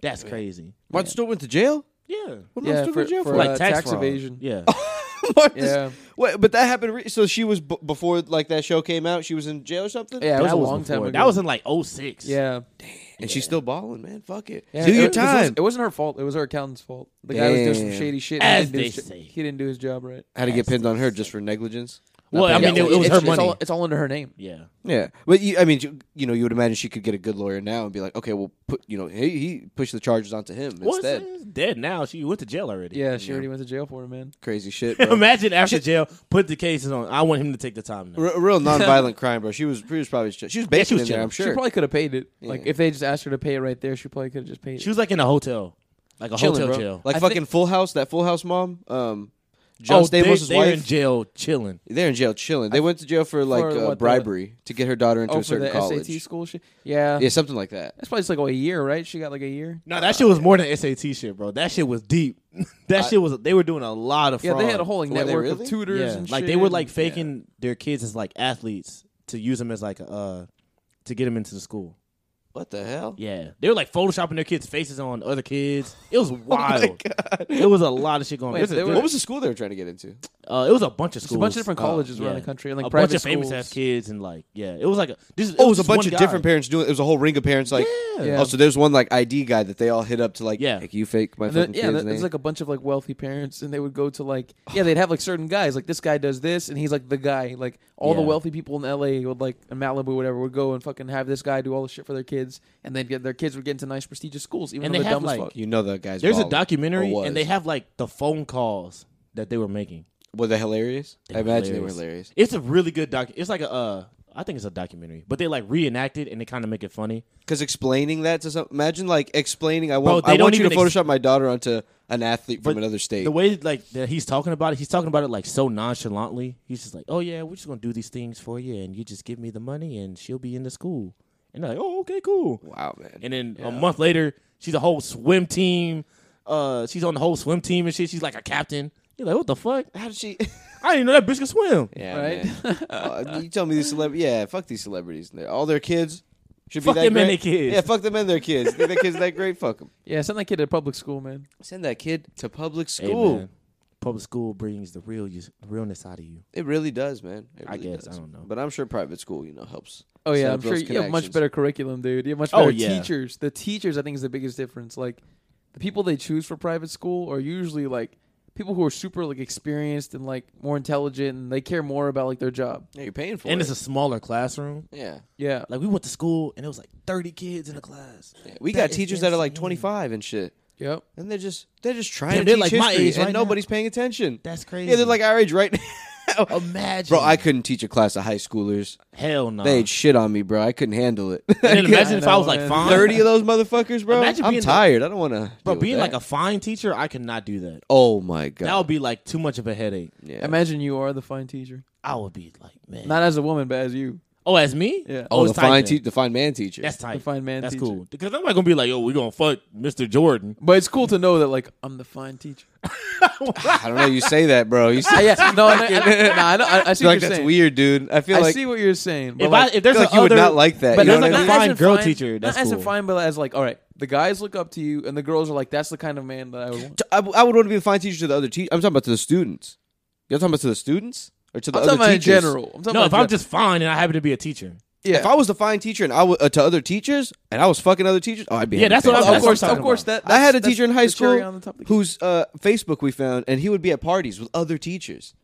Speaker 2: That's crazy.
Speaker 3: *laughs* Martha Stewart went to jail?
Speaker 2: Yeah.
Speaker 3: What
Speaker 1: Yeah,
Speaker 3: Martha Stewart
Speaker 1: for-
Speaker 3: in jail
Speaker 1: for,
Speaker 3: for?
Speaker 1: uh, tax
Speaker 2: fraud.
Speaker 1: evasion.
Speaker 2: Yeah.
Speaker 3: *laughs* Martha-
Speaker 1: Yeah.
Speaker 3: Wait, but that happened re- so she was b- before like that show came out, she was in jail or something?
Speaker 1: Yeah, it was
Speaker 2: that
Speaker 1: a
Speaker 2: was
Speaker 1: long time
Speaker 2: before.
Speaker 1: ago.
Speaker 2: That was in like 06.
Speaker 1: yeah.
Speaker 3: And she's still balling, man. Fuck it.
Speaker 1: Yeah,
Speaker 3: Do
Speaker 1: it-
Speaker 3: your
Speaker 1: it was- It,
Speaker 3: time.
Speaker 1: was, not her fault. It was her accountant's fault. The guy was doing some
Speaker 3: Damn.
Speaker 1: shady shit.
Speaker 2: As
Speaker 1: he didn't do his
Speaker 2: they
Speaker 1: jo-
Speaker 2: say.
Speaker 1: He didn't do his job right.
Speaker 3: How to get pinned on her just for negligence?
Speaker 2: Well, I
Speaker 3: Yeah,
Speaker 2: mean, it,
Speaker 3: well,
Speaker 2: it was
Speaker 1: it's-
Speaker 2: her
Speaker 1: it's
Speaker 2: money.
Speaker 1: all- it's all under her name.
Speaker 2: yeah.
Speaker 3: Yeah, but you, I mean, you, you know, you would imagine she could get a good lawyer now and be like, okay, well, put you know, he, he pushed the charges onto him
Speaker 2: Well,
Speaker 3: instead.
Speaker 2: it's- it's dead now. She went to jail already.
Speaker 1: Yeah, she already went to jail for it, man.
Speaker 3: Crazy shit. Bro.
Speaker 2: *laughs* Imagine after jail, put the cases on. I want him to take the time now.
Speaker 3: R- real nonviolent crime, bro. She was, she was probably she was
Speaker 2: she
Speaker 3: basically
Speaker 2: was
Speaker 3: in there.
Speaker 2: chilling.
Speaker 3: I'm
Speaker 1: She
Speaker 3: sure.
Speaker 1: probably could have paid it. Like
Speaker 3: Yeah.
Speaker 1: if they just asked her to pay it right there, she probably could have just paid
Speaker 2: She
Speaker 1: it.
Speaker 2: was like in a hotel. Like a
Speaker 3: Chilling,
Speaker 2: hotel
Speaker 3: bro.
Speaker 2: jail.
Speaker 3: Like
Speaker 1: I
Speaker 3: fucking
Speaker 1: think-
Speaker 3: Full House, that Full House mom. Um, John Stamos'
Speaker 2: Oh, they, They're in
Speaker 3: wife.
Speaker 2: jail chilling.
Speaker 3: they're in jail chilling. They went to jail for like
Speaker 1: For
Speaker 3: uh,
Speaker 1: what, the-
Speaker 3: bribery to get her daughter into
Speaker 1: oh,
Speaker 3: a
Speaker 1: for
Speaker 3: certain
Speaker 1: the
Speaker 3: college.
Speaker 1: SAT school shit. Yeah.
Speaker 3: Yeah, something like that.
Speaker 1: That's probably just like oh, a year, right? She got like a year.
Speaker 2: No, that shit was more than SAT shit, bro. That shit was deep. *laughs* that shit was. They were doing a lot of.
Speaker 1: Yeah,
Speaker 2: fraud.
Speaker 1: they had a whole like,
Speaker 3: Were they
Speaker 1: network
Speaker 3: really?
Speaker 1: of tutors
Speaker 2: Yeah,
Speaker 1: and
Speaker 2: like
Speaker 1: shit.
Speaker 2: they were like
Speaker 1: and-
Speaker 2: faking their kids as like athletes to use them as like a, uh to get them into the school.
Speaker 3: What the hell?
Speaker 2: Yeah, they were like photoshopping their kids' faces on other kids.
Speaker 1: *laughs*
Speaker 2: It was wild. It was a lot of shit going.
Speaker 1: Oh Wait,
Speaker 2: on.
Speaker 1: they were-
Speaker 3: What was the school they were trying to get into?
Speaker 2: Uh, it was a bunch of
Speaker 1: It's
Speaker 2: schools,
Speaker 1: a bunch of different
Speaker 2: Uh,
Speaker 1: colleges around
Speaker 2: yeah.
Speaker 1: the country and like
Speaker 2: a
Speaker 1: private
Speaker 2: bunch of famous
Speaker 1: schools.
Speaker 2: ass kids and like yeah, it was like a this.
Speaker 3: Oh, it was a
Speaker 2: just
Speaker 3: bunch
Speaker 2: one
Speaker 3: of
Speaker 2: guy.
Speaker 3: different parents doing. It was a whole ring of parents like.
Speaker 2: Yeah.
Speaker 1: Yeah.
Speaker 3: Oh, so there's one like ID guy that they all hit up to like.
Speaker 2: Yeah.
Speaker 3: Yeah. you fake my
Speaker 1: And
Speaker 3: fucking
Speaker 1: then, yeah,
Speaker 3: kid's name.
Speaker 1: there's like a bunch of like wealthy parents, and they would go to like yeah, they'd have like certain guys like this guy does this, and he's like the guy. Like all the
Speaker 2: Yeah.
Speaker 1: wealthy people in L.A. would like in Malibu, whatever, would go and fucking have this guy do all the shit for their kids, and they'd get their kids would get into nice prestigious schools, even
Speaker 2: And
Speaker 1: though
Speaker 2: they
Speaker 1: they're
Speaker 2: have,
Speaker 1: dumb as
Speaker 2: like-
Speaker 1: fuck.
Speaker 3: you know the guys.
Speaker 2: There's a
Speaker 3: balling,
Speaker 2: documentary
Speaker 3: Oh, or
Speaker 2: and they
Speaker 3: was.
Speaker 2: have like the phone calls that they were making.
Speaker 3: Were they hilarious?
Speaker 2: They
Speaker 3: I
Speaker 2: were
Speaker 3: imagine they were hilarious.
Speaker 2: It's a really good doc. It's like a uh, I think it's a documentary, but they like reenact it and they kind of make it funny.
Speaker 3: Because explaining that to some, imagine like explaining. I
Speaker 2: Bro,
Speaker 3: want,
Speaker 2: they
Speaker 3: I
Speaker 2: don't
Speaker 3: want you to
Speaker 2: even ex-
Speaker 3: Photoshop my daughter onto an athlete from
Speaker 2: But
Speaker 3: another state.
Speaker 2: The way like that he's talking about it, he's talking about it like so nonchalantly. He's just like, "Oh yeah, we're just gonna do these things for you, and you just give me the money, and she'll be in the school." And they're like, "Oh okay, cool."
Speaker 3: wow, man.
Speaker 2: And then a month later, she's a whole swim team. Uh, she's on the whole swim team and shit. She's like a captain. You're like, "What the fuck?
Speaker 3: How did she? *laughs*
Speaker 2: I didn't know that bitch could swim."
Speaker 3: yeah,
Speaker 1: Right?
Speaker 3: *laughs* man. Oh, you tell me these celebrities. Yeah, fuck these celebrities. They're- All their kids should
Speaker 2: Fuck
Speaker 3: be that
Speaker 2: them and
Speaker 3: great.
Speaker 2: their kids.
Speaker 3: Yeah, fuck them and their kids. Think their kids that great? *laughs* Fuck them.
Speaker 1: Yeah, send that kid to public school, man.
Speaker 3: Send that kid to public
Speaker 2: Hey,
Speaker 3: school.
Speaker 2: man, public school brings the real you, realness out of you.
Speaker 3: It really does, man. It
Speaker 2: I
Speaker 3: really
Speaker 2: guess,
Speaker 3: does.
Speaker 2: I don't know.
Speaker 3: but I'm sure private school, you know, helps.
Speaker 1: Oh
Speaker 3: set
Speaker 1: yeah,
Speaker 3: up
Speaker 1: I'm sure
Speaker 3: those
Speaker 1: you have much
Speaker 3: connections.
Speaker 1: better curriculum, dude. You have much
Speaker 2: Oh,
Speaker 1: better
Speaker 2: yeah.
Speaker 1: teachers. The teachers, I think, is the biggest difference. Like the people they choose for private school are usually like people who are super like experienced and like more intelligent, and they care more about like their job.
Speaker 3: Yeah, you're paying for
Speaker 2: and
Speaker 3: it.
Speaker 2: it's a smaller classroom.
Speaker 3: yeah.
Speaker 1: Yeah,
Speaker 2: Like we went to school and it was like 30 kids in the class.
Speaker 3: Yeah. We
Speaker 2: That
Speaker 3: got
Speaker 2: is
Speaker 3: teachers that are like
Speaker 2: insane.
Speaker 3: 25 and shit.
Speaker 1: yep.
Speaker 3: And they're just they're just trying
Speaker 2: Damn,
Speaker 3: to
Speaker 2: they're
Speaker 3: teach
Speaker 2: like my
Speaker 3: history
Speaker 2: age
Speaker 3: and
Speaker 2: right now.
Speaker 3: nobody's paying attention.
Speaker 2: That's crazy.
Speaker 3: Yeah, they're like our age right *laughs* now.
Speaker 2: imagine.
Speaker 3: Bro, I couldn't teach a class of high schoolers.
Speaker 2: hell no.
Speaker 3: They
Speaker 2: *laughs*
Speaker 3: had shit on me, bro. *laughs* I couldn't handle it.
Speaker 2: and then imagine if I
Speaker 1: know,
Speaker 2: was like
Speaker 1: man.
Speaker 2: fine.
Speaker 3: Thirty of those motherfuckers, bro.
Speaker 2: Imagine
Speaker 3: I'm
Speaker 2: being the-
Speaker 3: tired. I don't want to.
Speaker 2: Bro, being like a fine teacher, I could not do that.
Speaker 3: oh my god.
Speaker 2: That would be like too much of a headache.
Speaker 3: yeah.
Speaker 1: Imagine you are the fine teacher,
Speaker 2: I would be like, man.
Speaker 1: not as a woman, but as you,
Speaker 2: oh, as me?
Speaker 1: Yeah.
Speaker 3: oh, the
Speaker 2: it's tight
Speaker 3: fine,
Speaker 2: then.
Speaker 3: te- the fine man teacher.
Speaker 2: That's tight.
Speaker 1: the fine man.
Speaker 2: That's
Speaker 1: teacher.
Speaker 2: cool. Because I'm not gonna be like, yo, we gonna fuck Mr. Jordan.
Speaker 1: But it's cool to know that like I'm the fine teacher.
Speaker 3: I don't know. You say that,
Speaker 2: *laughs*
Speaker 3: bro. You
Speaker 1: Ah, *laughs*
Speaker 3: say,
Speaker 1: yeah, no, *laughs* I, I, no, I, know- I, I see
Speaker 3: feel
Speaker 1: what you're
Speaker 3: like that's
Speaker 1: saying.
Speaker 3: weird, dude. I feel
Speaker 1: I
Speaker 3: like
Speaker 1: see what you're saying. But
Speaker 2: If
Speaker 1: like,
Speaker 2: I if
Speaker 3: I
Speaker 2: there's
Speaker 3: feel like
Speaker 2: a
Speaker 3: you would
Speaker 2: other,
Speaker 3: not like that.
Speaker 2: But
Speaker 3: you know
Speaker 2: there's
Speaker 3: what
Speaker 2: like
Speaker 3: I
Speaker 2: a
Speaker 3: mean?
Speaker 1: not as
Speaker 2: fine
Speaker 1: in
Speaker 2: girl
Speaker 1: fine-
Speaker 2: teacher. That's
Speaker 1: not as
Speaker 2: cool.
Speaker 1: a fine, but as like, all right, the guys look up to you, and the girls are like, that's the kind of man that I would want.
Speaker 3: I, I would want to be the fine teacher to the other teacher. I'm talking about to the students. You're talking about to the students or to the
Speaker 1: I'm
Speaker 3: other
Speaker 1: talking about in
Speaker 3: teachers?
Speaker 1: general. I'm talking about
Speaker 2: No, if I'm
Speaker 1: gen-
Speaker 2: just fine and I happen to be a teacher.
Speaker 1: yeah.
Speaker 3: If I was the fine teacher and I was uh, to other teachers and I was fucking other teachers, oh, I'd be.
Speaker 2: Yeah,
Speaker 3: having
Speaker 2: that's what
Speaker 3: fans.
Speaker 1: of
Speaker 2: I'm- that's
Speaker 1: course,
Speaker 2: talking
Speaker 1: of course.
Speaker 2: about.
Speaker 1: That
Speaker 3: I had a
Speaker 1: that's-
Speaker 3: teacher in
Speaker 1: that's
Speaker 3: high
Speaker 1: the cherry
Speaker 3: school
Speaker 1: on the top of the cake.
Speaker 3: whose uh, Facebook we found, and he would be at parties with other teachers.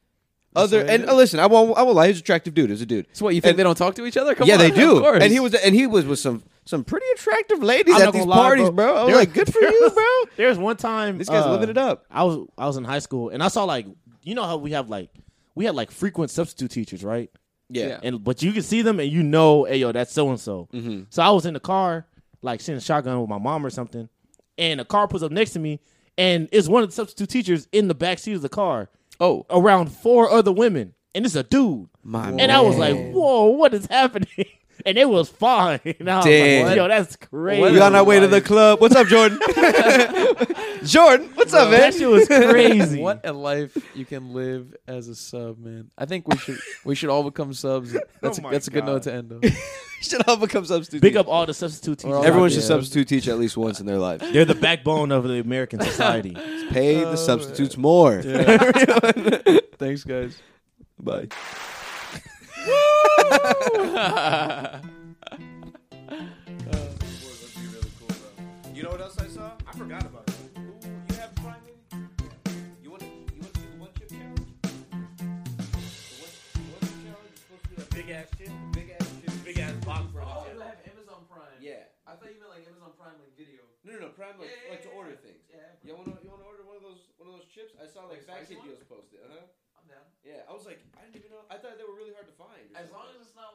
Speaker 3: Other
Speaker 1: what it
Speaker 3: and
Speaker 1: is.
Speaker 3: uh, listen, I won't. I won't lie. He's an attractive dude. He's a dude.
Speaker 1: So what you think
Speaker 3: And-
Speaker 1: they don't talk to each other? Come
Speaker 3: yeah,
Speaker 1: on,
Speaker 3: they do.
Speaker 1: Of course.
Speaker 3: And he was. And he was with some some pretty attractive ladies
Speaker 2: I'm
Speaker 3: at
Speaker 2: not
Speaker 3: these
Speaker 2: gonna lie,
Speaker 3: parties,
Speaker 2: bro.
Speaker 3: bro. I was
Speaker 2: There-
Speaker 3: like, good
Speaker 1: *laughs*
Speaker 2: *laughs*
Speaker 3: for you, bro.
Speaker 2: There was one time
Speaker 3: This guy's
Speaker 2: uh,
Speaker 3: living it up.
Speaker 2: I was I was in high school and I saw like you know how we have like we had like frequent substitute teachers, right?
Speaker 1: Yeah.
Speaker 2: And but you can see them and you know, hey yo, that's so and so.
Speaker 3: Mm-hmm.
Speaker 2: So I was in the car, like sitting shotgun with my mom or something, and a car pulls up next to me, and it's one of the substitute teachers in the back seat of the car,
Speaker 3: Oh,
Speaker 2: around four other women, and it's a dude.
Speaker 3: my
Speaker 2: and I was like, whoa, what is happening? *laughs* And it was fine. *laughs* And I was
Speaker 3: Damn.
Speaker 2: like, yo, that's crazy.
Speaker 3: We on our way to the club. What's up,
Speaker 2: *laughs*
Speaker 3: Jordan? *laughs* Jordan, what's up, man?
Speaker 2: that
Speaker 3: *laughs*
Speaker 2: shit was crazy.
Speaker 1: What a life you can live as a sub, man. I think we should we should all become
Speaker 2: *laughs*
Speaker 1: subs. That's
Speaker 2: Oh my
Speaker 1: a, that's a good
Speaker 2: God.
Speaker 1: note to
Speaker 2: *laughs*
Speaker 1: end on.
Speaker 3: should all become substitute.
Speaker 2: Big
Speaker 3: teachers.
Speaker 2: up all the substitute teachers.
Speaker 1: all
Speaker 2: out
Speaker 3: Everyone
Speaker 1: Yeah.
Speaker 3: should
Speaker 2: there.
Speaker 3: substitute teach at least once in their life.
Speaker 2: They're the backbone of the *laughs* American society.
Speaker 3: Pay
Speaker 1: Oh,
Speaker 3: the substitutes more.
Speaker 1: Thanks, guys.
Speaker 3: *laughs* Bye. You know what else I saw? I forgot about it. You have Prime You want to you want to do the one chip challenge? The one chip challenge is supposed to be
Speaker 2: Big ass shit.
Speaker 3: big ass chip.
Speaker 2: Big ass box for
Speaker 1: Oh, have Amazon Prime.
Speaker 3: Yeah.
Speaker 1: I thought you meant like Amazon Prime like video.
Speaker 3: No, no, no. Prime like, like to order things. You want to you want to order one of those one of those chips? I saw like
Speaker 1: spicy
Speaker 3: Backseat
Speaker 1: one?
Speaker 3: Deals posted. Uh huh.
Speaker 1: I'm down.
Speaker 3: Yeah, I was like, I didn't even know. I thought they were really hard to find. or something.
Speaker 1: as it's not like